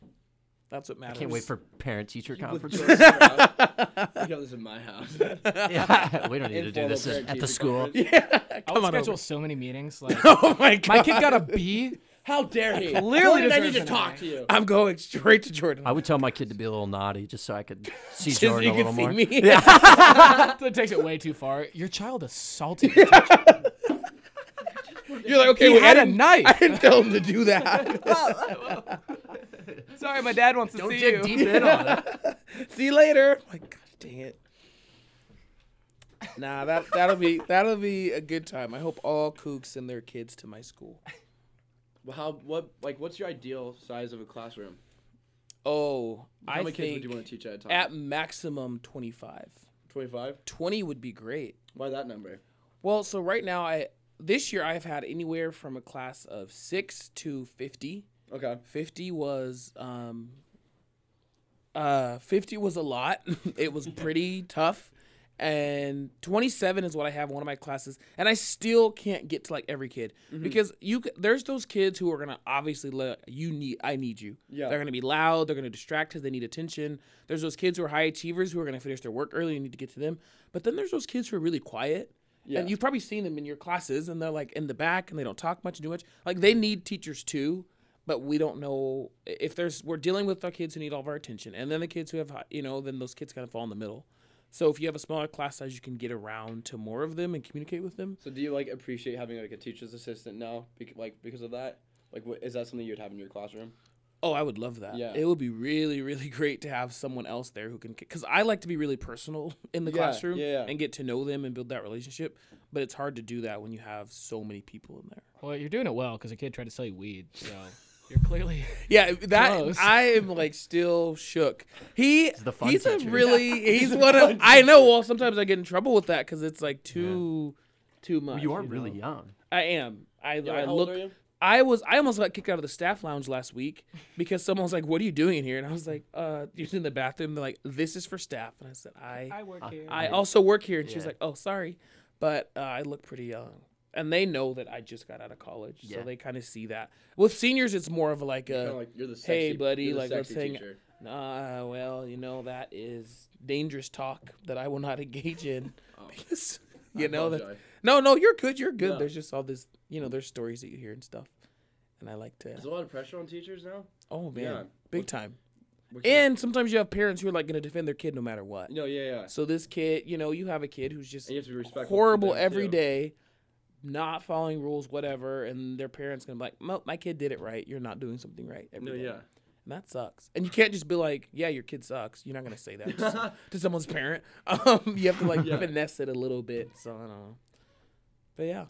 Speaker 4: That's what matters.
Speaker 3: Can't wait for parent teacher conference.
Speaker 2: You know this in my house.
Speaker 3: yeah, we don't need to do
Speaker 2: Informal
Speaker 3: this
Speaker 2: parent-teacher
Speaker 3: at- at the school.
Speaker 2: conference.
Speaker 5: I would schedule so many meetings. Like
Speaker 4: Oh my god.
Speaker 5: my kid got a B.
Speaker 2: How dare he?
Speaker 5: Clearly
Speaker 2: Jordan, I need
Speaker 5: deserves
Speaker 2: to
Speaker 5: an
Speaker 2: talk
Speaker 5: A.
Speaker 2: to you.
Speaker 4: I'm going straight to Jordan.
Speaker 3: I would tell my kid to be a little naughty just so I could see
Speaker 4: Just so
Speaker 3: Jordan
Speaker 4: you
Speaker 3: a
Speaker 4: can see
Speaker 3: little
Speaker 4: me.
Speaker 3: more.
Speaker 5: That takes it way too far. Your child assaulted.
Speaker 4: You're like, okay,
Speaker 5: He
Speaker 4: well, I
Speaker 5: had a
Speaker 4: didn't-
Speaker 5: knife.
Speaker 4: I didn't tell him to do that.
Speaker 5: Sorry, my dad wants to see you.
Speaker 3: in on it.
Speaker 4: See you later. I'm like, god dang it. Nah, that that'll be that'll be a good time. I hope all kooks send their kids to my school.
Speaker 2: Well, How? What? Like, what's your ideal size of a classroom?
Speaker 4: Oh,
Speaker 2: How
Speaker 4: I
Speaker 2: many kids would
Speaker 4: think
Speaker 2: you want to teach at a time?
Speaker 4: at maximum 25.
Speaker 2: 25.
Speaker 4: 20 would be great.
Speaker 2: Why that number?
Speaker 4: Well, so right now I this year I've had anywhere from a class of 6 to 50.
Speaker 2: Okay.
Speaker 4: 50 was um uh 50 was a lot. it was pretty tough. And 27 is what I have in one of my classes and I still can't get to like every kid because you c- there's those kids who are going to obviously le- you need I need you.
Speaker 2: Yeah.
Speaker 4: They're going to be loud, they're going to distract cuz they need attention. There's those kids who are high achievers who are going to finish their work early and you need to get to them. But then there's those kids who are really quiet.
Speaker 2: Yeah.
Speaker 4: And you've probably seen them in your classes, and they're like in the back, and they don't talk much and do much. Like they need teachers too, but we don't know if there's. We're dealing with our kids who need all of our attention, and then the kids who have, hi- you know, then those kids kind of fall in the middle. So if you have a smaller class size, you can get around to more of them and communicate with them.
Speaker 2: So do you like appreciate having like a teacher's assistant now, bec- like because of that? Like, what, is that something you'd have in your classroom?
Speaker 4: Oh, I would love that.
Speaker 2: Yeah.
Speaker 4: It would be really, really great to have someone else there who can, because I like to be really personal in the
Speaker 2: Yeah,
Speaker 4: classroom
Speaker 2: yeah, yeah.
Speaker 4: and get to know them and build that relationship. But it's hard to do that when you have so many people in there.
Speaker 5: Well, you're doing it well because a kid tried to sell you weed, so you're clearly.
Speaker 4: Yeah, that
Speaker 5: Close.
Speaker 4: I am like still shook. He
Speaker 3: the fun
Speaker 4: he's a
Speaker 3: teacher.
Speaker 4: really he's one of I know. Well, sometimes I get in trouble with that because it's like too too much.
Speaker 3: You are
Speaker 4: know?
Speaker 3: really young.
Speaker 4: I am. I, I
Speaker 2: how old
Speaker 4: look. uh,
Speaker 2: are you?
Speaker 4: I was. I almost got kicked out of the staff lounge last week because someone was like, "What are you doing in here?" And I was like, "Uh, you're in the bathroom." They're like, "This is for staff," and I said, "I I,
Speaker 5: work here.
Speaker 4: also work here." And she was
Speaker 3: Yeah.
Speaker 4: like, "Oh, sorry, but uh, I look pretty young." And they know that I just got out of college,
Speaker 3: Yeah.
Speaker 4: so they kind of see that. With seniors, it's more of like a
Speaker 2: Kinda like you're the sexy,
Speaker 4: hey, buddy,
Speaker 2: you're the
Speaker 4: like, let's
Speaker 2: sexy
Speaker 4: hang-
Speaker 2: teacher.
Speaker 4: Nah, well, you know that is dangerous talk that I will not engage in.
Speaker 3: Oh.
Speaker 4: Because, you know that.
Speaker 2: apologize.
Speaker 4: No, no, you're good. You're good.
Speaker 2: No.
Speaker 4: There's just all this, you know, there's stories that you hear and stuff, and I like
Speaker 2: There's
Speaker 4: to.
Speaker 2: a lot of pressure on teachers now.
Speaker 4: Oh man,
Speaker 2: yeah.
Speaker 4: big time.
Speaker 2: Which is-
Speaker 4: And sometimes you have parents who are like going to defend their kid no matter what.
Speaker 2: no, yeah, yeah.
Speaker 4: So this kid, you know, you have a kid who's just
Speaker 2: And you have to be respectful.
Speaker 4: horrible
Speaker 2: every
Speaker 4: every
Speaker 2: day.
Speaker 4: day, not following rules, whatever, and their parents gonna be like, "Mo- "My kid did it right. You're not doing something right." every
Speaker 2: No,
Speaker 4: day."
Speaker 2: yeah.
Speaker 4: And that sucks. And you can't just be like, yeah, your kid sucks. You're not going to say that to, some- to someone's parent. Um, you have to like finesse it a little bit. So I don't know. But yeah,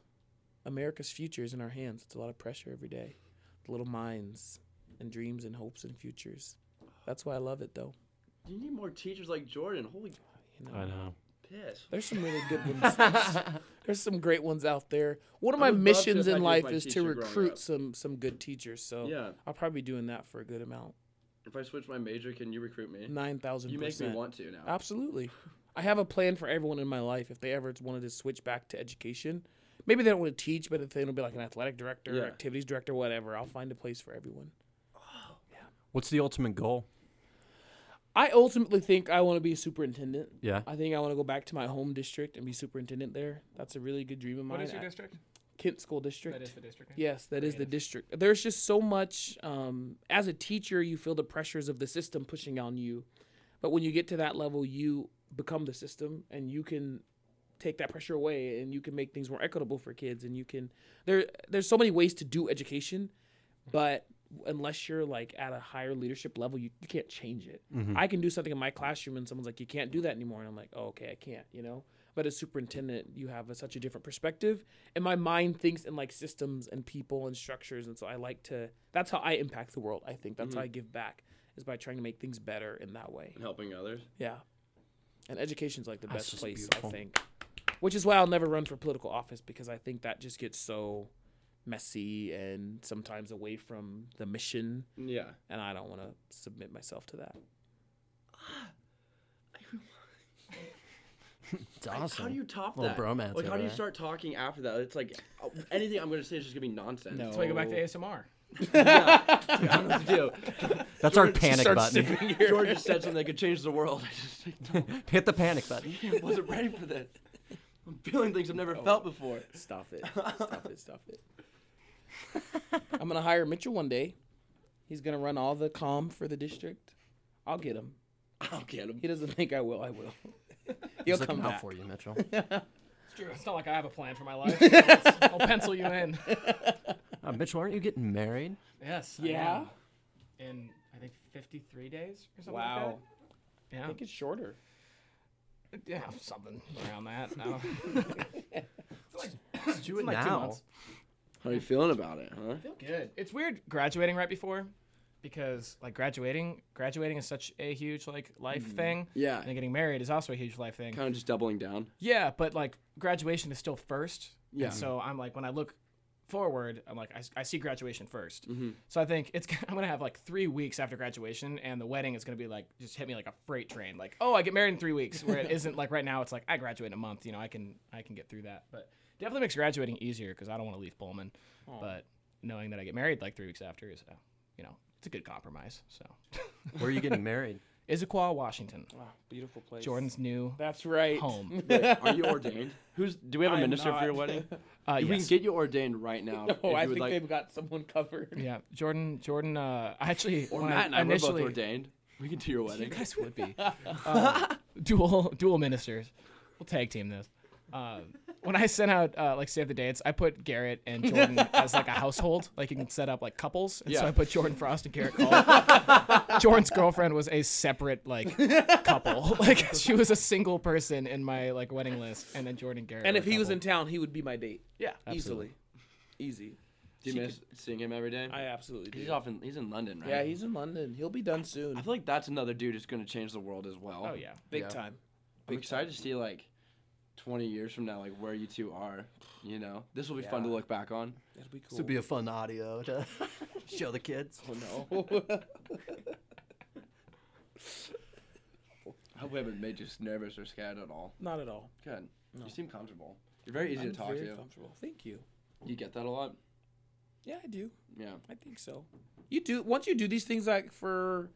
Speaker 4: America's future is in our hands. It's a lot of pressure every day. Little minds and dreams and hopes and futures. That's why I love it though.
Speaker 2: You need more teachers like Jordan. Holy
Speaker 3: I know.
Speaker 2: piss.
Speaker 4: There's some really good ones. There's some great ones out there. One of my
Speaker 2: would love to
Speaker 4: missions
Speaker 2: have
Speaker 4: in
Speaker 2: had you as
Speaker 4: life
Speaker 2: my
Speaker 4: is to
Speaker 2: teacher growing
Speaker 4: recruit
Speaker 2: up.
Speaker 4: some some good teachers. So
Speaker 2: Yeah.
Speaker 4: I'll probably be doing that for a good amount.
Speaker 2: If I switch my major, can you recruit me?
Speaker 4: Nine thousand.
Speaker 2: You make me want to now.
Speaker 4: Absolutely. I have a plan for everyone in my life if they ever wanted to switch back to education. Maybe they don't want to teach, but if they'll be like an athletic director,
Speaker 2: Yeah.
Speaker 4: activities director, whatever, I'll find a place for everyone.
Speaker 3: What's the ultimate goal?
Speaker 4: I ultimately think I want to be a superintendent.
Speaker 3: Yeah.
Speaker 4: I think I want to go back to my home district and be superintendent there. That's a really good dream of mine.
Speaker 5: What is your
Speaker 4: I-
Speaker 5: district?
Speaker 4: Kent School District.
Speaker 5: That is the district. name?
Speaker 4: Yes, that is the district. There's just so much. Um, as a teacher, you feel the pressures of the system pushing on you, but when you get to that level, you become the system, and you can take that pressure away, and you can make things more equitable for kids, and you can. There, there's so many ways to do education, but unless you're like at a higher leadership level, you, you can't change it. I can do something in my classroom, and someone's like, "You can't do that anymore," and I'm like, "Oh, okay, I can't," you know. But as superintendent, you have a, such a different perspective, and my mind thinks in like systems and people and structures, and so I like to. That's how I impact the world. I think that's how I give back is by trying to make things better in that way.
Speaker 2: And helping others.
Speaker 4: Yeah. And education's like the best
Speaker 3: just
Speaker 4: place,
Speaker 3: beautiful.
Speaker 4: I think. Which is why I'll never run for political office because I think that just gets so messy and sometimes away from the mission
Speaker 2: Yeah.
Speaker 4: and I don't want to submit myself to that.
Speaker 3: It's awesome.
Speaker 2: How do you top
Speaker 3: Little
Speaker 2: that?
Speaker 3: bromance
Speaker 2: Like, how
Speaker 3: over
Speaker 2: do you
Speaker 3: there.
Speaker 2: start talking after that? It's like uh, anything I'm gonna say is just gonna be nonsense.
Speaker 5: That's why you go back to ASMR.
Speaker 2: I don't know what to do.
Speaker 3: That's our panic button.
Speaker 2: George just said something that could change the world. I just like,
Speaker 3: Hit the panic button.
Speaker 2: I wasn't ready for this. I'm feeling things I've never
Speaker 4: Oh.
Speaker 2: felt before.
Speaker 4: Stop it. Stop it. Stop it. I'm going to hire Mitchell one day. He's going to run all the comm for the district. I'll get him.
Speaker 2: I'll get him.
Speaker 4: He doesn't think I will. I will. He'll
Speaker 3: Looking
Speaker 4: come
Speaker 3: out
Speaker 4: back.
Speaker 3: for you, Mitchell.
Speaker 5: It's true. It's not like I have a plan for my life. I'll pencil you in.
Speaker 3: Uh, Mitchell, aren't you getting married?
Speaker 5: Yes. I
Speaker 4: Yeah.
Speaker 5: am. In I think 53 days or something.
Speaker 4: Wow.
Speaker 5: Like
Speaker 4: I
Speaker 5: that.
Speaker 4: think it's shorter.
Speaker 5: Yeah. Yeah. Something around that. I don't-
Speaker 3: Do it
Speaker 5: like two
Speaker 3: now.
Speaker 5: months.
Speaker 2: How are you feeling about it, huh?
Speaker 5: feel good. It's weird graduating right before because like graduating graduating is such a huge like life thing.
Speaker 2: Yeah.
Speaker 5: And then getting married is also a huge life thing.
Speaker 2: Kind of just doubling down.
Speaker 5: Yeah, but like graduation is still first. Yeah.
Speaker 2: Yeah.
Speaker 5: And so I'm like when I look forward, I'm like I, s- I see graduation 1st So I think it's I'm gonna have like three weeks after graduation, and the wedding is gonna be like just hit me like a freight train. Like oh, I get married in three weeks. Where it isn't like right now, it's like I graduate in a month. You know, I can I can get through that. But definitely makes graduating easier because I don't want to leave Pullman. But knowing that I get married like three weeks after is, uh, you know, it's a good compromise. So
Speaker 3: Where are you getting married?
Speaker 5: Issaquah, Washington,
Speaker 4: Beautiful place.
Speaker 5: Jordan's new
Speaker 4: That's right.
Speaker 5: home.
Speaker 2: Are you ordained? Who's? Do we have a
Speaker 4: I'm
Speaker 2: minister
Speaker 4: not.
Speaker 2: for your wedding?
Speaker 5: Uh,
Speaker 2: We can
Speaker 5: yes.
Speaker 2: get you ordained right now. if
Speaker 4: Oh,
Speaker 2: you
Speaker 4: I
Speaker 2: would
Speaker 4: think
Speaker 2: like.
Speaker 4: they've got someone covered.
Speaker 5: Yeah, Jordan. Jordan. Uh, actually,
Speaker 2: Or
Speaker 5: when
Speaker 2: Matt and I were both
Speaker 5: initially,
Speaker 2: ordained. We can do your wedding.
Speaker 5: You guys would be uh, dual dual ministers. We'll tag team this. Uh, when I sent out uh, like save the dates, I put Garrett and Jordan as like a household. Like you can set up like couples, and so I put Jordan Frost and Garrett Cole. Jordan's girlfriend was a separate like couple. Like she was a single person in my like wedding list, and then Jordan and Garrett.
Speaker 4: And
Speaker 5: were
Speaker 4: if
Speaker 5: a
Speaker 4: he was
Speaker 5: couple.
Speaker 4: in town, he would be my date.
Speaker 5: yeah,
Speaker 4: Easily. Easy.
Speaker 2: Do you miss seeing him every day?
Speaker 4: I absolutely do.
Speaker 2: he's often he's in London, right?
Speaker 4: Yeah, he's in London. He'll be done
Speaker 2: I
Speaker 4: soon.
Speaker 2: feel like that's another dude who's gonna change the world as well.
Speaker 5: oh yeah,
Speaker 4: Big
Speaker 2: Yeah.
Speaker 4: time.
Speaker 2: I'm excited to see like 20 years from now, like where you two are. You know, this will be fun to look back on.
Speaker 4: That'll be cool.
Speaker 3: This would be a fun audio to show the kids.
Speaker 4: Oh,
Speaker 2: I hope we haven't made you nervous or scared at all.
Speaker 4: Not at all.
Speaker 2: Good. You seem comfortable. You're very easy
Speaker 4: I'm
Speaker 2: to talk
Speaker 4: very
Speaker 2: to.
Speaker 4: comfortable. Thank you.
Speaker 2: You get that a lot.
Speaker 4: Yeah, I do.
Speaker 2: Yeah.
Speaker 4: I think so. You do once you do these things like for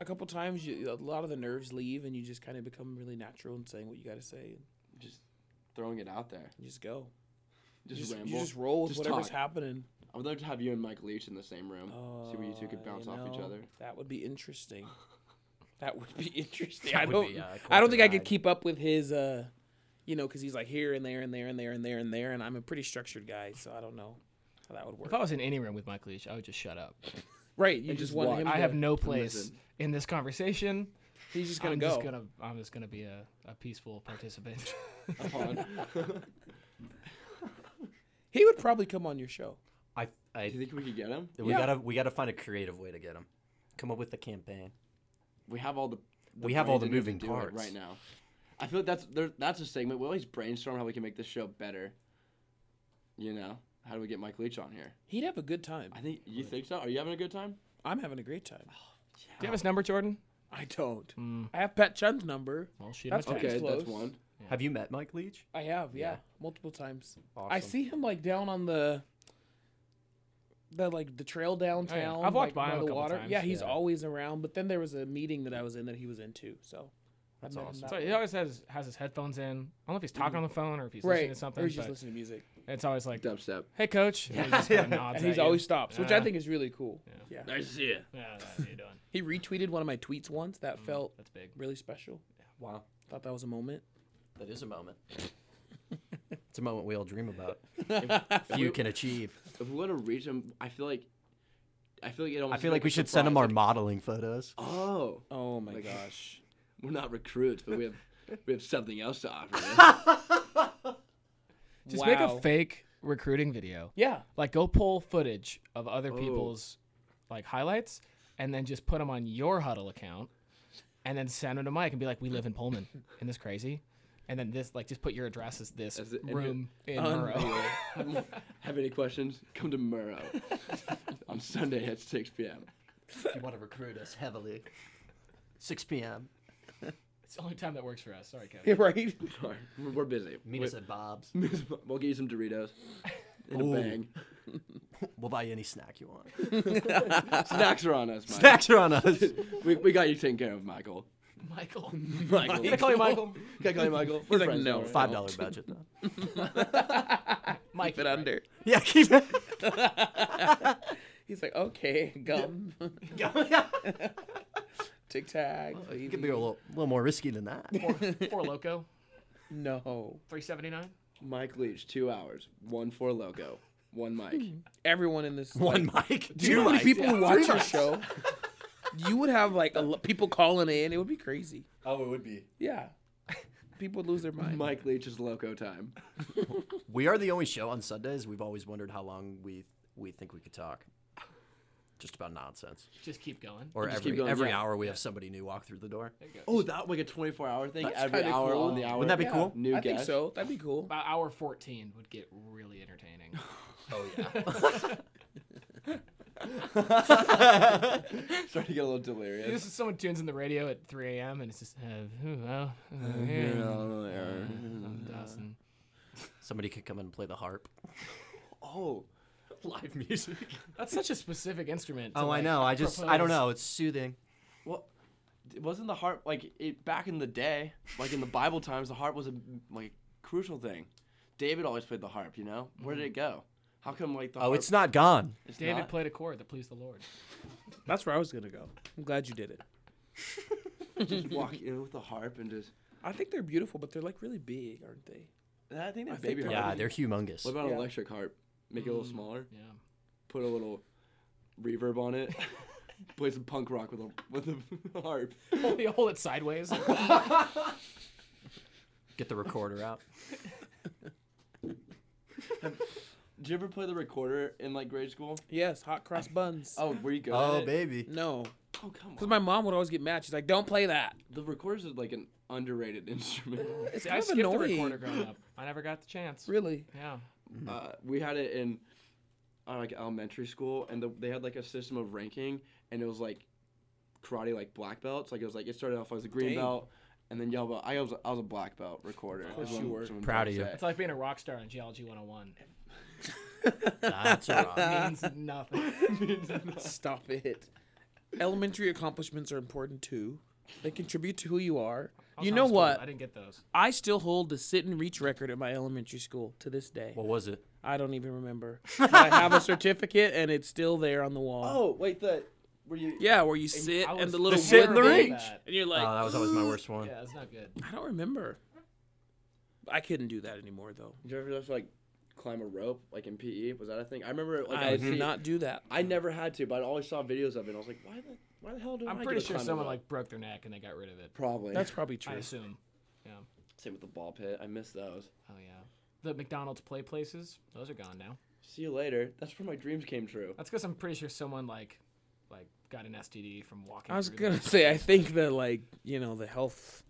Speaker 4: a couple times, you, a lot of the nerves leave, and you just kind of become really natural in saying what you got to say, and
Speaker 2: Just throwing it out there.
Speaker 4: you just go.
Speaker 2: Just,
Speaker 4: you, just,
Speaker 2: ramble.
Speaker 4: you just roll with
Speaker 2: Just
Speaker 4: whatever's
Speaker 2: talk.
Speaker 4: happening.
Speaker 2: I would love to have you and Mike Leach in the same room. see where you two
Speaker 4: Uh,
Speaker 2: could bounce
Speaker 4: you
Speaker 2: off each
Speaker 4: know,
Speaker 2: other.
Speaker 4: That would be interesting. That would be interesting.
Speaker 3: That
Speaker 4: I
Speaker 3: would
Speaker 4: don't.
Speaker 3: be, uh,
Speaker 4: I
Speaker 3: quite
Speaker 4: don't
Speaker 3: the
Speaker 4: think I could
Speaker 3: ride.
Speaker 4: keep up with his. uh you know, because he's like here and there and there and there and there and there, and I'm a pretty structured guy, so I don't know how that would work.
Speaker 5: if I was in any room with Mike Leach, I would just shut up.
Speaker 4: Right, you just want
Speaker 2: walk.
Speaker 4: him.
Speaker 5: I
Speaker 4: to-
Speaker 5: have no place
Speaker 2: listen.
Speaker 5: in this conversation.
Speaker 4: He's just gonna
Speaker 5: I'm
Speaker 4: go.
Speaker 5: just gonna I'm just gonna be a, a peaceful participant.
Speaker 2: Upon.
Speaker 4: He would probably come on your show.
Speaker 3: I, I
Speaker 2: Do you think we could get him?
Speaker 3: we
Speaker 4: Yeah.
Speaker 3: gotta we gotta find a creative way to get him. Come up with a campaign.
Speaker 2: We have all the. the
Speaker 3: We have all
Speaker 2: brains
Speaker 3: the
Speaker 2: in here to
Speaker 3: moving
Speaker 2: do it
Speaker 3: parts.
Speaker 2: right now. I feel like that's there, that's a segment. We always brainstorm how we can make this show better. You know, how do we get Mike Leach on here?
Speaker 4: He'd have a good time.
Speaker 2: I think you think so. Are you having a good time?
Speaker 4: I'm having a great time.
Speaker 5: Do you have his number, Jordan?
Speaker 4: I don't.
Speaker 5: Mm.
Speaker 4: I have Pat Chun's number.
Speaker 5: Well, she must
Speaker 4: That's
Speaker 5: have.
Speaker 4: okay.
Speaker 2: Okay,
Speaker 4: close.
Speaker 2: that's one.
Speaker 3: Have you met Mike Leach?
Speaker 4: I have, yeah,
Speaker 3: Yeah.
Speaker 4: multiple times. I
Speaker 3: Awesome.
Speaker 4: see him like down on the, the like the trail downtown.
Speaker 5: Oh, I've walked
Speaker 4: like,
Speaker 5: by him a
Speaker 4: the
Speaker 5: couple
Speaker 4: water.
Speaker 5: times,
Speaker 4: Yeah, he's
Speaker 5: yeah.
Speaker 4: always around. But then there was a meeting that I was in that he was into. So that's
Speaker 3: awesome.
Speaker 5: So he always has has his headphones in. I don't know if he's talking on the phone or if he's
Speaker 4: Right,
Speaker 5: listening to
Speaker 4: or
Speaker 5: something.
Speaker 4: he's just
Speaker 5: but
Speaker 4: listening to music.
Speaker 5: It's always like,
Speaker 2: Dubstep.
Speaker 5: "Hey, coach." And he just kinda nods
Speaker 4: And he's
Speaker 5: at you.
Speaker 4: always stops, which I
Speaker 5: Yeah.
Speaker 4: think is really cool. Yeah.
Speaker 2: Nice to see you.
Speaker 5: Yeah, that's how you doing.
Speaker 4: he retweeted one of my tweets once. That felt
Speaker 5: Mm, That's big.
Speaker 4: really special.
Speaker 3: Wow,
Speaker 4: Thought that was a moment.
Speaker 3: that is a moment. it's a moment we all dream about. Few can achieve.
Speaker 2: If we want to reach him, I feel like, I feel like it
Speaker 3: I
Speaker 2: almost.
Speaker 3: feel
Speaker 2: be
Speaker 3: like we
Speaker 2: a
Speaker 3: should send him our
Speaker 2: surprise,
Speaker 3: modeling photos.
Speaker 2: like, Oh,
Speaker 4: Oh my
Speaker 2: Like-
Speaker 4: gosh.
Speaker 2: we're not recruits, but we have we have something else to offer.
Speaker 5: Just make
Speaker 4: Wow.
Speaker 5: a fake recruiting video.
Speaker 4: Yeah.
Speaker 5: Like, go pull footage of other people's like highlights, and then just put them on your Huddle account, and then send them to Mike and be like, "We live in Pullman. Isn't this crazy?" And then this, like, just put your address as this
Speaker 2: As it- and
Speaker 5: room in Murrow.
Speaker 2: Have- have any questions? Come to Murrow on Sunday at 6 p.m.
Speaker 3: if you want to recruit us heavily. 6 p.m.
Speaker 5: It's the only time that works for us. Sorry, Kevin.
Speaker 4: Yeah, right.
Speaker 2: Sorry, we're busy.
Speaker 3: Meet us at Bob's.
Speaker 2: We'll get you some Doritos and a
Speaker 3: Ooh.
Speaker 2: bang.
Speaker 3: We'll buy you any snack you want.
Speaker 2: Snacks are on us, Mike.
Speaker 3: Snacks are on us.
Speaker 2: We, we got you taken care of, Michael.
Speaker 5: Michael.
Speaker 2: Michael.
Speaker 5: Can I call you Michael?
Speaker 2: Can I call you Michael? We're
Speaker 4: like,
Speaker 2: friends
Speaker 4: no,
Speaker 2: now, right?
Speaker 3: Five dollar budget though.
Speaker 5: Mike.
Speaker 4: But under.
Speaker 3: Yeah, keep it.
Speaker 4: He's like, okay, gum, tic tac.
Speaker 3: You could be a little, little more risky than that.
Speaker 5: Four Loco.
Speaker 4: No.
Speaker 5: 379.
Speaker 2: Mike Leach, two hours, one for logo, one Mike.
Speaker 4: Everyone in this.
Speaker 3: One
Speaker 4: like,
Speaker 3: mic,
Speaker 4: do you know
Speaker 3: two
Speaker 4: how many
Speaker 3: mics.
Speaker 4: people who watch your
Speaker 3: mics.
Speaker 4: show? You would have like a lo- people calling in. It would be crazy.
Speaker 3: Oh, it would be.
Speaker 4: Yeah. People would lose their mind.
Speaker 2: Mike Leach is loco time.
Speaker 3: We are the only show on Sundays. We've always wondered how long we we think we could talk. Just about nonsense.
Speaker 5: Just keep going.
Speaker 3: Or
Speaker 2: Just keep
Speaker 3: every
Speaker 2: going,
Speaker 3: every
Speaker 2: yeah.
Speaker 3: hour we have somebody new walk through the door.
Speaker 2: Oh, that like a 24 hour thing?
Speaker 4: That's
Speaker 2: Every
Speaker 4: kinda
Speaker 2: hour
Speaker 4: cool.
Speaker 2: on the hour.
Speaker 3: Wouldn't that be
Speaker 4: Yeah,
Speaker 3: cool?
Speaker 2: New
Speaker 4: I think
Speaker 2: guest?
Speaker 4: so. That'd be cool.
Speaker 5: About hour 14 would get really entertaining.
Speaker 3: Oh yeah.
Speaker 2: Starting to get a little delirious.
Speaker 5: this is someone tunes in the radio at 3 a.m. and it's just, uh, who, well, uh, yeah, I'm Dawson.
Speaker 3: Somebody could come and play the harp.
Speaker 2: Oh,
Speaker 3: Live music.
Speaker 5: That's such a specific instrument. to,
Speaker 3: Oh, I
Speaker 5: like,
Speaker 3: know. I just I don't
Speaker 5: propose.
Speaker 3: know. It's soothing.
Speaker 2: well, it wasn't the harp like it back in the day? Like in the Bible times, the harp was a like crucial thing. David always played the harp. You know, where did it go? How come like the
Speaker 3: Oh,
Speaker 2: harp?
Speaker 3: it's not gone.
Speaker 2: it's
Speaker 5: David
Speaker 2: not?
Speaker 5: played a chord that pleased the Lord.
Speaker 4: That's where I was gonna go. I'm glad you did it.
Speaker 2: just walk in with the harp and just
Speaker 4: I think they're beautiful, but they're like really big, aren't they?
Speaker 2: I think they're
Speaker 4: I think
Speaker 2: baby.
Speaker 4: they're-
Speaker 3: Yeah,
Speaker 2: harp. Mm-hmm.
Speaker 3: they're humongous.
Speaker 2: What about an
Speaker 4: Yeah.
Speaker 2: electric harp? Make it a little smaller.
Speaker 5: Yeah.
Speaker 2: Put a little reverb on it. Play some punk rock with a with a harp.
Speaker 5: Hold, you hold it sideways.
Speaker 3: Get the recorder out.
Speaker 2: Did you ever play the recorder in like grade school?
Speaker 4: Yes, hot cross buns.
Speaker 2: Oh, were you good? at it?
Speaker 3: baby.
Speaker 4: No,
Speaker 2: Oh, come
Speaker 4: because
Speaker 2: on.
Speaker 4: my mom would always get mad. She's like, "Don't play that."
Speaker 2: The recorder's is like an underrated instrument.
Speaker 4: It's
Speaker 5: See,
Speaker 4: kind
Speaker 5: I
Speaker 4: of
Speaker 5: skipped the
Speaker 4: annoying.
Speaker 5: recorder growing up. I never got the chance.
Speaker 4: Really?
Speaker 5: Yeah.
Speaker 2: uh, we had it in uh, like elementary school, and the, they had like a system of ranking, and it was like karate like black belts. Like it was like it started off as a green
Speaker 4: Dang.
Speaker 2: belt, and then yellow belt. I was I was a black belt recorder. Of
Speaker 4: course you were.
Speaker 3: Proud of you.
Speaker 5: It's like being a rock star in Geology 101.
Speaker 3: That's wrong.
Speaker 5: It means nothing.
Speaker 4: Stop it. Elementary accomplishments are important too. They contribute to who you are.
Speaker 5: I was
Speaker 4: You know
Speaker 5: homeschooled.
Speaker 4: what?
Speaker 5: I didn't get those.
Speaker 4: I still hold the sit and reach record at my elementary school to this day.
Speaker 3: What was it?
Speaker 4: I don't even remember. But I have a certificate and it's still there on the wall.
Speaker 2: Oh wait, the were you?
Speaker 4: Yeah, where you sit
Speaker 5: I
Speaker 4: and,
Speaker 5: was
Speaker 4: the little
Speaker 3: The sit
Speaker 4: wood
Speaker 3: and the
Speaker 4: thing,
Speaker 5: reach.
Speaker 4: and you're like,
Speaker 3: oh, that was always my worst one.
Speaker 5: Yeah, it's not good.
Speaker 4: I don't remember. I couldn't do that anymore though.
Speaker 2: Did you ever have to like climb a rope like in PE? Was that a thing? I remember like I,
Speaker 4: I
Speaker 2: would
Speaker 4: did
Speaker 2: see-
Speaker 4: not do that.
Speaker 2: I never had to, but I always saw videos of it. and I was like, why the why the hell do
Speaker 5: I'm
Speaker 2: I get
Speaker 5: pretty
Speaker 2: to
Speaker 5: sure
Speaker 2: climb a
Speaker 5: someone
Speaker 2: rope?
Speaker 5: like broke their neck and they got rid of it.
Speaker 2: probably
Speaker 4: That's probably
Speaker 5: I
Speaker 4: true.
Speaker 5: assume. Yeah.
Speaker 2: same with the ball pit. I miss those.
Speaker 5: Oh yeah. The McDonald's play places, those are gone now.
Speaker 2: See you later. That's where my dreams came true.
Speaker 5: That's because I'm pretty sure someone like, like got an STD from walking.
Speaker 4: I was
Speaker 5: through
Speaker 4: gonna
Speaker 5: them.
Speaker 4: say I think that like you know the health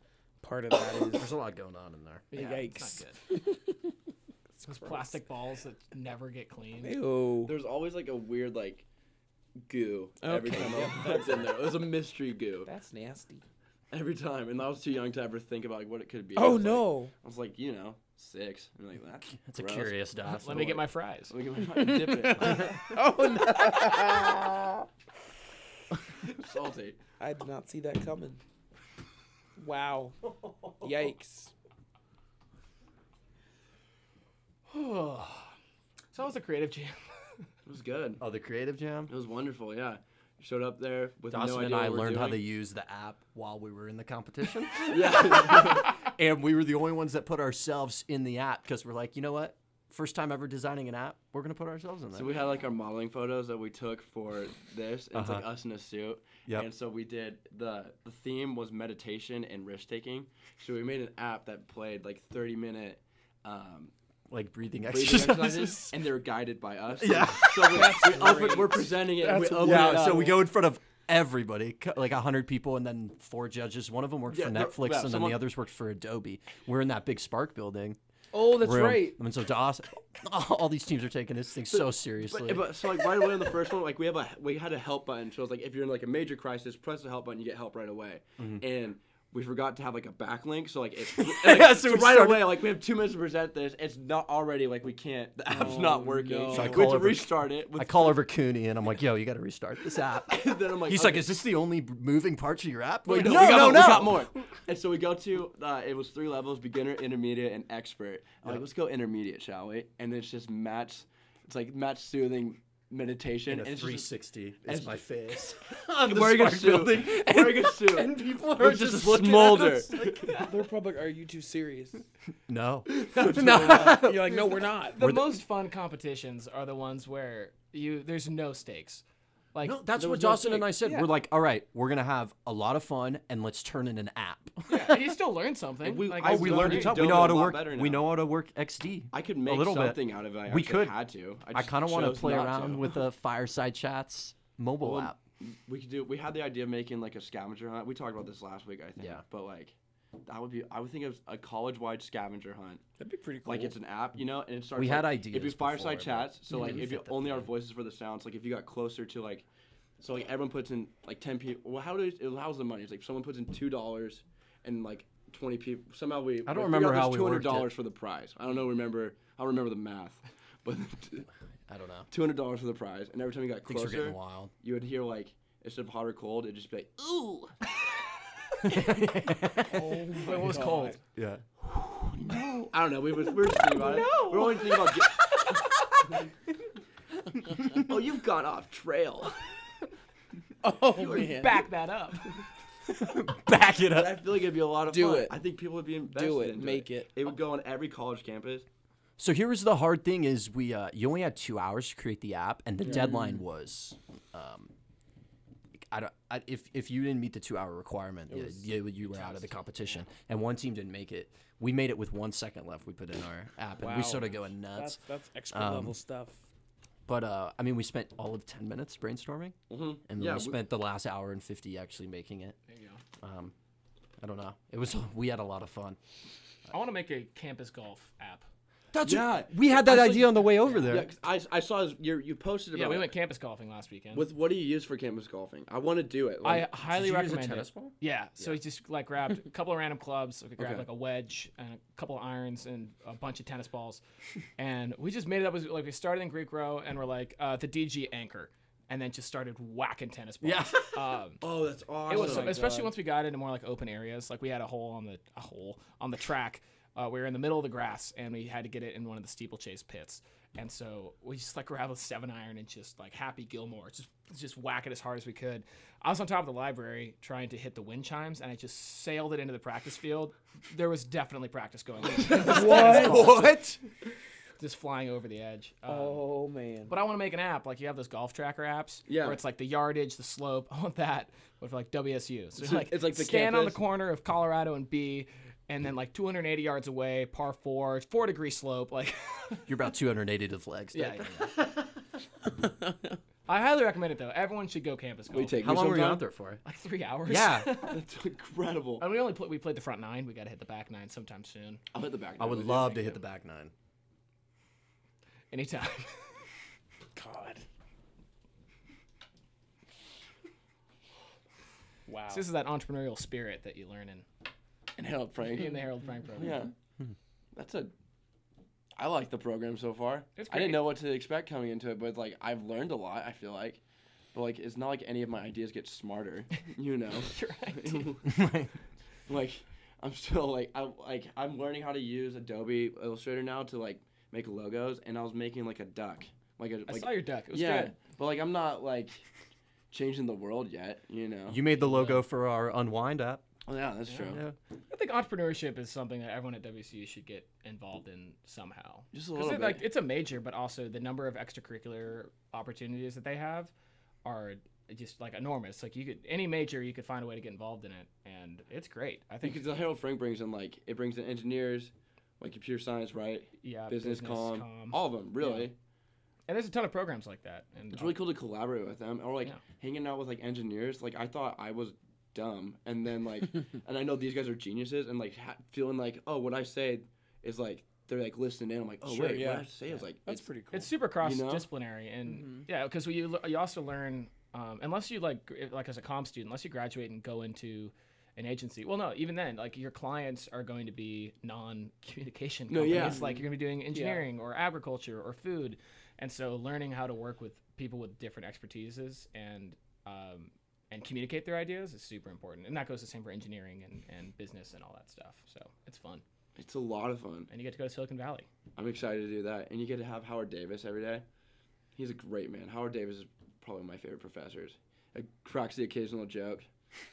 Speaker 4: part of that is
Speaker 3: There's a lot going on in there.
Speaker 5: Yeah,
Speaker 4: yikes.
Speaker 5: It's not good. Those plastic balls that never get cleaned.
Speaker 4: Ew.
Speaker 2: There's always like a weird like goo every
Speaker 4: Okay.
Speaker 2: time I that's in there. It was a mystery goo
Speaker 4: That's nasty.
Speaker 2: every time, and I was too young to ever think about like, what it could be. I
Speaker 4: Oh
Speaker 2: was like-
Speaker 4: no.
Speaker 2: I was like, you know, six. I'm like that.
Speaker 3: It's a curious dot.
Speaker 5: Let me get my fries.
Speaker 2: Let me get my dip it.
Speaker 4: oh
Speaker 2: Salty.
Speaker 4: no. I did not see that coming. Wow. Yikes.
Speaker 5: So I was a creative jam.
Speaker 2: It was good.
Speaker 3: Oh, the creative jam.
Speaker 2: It was wonderful. Yeah. Showed up there with
Speaker 3: Dawson
Speaker 2: no idea
Speaker 3: and I
Speaker 2: what we're
Speaker 3: learned how to
Speaker 2: doing.
Speaker 3: use the app while we were in the competition,
Speaker 2: Yeah.
Speaker 3: and we were the only ones that put ourselves in the app because we're like, you know what? First time ever designing an app, we're gonna put ourselves in there.
Speaker 2: So we had like our modeling photos that we took for this. And It's like
Speaker 3: Uh-huh.
Speaker 2: us in a suit.
Speaker 3: Yep.
Speaker 2: And so we did the the theme was meditation and risk taking. So we made an app that played like 30 minute um,
Speaker 3: like breathing
Speaker 2: breathing
Speaker 3: exercises.
Speaker 2: exercises, and they were guided by us.
Speaker 3: Yeah.
Speaker 2: So we, we open, we're presenting it. and we open it
Speaker 3: Oh, Yeah,
Speaker 2: up.
Speaker 3: so we go in front of everybody, co- like hundred people, and then four judges. One of them worked
Speaker 2: Yeah,
Speaker 3: for
Speaker 2: no,
Speaker 3: Netflix,
Speaker 2: yeah,
Speaker 3: and then
Speaker 2: someone-
Speaker 3: the others worked for Adobe. We're in that big Spark building.
Speaker 4: Oh, that's
Speaker 3: room.
Speaker 4: right.
Speaker 3: I mean, so Dawson, all these teams are taking this thing so seriously.
Speaker 2: But, but so like right away on the first one, like we have a we had a help button. So it's like if you're in like a major crisis, press the help button, you get help right away.
Speaker 3: Mm-hmm.
Speaker 2: And we forgot to have like a backlink, so like it's and, like,
Speaker 3: Yeah,
Speaker 2: so,
Speaker 3: so we
Speaker 2: right
Speaker 3: started-
Speaker 2: away, like we have two minutes to present this. It's not already like we can't. The
Speaker 3: Oh,
Speaker 2: app's not working.
Speaker 4: no. So I
Speaker 2: we
Speaker 3: call
Speaker 2: have to
Speaker 3: over-
Speaker 2: restart it. With,
Speaker 3: I call over Cooney, and I'm like, "Yo, you got to restart this app."
Speaker 2: then I'm like,
Speaker 3: He's like,
Speaker 2: okay.
Speaker 3: "Is this the only b- moving part to your app?" We're
Speaker 2: Wait,
Speaker 3: like,
Speaker 2: we got more, We got more. And so we go to uh, it was three levels: beginner, intermediate, and expert. I'm like, let's go intermediate, shall we? And it's just match. It's like match soothing meditation.
Speaker 3: And a
Speaker 2: and it's just
Speaker 3: 360 is
Speaker 2: and-
Speaker 3: my face. on the
Speaker 2: wearing a
Speaker 3: Spark
Speaker 2: suit.
Speaker 3: building,
Speaker 2: Wearing a suit.
Speaker 3: and people
Speaker 2: We're
Speaker 3: are
Speaker 2: just
Speaker 3: just,
Speaker 2: a
Speaker 3: looking at
Speaker 2: smolder.
Speaker 3: us like-
Speaker 4: They're probably are you too serious?
Speaker 3: no,
Speaker 4: You're like, no, we're not.
Speaker 5: The most fun competitions are the ones where you there's no stakes. Like
Speaker 3: No, that's
Speaker 5: there
Speaker 3: what
Speaker 5: was no
Speaker 3: Dawson and I
Speaker 5: stakes.
Speaker 3: said. We're like, all right, we're gonna have a lot of fun, and let's turn in an app.
Speaker 5: Yeah, you still learn something.
Speaker 2: we-
Speaker 5: like,
Speaker 2: I-
Speaker 5: it's
Speaker 2: we
Speaker 5: not
Speaker 2: learned a
Speaker 5: great.
Speaker 2: ton.
Speaker 3: We
Speaker 2: Doing
Speaker 3: know how
Speaker 2: it a
Speaker 3: to
Speaker 2: lot
Speaker 3: work.
Speaker 2: better
Speaker 3: We
Speaker 2: now.
Speaker 3: know how to work XD.
Speaker 2: I could
Speaker 3: a
Speaker 2: make
Speaker 3: little bit.
Speaker 2: something out of it. I actually
Speaker 3: We could.
Speaker 2: Had to.
Speaker 3: I kind of
Speaker 2: want to
Speaker 3: play around with a fireside chats mobile
Speaker 2: Well,
Speaker 3: app.
Speaker 2: We could do. We had the idea of making like a scavenger hunt. We talked about this last week, I think.
Speaker 3: Yeah.
Speaker 2: But like, that would be. I would think of a college-wide scavenger hunt.
Speaker 4: That'd be pretty cool.
Speaker 2: Like it's an app, you know, and it starts.
Speaker 3: We
Speaker 2: like,
Speaker 3: had
Speaker 2: It'd be
Speaker 3: ideas
Speaker 2: fireside
Speaker 3: before, but
Speaker 2: chats. So like, if you
Speaker 3: fit that
Speaker 2: only our voices for the sounds, like if you got closer to like, so like everyone puts in like ten people. Well, how do it, how's the money? It's like someone puts in two dollars and like twenty people. Somehow we.
Speaker 3: I don't remember how we
Speaker 2: Two hundred
Speaker 3: worked it.
Speaker 2: dollars for the prize. I don't know. Remember? I'll remember the math. But
Speaker 3: I don't know.
Speaker 2: two hundred dollars for the prize, and every time you got
Speaker 3: Things are
Speaker 2: closer,
Speaker 3: getting wild.
Speaker 2: you would hear like instead of hot or cold, it'd just be like ooh.
Speaker 4: Oh
Speaker 5: It was cold.
Speaker 3: Yeah.
Speaker 2: I don't know. We were, we were just thinking about it. We were only thinking about. oh, you've gone off trail.
Speaker 4: oh man.
Speaker 5: Back that up.
Speaker 3: Back it
Speaker 2: But
Speaker 3: up.
Speaker 2: I feel like it'd be a lot of
Speaker 6: Do
Speaker 2: fun.
Speaker 6: it.
Speaker 2: I think people would be invested.
Speaker 6: it.
Speaker 2: into
Speaker 6: Make it.
Speaker 2: It would go on every college campus.
Speaker 3: So here was the hard thing: is we uh, you only had two hours to create the app, and the deadline was, um, I don't I, if if you didn't meet the two hour requirement, yeah, you, you were out of the competition. And one team didn't make it. We made it with one second left. We put in our app, and
Speaker 4: Wow.
Speaker 3: we started going
Speaker 4: That's
Speaker 3: nuts.
Speaker 4: that's expert
Speaker 2: Um,
Speaker 4: level stuff.
Speaker 3: But uh, I mean, we spent all of ten minutes brainstorming, and then
Speaker 2: Yeah,
Speaker 3: we
Speaker 2: we-
Speaker 3: spent the last hour and fifty actually making it. There you go. Um, I don't know. It was we had a lot of fun.
Speaker 5: I want to make a campus golf app.
Speaker 3: That's
Speaker 2: Yeah.
Speaker 3: we had that
Speaker 2: Actually-
Speaker 3: idea on the way over there.
Speaker 2: Yeah, 'cause I, I saw this- your, you posted about
Speaker 5: Yeah, we
Speaker 2: it.
Speaker 5: went campus golfing last weekend.
Speaker 2: with what do you use for campus golfing? I want to do it.
Speaker 5: I uh,
Speaker 2: Like,
Speaker 5: highly
Speaker 3: Did you use a
Speaker 5: recommend
Speaker 3: tennis
Speaker 5: it.
Speaker 3: ball?
Speaker 5: Yeah, so he just like grabbed a couple of random clubs, like, grabbed
Speaker 2: Okay.
Speaker 5: like a wedge and a couple of irons and a bunch of tennis balls, and we just made it up. as- Like we started in Greek row and we're like uh, the DG anchor, and then just started whacking tennis balls. Yeah. Um,
Speaker 2: oh, that's awesome.
Speaker 5: it was so- especially once we got into more like open areas. Like we had a hole on the a hole on the track. Uh, we were in the middle of the grass and we had to get it in one of the steeplechase pits. And so we just like grabbed a seven iron and just like Happy Gilmore, just just whack it as hard as we could. I was on top of the library trying to hit the wind chimes and I just sailed it into the practice field. There was definitely practice going on,
Speaker 3: What?
Speaker 5: just flying over the edge. Um,
Speaker 4: Oh man.
Speaker 5: But I want to make an app like you have those golf tracker apps,
Speaker 2: Yeah.
Speaker 5: where it's like the yardage, the slope, I want that, but for like WSU. So, like
Speaker 2: it's like the
Speaker 5: stand on the
Speaker 2: campus.
Speaker 5: corner of Colorado and B, and then like 280 yards away, par four, four degree slope. Like,
Speaker 3: You're about 280 to the legs.
Speaker 5: yeah. yeah. I highly recommend it though. Everyone should go campus golf.
Speaker 2: we take
Speaker 3: How
Speaker 2: you
Speaker 3: long were you
Speaker 2: sometime?
Speaker 3: out there for?
Speaker 5: like three hours.
Speaker 3: Yeah,
Speaker 2: That's incredible.
Speaker 5: And we only play, we played the front nine. We got to hit the back nine sometime soon.
Speaker 2: I'll hit the back.
Speaker 3: I
Speaker 2: door
Speaker 3: would
Speaker 2: with
Speaker 3: love to hit the back nine.
Speaker 5: Anytime.
Speaker 4: God.
Speaker 5: Wow. this is that entrepreneurial spirit that you learn in,
Speaker 2: you. And Harold Frank.
Speaker 5: in the Harold Frank program.
Speaker 2: Yeah.
Speaker 5: Mm-hmm.
Speaker 3: Hmm.
Speaker 2: That's a. I like the program so far.
Speaker 5: It's
Speaker 2: I didn't
Speaker 5: great.
Speaker 2: know what to expect coming into it, but like I've learned a lot. I feel like, but like it's not like any of my ideas get smarter. You know,
Speaker 5: You're right. dude.
Speaker 2: like I'm still like I like I'm learning how to use Adobe Illustrator now to like make logos, and I was making like a duck, like a
Speaker 5: I
Speaker 2: like
Speaker 5: saw your duck. It was
Speaker 2: yeah,
Speaker 5: good.
Speaker 2: but like I'm not like changing the world yet. You know.
Speaker 3: You made the logo for our Unwind app.
Speaker 2: oh, yeah, that's true.
Speaker 3: Yeah.
Speaker 5: I think entrepreneurship is something that everyone at WCU should get involved in somehow.
Speaker 2: Just a
Speaker 5: 'Cause
Speaker 2: little
Speaker 5: it,
Speaker 2: bit.
Speaker 5: like it's a major, but also the number of extracurricular opportunities that they have are just like enormous. Like you could any major, you could find a way to get involved in it, and it's great. I think
Speaker 2: Because the Harold Frank brings in like it brings in engineers, like computer science, right?
Speaker 5: yeah,
Speaker 2: business, comm, all of them really.
Speaker 5: and there's a ton of programs like that. And
Speaker 2: It's really cool to collaborate with them or like
Speaker 5: Yeah.
Speaker 2: hanging out with like engineers. Like I thought I was dumb, and then like, and I know these guys are geniuses, and like ha- feeling like oh, what I say is like they're like listening in. I'm like oh
Speaker 4: Sure,
Speaker 2: wait,
Speaker 4: yeah.
Speaker 2: what I say is like
Speaker 4: That's
Speaker 2: it's-
Speaker 4: pretty cool.
Speaker 5: it's super
Speaker 2: You know? Mm-hmm.
Speaker 5: cross-disciplinary and yeah because you l- you also learn um, unless you like gr- like as a comm student unless you graduate and go into an agency well no even then like your clients are going to be non-communication
Speaker 2: No,
Speaker 5: companies
Speaker 2: yeah.
Speaker 5: like you're going to be doing engineering or agriculture or food and so learning how to work with people with different expertises and um, and communicate their ideas is super important and that goes the same for engineering and, and business and all that stuff so it's fun
Speaker 2: it's a lot of fun.
Speaker 5: and you get to go to silicon valley
Speaker 2: I'm excited to do that, and you get to have Howard Davis every day. He's a great man. Howard Davis is probably one of my favorite professors. It cracks the occasional joke.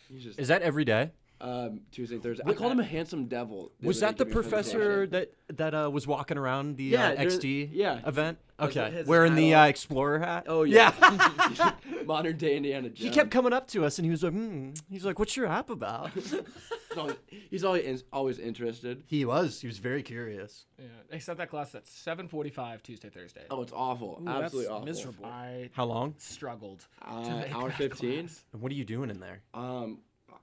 Speaker 2: He's just
Speaker 3: Is that every day?
Speaker 2: um, Tuesday, Thursday. I called him a handsome devil.
Speaker 3: Was
Speaker 2: other day
Speaker 3: that the
Speaker 2: giving a presentation.
Speaker 3: professor that that uh, was walking around the
Speaker 2: Yeah,
Speaker 3: uh,
Speaker 2: there-
Speaker 3: XD
Speaker 2: yeah.
Speaker 3: event?
Speaker 2: Has-
Speaker 3: Okay,
Speaker 2: has
Speaker 3: wearing
Speaker 2: his
Speaker 3: the
Speaker 2: hat
Speaker 3: uh, explorer hat.
Speaker 2: Oh yeah,
Speaker 3: yeah.
Speaker 2: modern day Indiana Jones.
Speaker 3: he kept coming up to us and he was like, hmm. he's like, what's your app about?
Speaker 2: He's always, he's always, in- always interested.
Speaker 3: he was. He was very curious.
Speaker 5: yeah except that class that's 7.45 tuesday thursday
Speaker 2: Oh, it's awful.
Speaker 4: Ooh,
Speaker 2: Absolutely
Speaker 4: that's
Speaker 2: awful.
Speaker 4: miserable.
Speaker 5: I
Speaker 3: How long?
Speaker 5: struggled. to
Speaker 2: Uh,
Speaker 5: make
Speaker 2: hour
Speaker 5: that
Speaker 2: fifteen.
Speaker 5: class.
Speaker 3: And what are you doing in there?
Speaker 2: Um,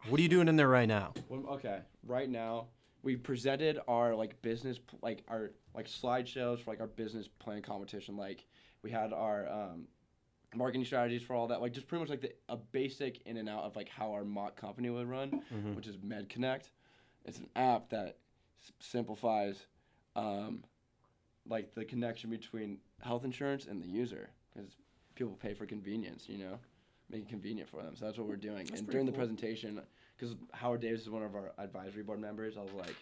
Speaker 3: What are you doing in there right now?
Speaker 2: when- okay. Right now, we presented our like business, pl- like our like slideshows for like our business plan competition. Like we had our um, marketing strategies for all that. Like just pretty much like the, a basic in and out of like how our mock company would run, which is MedConnect. It's an app that s- simplifies um, like the connection between health insurance and the user because people pay for convenience, you know, make it convenient for them. So that's what we're doing. and during the presentation, because Howard Davis is one of our advisory board members, I was like,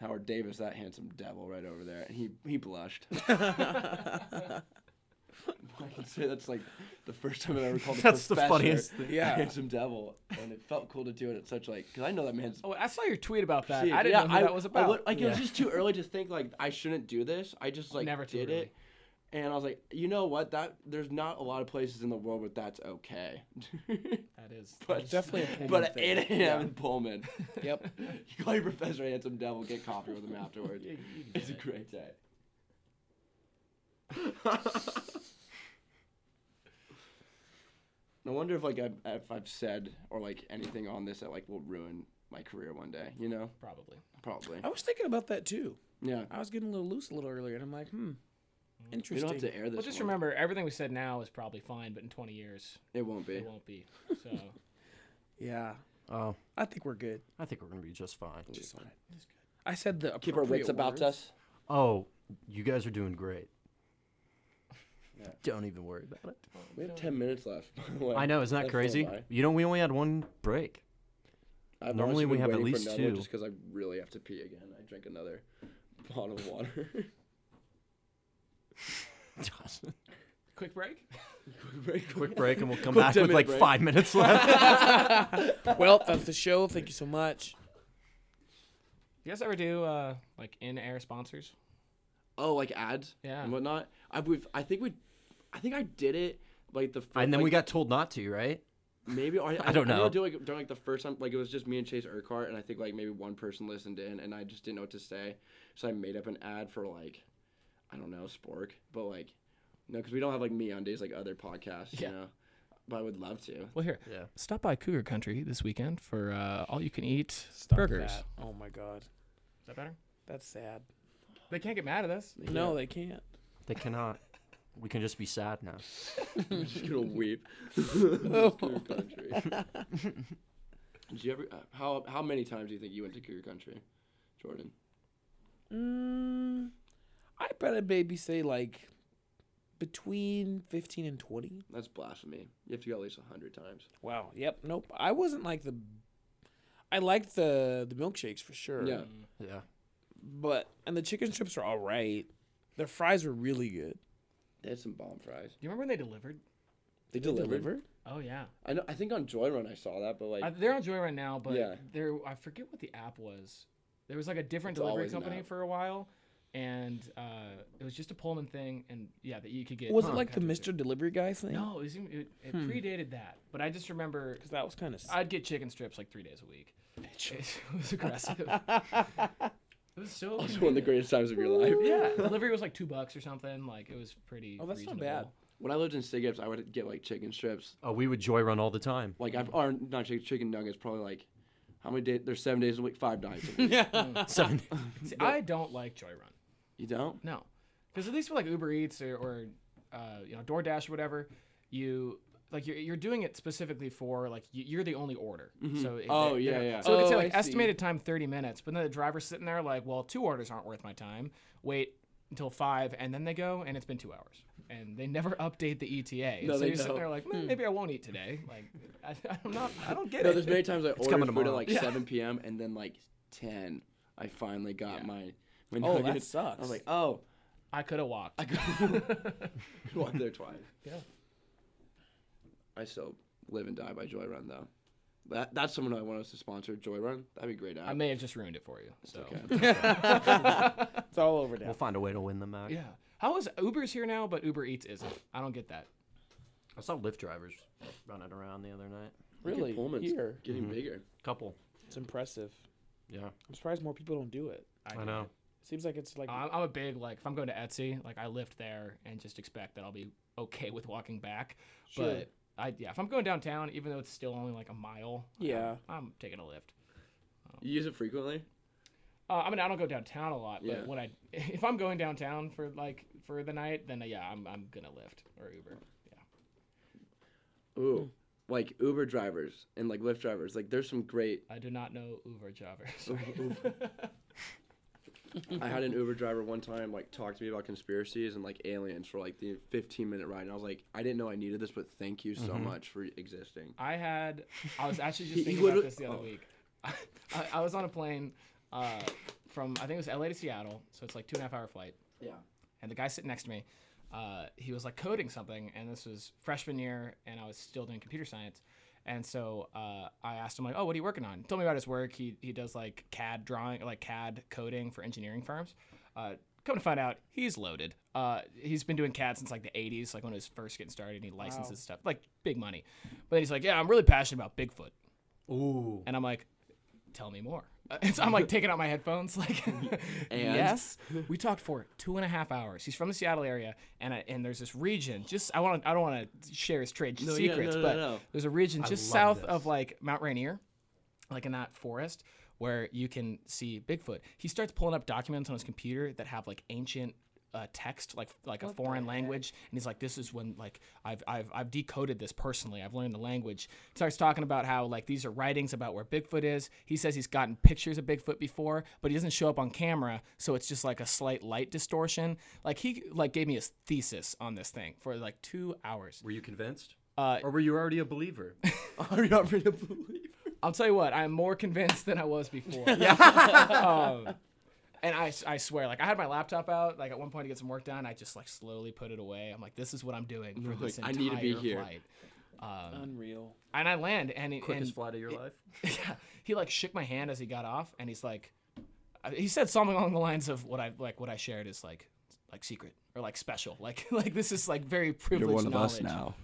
Speaker 2: Howard Davis, that handsome devil right over there, and he he blushed. I can say that's like the first time I've ever called a
Speaker 3: That's the
Speaker 2: professor
Speaker 3: funniest thing.
Speaker 2: Yeah. handsome devil, and it felt cool to do it at such like because I know that man's.
Speaker 5: Oh, I saw your tweet about that.
Speaker 2: See,
Speaker 5: I didn't
Speaker 2: yeah,
Speaker 5: know who
Speaker 2: I-
Speaker 5: that was
Speaker 2: I
Speaker 5: about.
Speaker 2: would- like it was just too early to think like I shouldn't do this. I just like
Speaker 5: Never too
Speaker 2: did
Speaker 5: early.
Speaker 2: it, and I was like, you know what? That there's not a lot of places in the world where that's okay.
Speaker 5: that is.
Speaker 2: but
Speaker 4: Definitely a Pullman
Speaker 2: but at
Speaker 4: thing.
Speaker 2: 8 a.m. in Pullman,
Speaker 4: Yep.
Speaker 2: you call your professor a handsome devil, get coffee with him afterwards. it's a great day. I wonder if like I've, if I've said or like anything on this that like will ruin my career one day. You know,
Speaker 5: Probably.
Speaker 2: probably.
Speaker 4: I was thinking about that too.
Speaker 2: Yeah.
Speaker 4: I was getting a little loose a little earlier, and I'm like, hmm,
Speaker 2: We
Speaker 4: interesting.
Speaker 2: don't have to air this.
Speaker 5: Well, just
Speaker 2: one.
Speaker 5: remember, everything we said now is probably fine, but in 20 years,
Speaker 2: It won't be.
Speaker 5: it won't be. So,
Speaker 4: Yeah,
Speaker 3: Oh,
Speaker 4: I think we're good.
Speaker 3: I think we're gonna be just fine.
Speaker 4: I said the
Speaker 2: Keep our wits
Speaker 4: appropriate
Speaker 2: about
Speaker 4: words.
Speaker 2: us.
Speaker 3: Oh, you guys are doing great. Don't even worry about it.
Speaker 2: We have ten minutes left. By the way.
Speaker 3: I know, isn't that
Speaker 2: That's
Speaker 3: crazy?
Speaker 2: flew by.
Speaker 3: You know, we only had one break.
Speaker 2: I've
Speaker 3: Normally
Speaker 2: honestly
Speaker 3: we
Speaker 2: been
Speaker 3: have at
Speaker 2: waiting for
Speaker 3: least
Speaker 2: another
Speaker 3: two.
Speaker 2: Just because I really have to pee again. I drank another bottle of water.
Speaker 5: quick break.
Speaker 3: Quick break, and we'll come back with
Speaker 2: minute
Speaker 3: like
Speaker 2: break.
Speaker 3: five minutes left.
Speaker 4: Well, that's the show. Thank you so much.
Speaker 5: You guys ever do uh, like in-air sponsors?
Speaker 2: oh, like ads.
Speaker 5: Yeah.
Speaker 2: And whatnot. I we've, I think we, I think I did it like the. First,
Speaker 3: and then we
Speaker 2: like,
Speaker 3: got told not to, right?
Speaker 2: maybe or I,
Speaker 3: I don't
Speaker 2: I
Speaker 3: know.
Speaker 2: Do like during like the first time, like it was just me and Chase Urquhart, and I think like maybe one person listened in, and I just didn't know what to say, so I made up an ad for like, I don't know, Spork, but like, no, because we don't have like me on days like other podcasts,
Speaker 5: Yeah.
Speaker 2: you know. But I would love to.
Speaker 5: Well, here.
Speaker 3: Yeah.
Speaker 5: Stop by Cougar Country this weekend for uh, all-you-can-eat burgers. Is
Speaker 4: That. Oh my god,
Speaker 5: that better?
Speaker 4: that's sad.
Speaker 5: They can't get mad at us.
Speaker 4: No, they can't.
Speaker 3: They cannot. We can just be sad now.
Speaker 2: I'm just gonna weep. Cougar Country. Did you ever? Uh, how how many times do you think you went to Cougar Country, Jordan?
Speaker 4: Mm, I bet I maybe say like between 15 and 20.
Speaker 2: That's blasphemy. You have to go at least hundred times.
Speaker 4: Wow. Yep. Nope. I wasn't like the. I liked the the milkshakes for sure.
Speaker 2: Yeah.
Speaker 3: Yeah.
Speaker 4: But and the chicken strips are all right. Their fries were really good.
Speaker 2: They had some bomb fries.
Speaker 5: Do you remember when they delivered?
Speaker 2: They, delivered.
Speaker 5: Oh yeah,
Speaker 2: I know. I think on Joy Run I saw that, but like
Speaker 5: I, they're on Joy right now, but
Speaker 2: Yeah.
Speaker 5: there I forget what the app was. There was like a different
Speaker 2: It's
Speaker 5: delivery
Speaker 2: always an
Speaker 5: company
Speaker 2: app.
Speaker 5: for a while, and uh, it was just a Pullman thing, and yeah, that you could get.
Speaker 4: Was
Speaker 5: Huh.
Speaker 4: it like the
Speaker 5: Country
Speaker 4: Mr. Delivery Guy thing?
Speaker 5: food. No, it, was, even- it, it
Speaker 4: Hmm.
Speaker 5: predated that, but I just remember
Speaker 4: Because that was kind of.
Speaker 5: I'd get chicken strips like three days a week. It was aggressive. it was
Speaker 2: It's one
Speaker 5: so.
Speaker 2: of the
Speaker 5: convenient.
Speaker 2: greatest times of your life.
Speaker 5: Yeah, delivery was like two bucks or something. Like it was pretty.
Speaker 4: Oh, that's not
Speaker 5: reasonable.
Speaker 4: bad.
Speaker 2: When I lived in Sigips, I would get like chicken strips.
Speaker 3: Oh, we would joy run all the time.
Speaker 2: Like I've or not chicken, chicken nuggets. Probably like how many days? There's seven days a week, five nights. A week.
Speaker 3: Seven.
Speaker 5: See, I don't like Joy Run.
Speaker 2: You don't?
Speaker 5: No, because at least with like Uber Eats or, or uh, you know DoorDash or whatever, you like you're, you're doing it specifically for like you, you're the only order. So it,
Speaker 2: Oh,
Speaker 5: they're-
Speaker 2: yeah,
Speaker 5: they're-
Speaker 2: yeah.
Speaker 5: So it could say
Speaker 4: Oh,
Speaker 5: like
Speaker 4: I see.
Speaker 5: estimated time thirty minutes, but then the driver's sitting there like, well, two orders aren't worth my time. Wait until five, and then they go, and it's been two hours, and they never update the E ETA.
Speaker 2: No,
Speaker 5: so
Speaker 2: they
Speaker 5: you're sitting
Speaker 2: don't. Hmm.
Speaker 5: there like, "Mm, maybe I won't eat today. Like, I, I'm not. I don't get
Speaker 2: No,
Speaker 5: it.
Speaker 2: there's many times I ordered
Speaker 3: coming
Speaker 2: food at
Speaker 3: tomorrow.
Speaker 2: like 7 p.m. and then like 10, I finally got my my
Speaker 4: Oh, that
Speaker 2: nuggets.
Speaker 4: sucks.
Speaker 2: I was like, oh,
Speaker 5: I could have walked.
Speaker 2: I walked there twice.
Speaker 5: Yeah.
Speaker 2: I still live and die by Joy Run though. That that's someone I want us to sponsor. Joy Run, that'd be a great. App.
Speaker 5: I may have just ruined it for you. So.
Speaker 4: it's all over now.
Speaker 3: We'll find a way to win them out.
Speaker 5: Yeah. How is Uber's here now, but Uber Eats isn't? I don't get that.
Speaker 3: I saw Lyft drivers running around the other night.
Speaker 2: Look at
Speaker 4: really?
Speaker 2: Pullman's
Speaker 4: Here.
Speaker 2: getting bigger.
Speaker 3: Couple.
Speaker 4: It's impressive.
Speaker 3: Yeah.
Speaker 4: I'm surprised more people don't do it.
Speaker 5: I,
Speaker 3: I
Speaker 5: do.
Speaker 3: know.
Speaker 4: Seems like it's like.
Speaker 5: I'm, I'm a big like if I'm going to Etsy, like I lift there and just expect that I'll be okay with walking back. But I yeah, if I'm going downtown, even though it's still only like a mile,
Speaker 4: yeah.
Speaker 5: I'm, I'm taking a lift.
Speaker 2: You use it frequently?
Speaker 5: Uh, I mean, I don't go downtown a lot, but
Speaker 2: Yeah.
Speaker 5: when I if I'm going downtown for like for the night, then uh, yeah, I'm I'm gonna lift or Uber. Yeah.
Speaker 2: Ooh, like Uber drivers and like Lyft drivers. Like there's some great.
Speaker 5: I do not know Uber drivers.
Speaker 2: I had an Uber driver one time like talk to me about conspiracies and like aliens for like the 15 minute ride, and I was like, I didn't know I needed this, but thank you so
Speaker 6: Mm-hmm.
Speaker 2: much for existing.
Speaker 5: I had. I was actually just
Speaker 2: He- he
Speaker 5: thinking about
Speaker 2: literally-
Speaker 5: this the other
Speaker 2: oh.
Speaker 5: week. I, I was on a plane uh, from I think it was LA to Seattle, so it's like two and a half hour flight.
Speaker 2: Yeah.
Speaker 5: And the guy sitting next to me, uh, he was like coding something, and this was freshman year, and I was still doing computer science. And so uh, I asked him like, "Oh, what are you working on?" He told me about his work. He he does like CAD drawing, like CAD coding for engineering firms. Uh, come to find out, he's loaded. Uh, he's been doing CAD since like the '80s, like when it was first getting started, and he licenses stuff, like big money. But he's like, "Yeah, I'm really passionate about Bigfoot." Ooh. And I'm like, "Tell me more." Uh, and so I'm like taking out my headphones, like, "Yes." We talked for two and a half hours. He's from the Seattle area, and I, and there's this region just I want I don't want to share his trade secrets,
Speaker 2: no,
Speaker 5: but
Speaker 2: no.
Speaker 5: there's a region just
Speaker 3: love
Speaker 5: south of like Mount Rainier, like in that forest where you can see Bigfoot. He starts pulling up documents on his computer that have like ancient uh, text, like like a foreign language, and he's like, "This is when like I've I've I've decoded this personally. I've learned the language." Starts talking about how like these are writings about where Bigfoot is. He says he's gotten pictures of Bigfoot before, but he doesn't show up on camera, so it's just like a slight light distortion. Like he like gave me his thesis on this thing for like two hours.
Speaker 9: Were you convinced? or were you already a believer?
Speaker 5: I'll tell you what, I'm more convinced than I was before. Um, and I, I swear, like I had my laptop out, like at one point to get some work done. I just like slowly put it away. I'm like, this is what I'm doing for this
Speaker 6: I
Speaker 5: entire
Speaker 6: need to be here.
Speaker 5: flight.
Speaker 4: Unreal.
Speaker 5: And I land, and, he-
Speaker 9: Quickest
Speaker 5: and-
Speaker 9: flight of your life?
Speaker 5: yeah, he like shook my hand as he got off, and he's like, I- he said something along the lines of what I like what I shared is like like secret or like special, like like this is like very privileged
Speaker 6: You're one of
Speaker 5: knowledge.
Speaker 6: us now.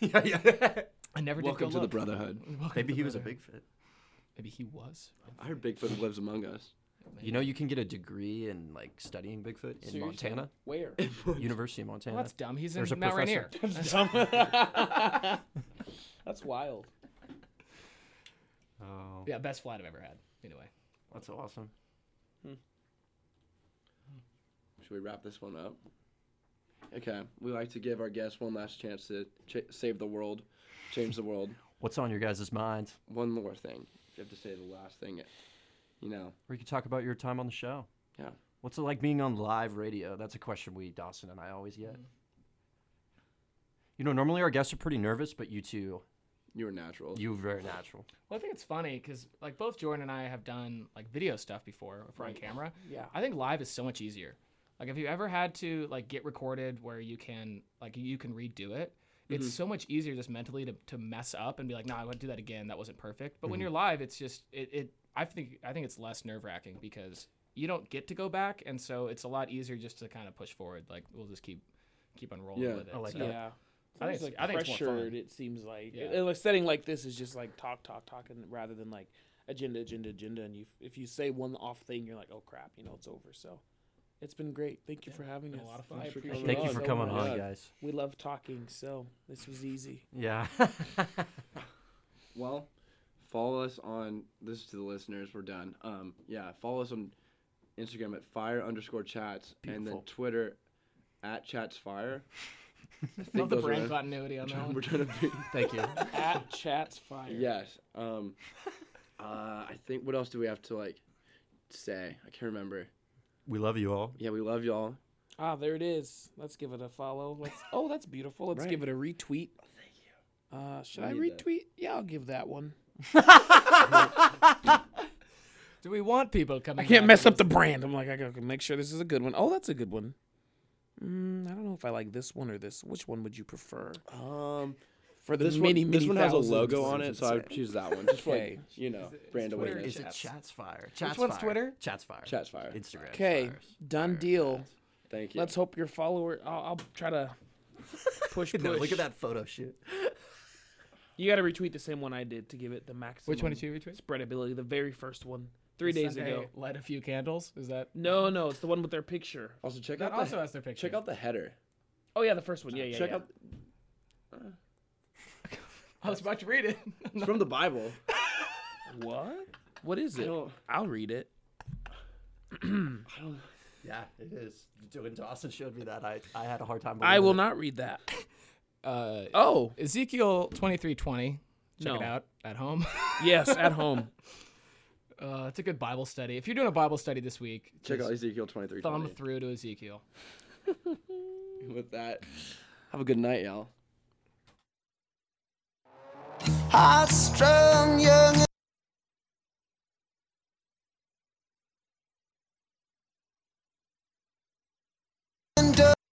Speaker 9: yeah, yeah.
Speaker 5: I never
Speaker 6: Welcome
Speaker 5: did
Speaker 6: to
Speaker 5: go
Speaker 6: the
Speaker 5: look.
Speaker 6: brotherhood.
Speaker 9: Maybe he was a Bigfoot.
Speaker 5: Maybe he was.
Speaker 6: I heard Bigfoot lives among us.
Speaker 3: You know, you can get a degree in like studying Bigfoot in Montana,
Speaker 4: Where?
Speaker 3: University of Montana.
Speaker 5: Well, that's dumb. He's in
Speaker 3: There's a
Speaker 5: Mount
Speaker 3: professor.
Speaker 5: Rainier.
Speaker 4: That's wild.
Speaker 9: Oh,
Speaker 5: yeah, best flight I've ever had. Anyway.
Speaker 3: that's awesome.
Speaker 6: Should we wrap this one up? Okay, we like to give our guests one last chance to ch- save the world, change the world.
Speaker 3: What's on your guys' minds?
Speaker 6: One more thing. If you have to say the last thing, you know.
Speaker 3: Or you can talk about your time on the show.
Speaker 6: Yeah.
Speaker 3: What's it like being on live radio? That's a question we, Dawson and I, always get. You know, normally our guests are pretty nervous, but you two,
Speaker 6: You were natural.
Speaker 3: you were very natural.
Speaker 5: Well, I think it's funny because like both Jordan and I have done like video stuff before for on camera.
Speaker 4: Yeah.
Speaker 5: I think live is so much easier. Like if you ever had to like get recorded where you can like you can redo it,
Speaker 6: Mm-hmm.
Speaker 5: it's so much easier just mentally to, to mess up and be like, no, I want to do that again. That wasn't perfect. But
Speaker 6: Mm-hmm.
Speaker 5: when you're live, it's just it, it I think I think it's less nerve wracking because you don't get to go back, and so it's a lot easier just to kind of push forward. Like we'll just keep keep on rolling
Speaker 6: Yeah,
Speaker 5: with it.
Speaker 3: I like
Speaker 5: So-
Speaker 3: that.
Speaker 4: Yeah.
Speaker 5: I think it's-
Speaker 4: It's like
Speaker 5: I think it's more fun.
Speaker 4: pressured. It seems like
Speaker 5: Yeah.
Speaker 4: In a setting like this is just like talk, talk, talk, and rather than like agenda, agenda, agenda. And you, if you say one off thing, you're like, oh crap, you know, it's over. So, it's been great. Thank you for having us.
Speaker 5: a lot of fun.
Speaker 4: I
Speaker 5: Thanks for
Speaker 4: appreciate
Speaker 3: Thank you
Speaker 4: it
Speaker 3: for
Speaker 4: so
Speaker 3: coming
Speaker 4: much.
Speaker 3: on, guys.
Speaker 4: We love talking, so this was easy.
Speaker 3: Yeah.
Speaker 6: Well, follow us on this is to the listeners. We're done. Um, yeah, follow us on Instagram at fire underscore chats and
Speaker 3: Beautiful.
Speaker 6: then Twitter at chats fire. I think
Speaker 5: Love the
Speaker 6: those are
Speaker 5: brand
Speaker 6: the-
Speaker 5: continuity on that one.
Speaker 6: We're trying to be,
Speaker 3: Thank you.
Speaker 4: At chats fire.
Speaker 6: yes. Um, uh, I think what else do we have to like say? I can't remember.
Speaker 9: we love you all.
Speaker 6: Yeah, we love y'all.
Speaker 4: Ah, there it is. Let's give it a follow. Let's. Oh, that's beautiful. Let's give it a retweet.
Speaker 5: Oh,
Speaker 4: Thank you. Uh, should I
Speaker 6: need that.
Speaker 4: retweet? Yeah, I'll give that one.
Speaker 5: Do we want people coming?
Speaker 4: I can't
Speaker 5: back?
Speaker 4: mess up the brand. I'm like, I gotta make sure this is a good one. Oh, that's a good one. Mm, I don't know if I like this one or this. Which one would you prefer?
Speaker 6: Um,
Speaker 4: For the
Speaker 6: this
Speaker 4: many,
Speaker 6: one,
Speaker 4: many
Speaker 6: this one has a
Speaker 4: thousands,
Speaker 6: logo on
Speaker 4: as
Speaker 6: it, so I would
Speaker 4: said.
Speaker 6: choose that one just for
Speaker 4: Okay.
Speaker 6: like you know brand
Speaker 5: Twitter
Speaker 6: awareness.
Speaker 3: Is it
Speaker 5: Chats.
Speaker 3: Chats Fire? Chats
Speaker 5: one's
Speaker 3: Fire.
Speaker 5: Twitter?
Speaker 3: Chats Fire.
Speaker 6: Chats fire.
Speaker 3: Instagram.
Speaker 4: Okay,
Speaker 3: Fires.
Speaker 4: done deal.
Speaker 6: Thank you.
Speaker 4: Let's hope your follower. I'll, I'll try to push. push.
Speaker 3: No, look at that photo shoot.
Speaker 4: You gotta retweet the same one I did to give it the maximum.
Speaker 5: Which one did you retweet?
Speaker 4: Spreadability, the very first one, three days ago.
Speaker 5: Sunday, Light a few candles. Is that
Speaker 4: No, no, it's the one with their picture.
Speaker 6: also check
Speaker 5: that
Speaker 6: out
Speaker 5: also
Speaker 6: the,
Speaker 5: has their picture?
Speaker 6: check out the header.
Speaker 4: Oh yeah, the first one. Yeah, yeah.
Speaker 6: check
Speaker 4: yeah.
Speaker 6: out
Speaker 5: I was about to read it.
Speaker 6: it's from the Bible.
Speaker 4: what? What is it?
Speaker 6: don't-
Speaker 4: I'll read it.
Speaker 3: Yeah, it is. When Dawson showed me that, I, I had a hard time.
Speaker 4: I will not read that.
Speaker 5: Uh,
Speaker 4: Oh,
Speaker 5: Ezekiel twenty three twenty. Check
Speaker 4: No.
Speaker 5: it out at home.
Speaker 4: yes, at home.
Speaker 5: uh, it's a good Bible study. If you're doing a Bible study this week,
Speaker 6: Check
Speaker 5: just
Speaker 6: out Ezekiel twenty three.
Speaker 5: thumb through to Ezekiel.
Speaker 6: With that, have a good night, y'all.
Speaker 10: I struggle.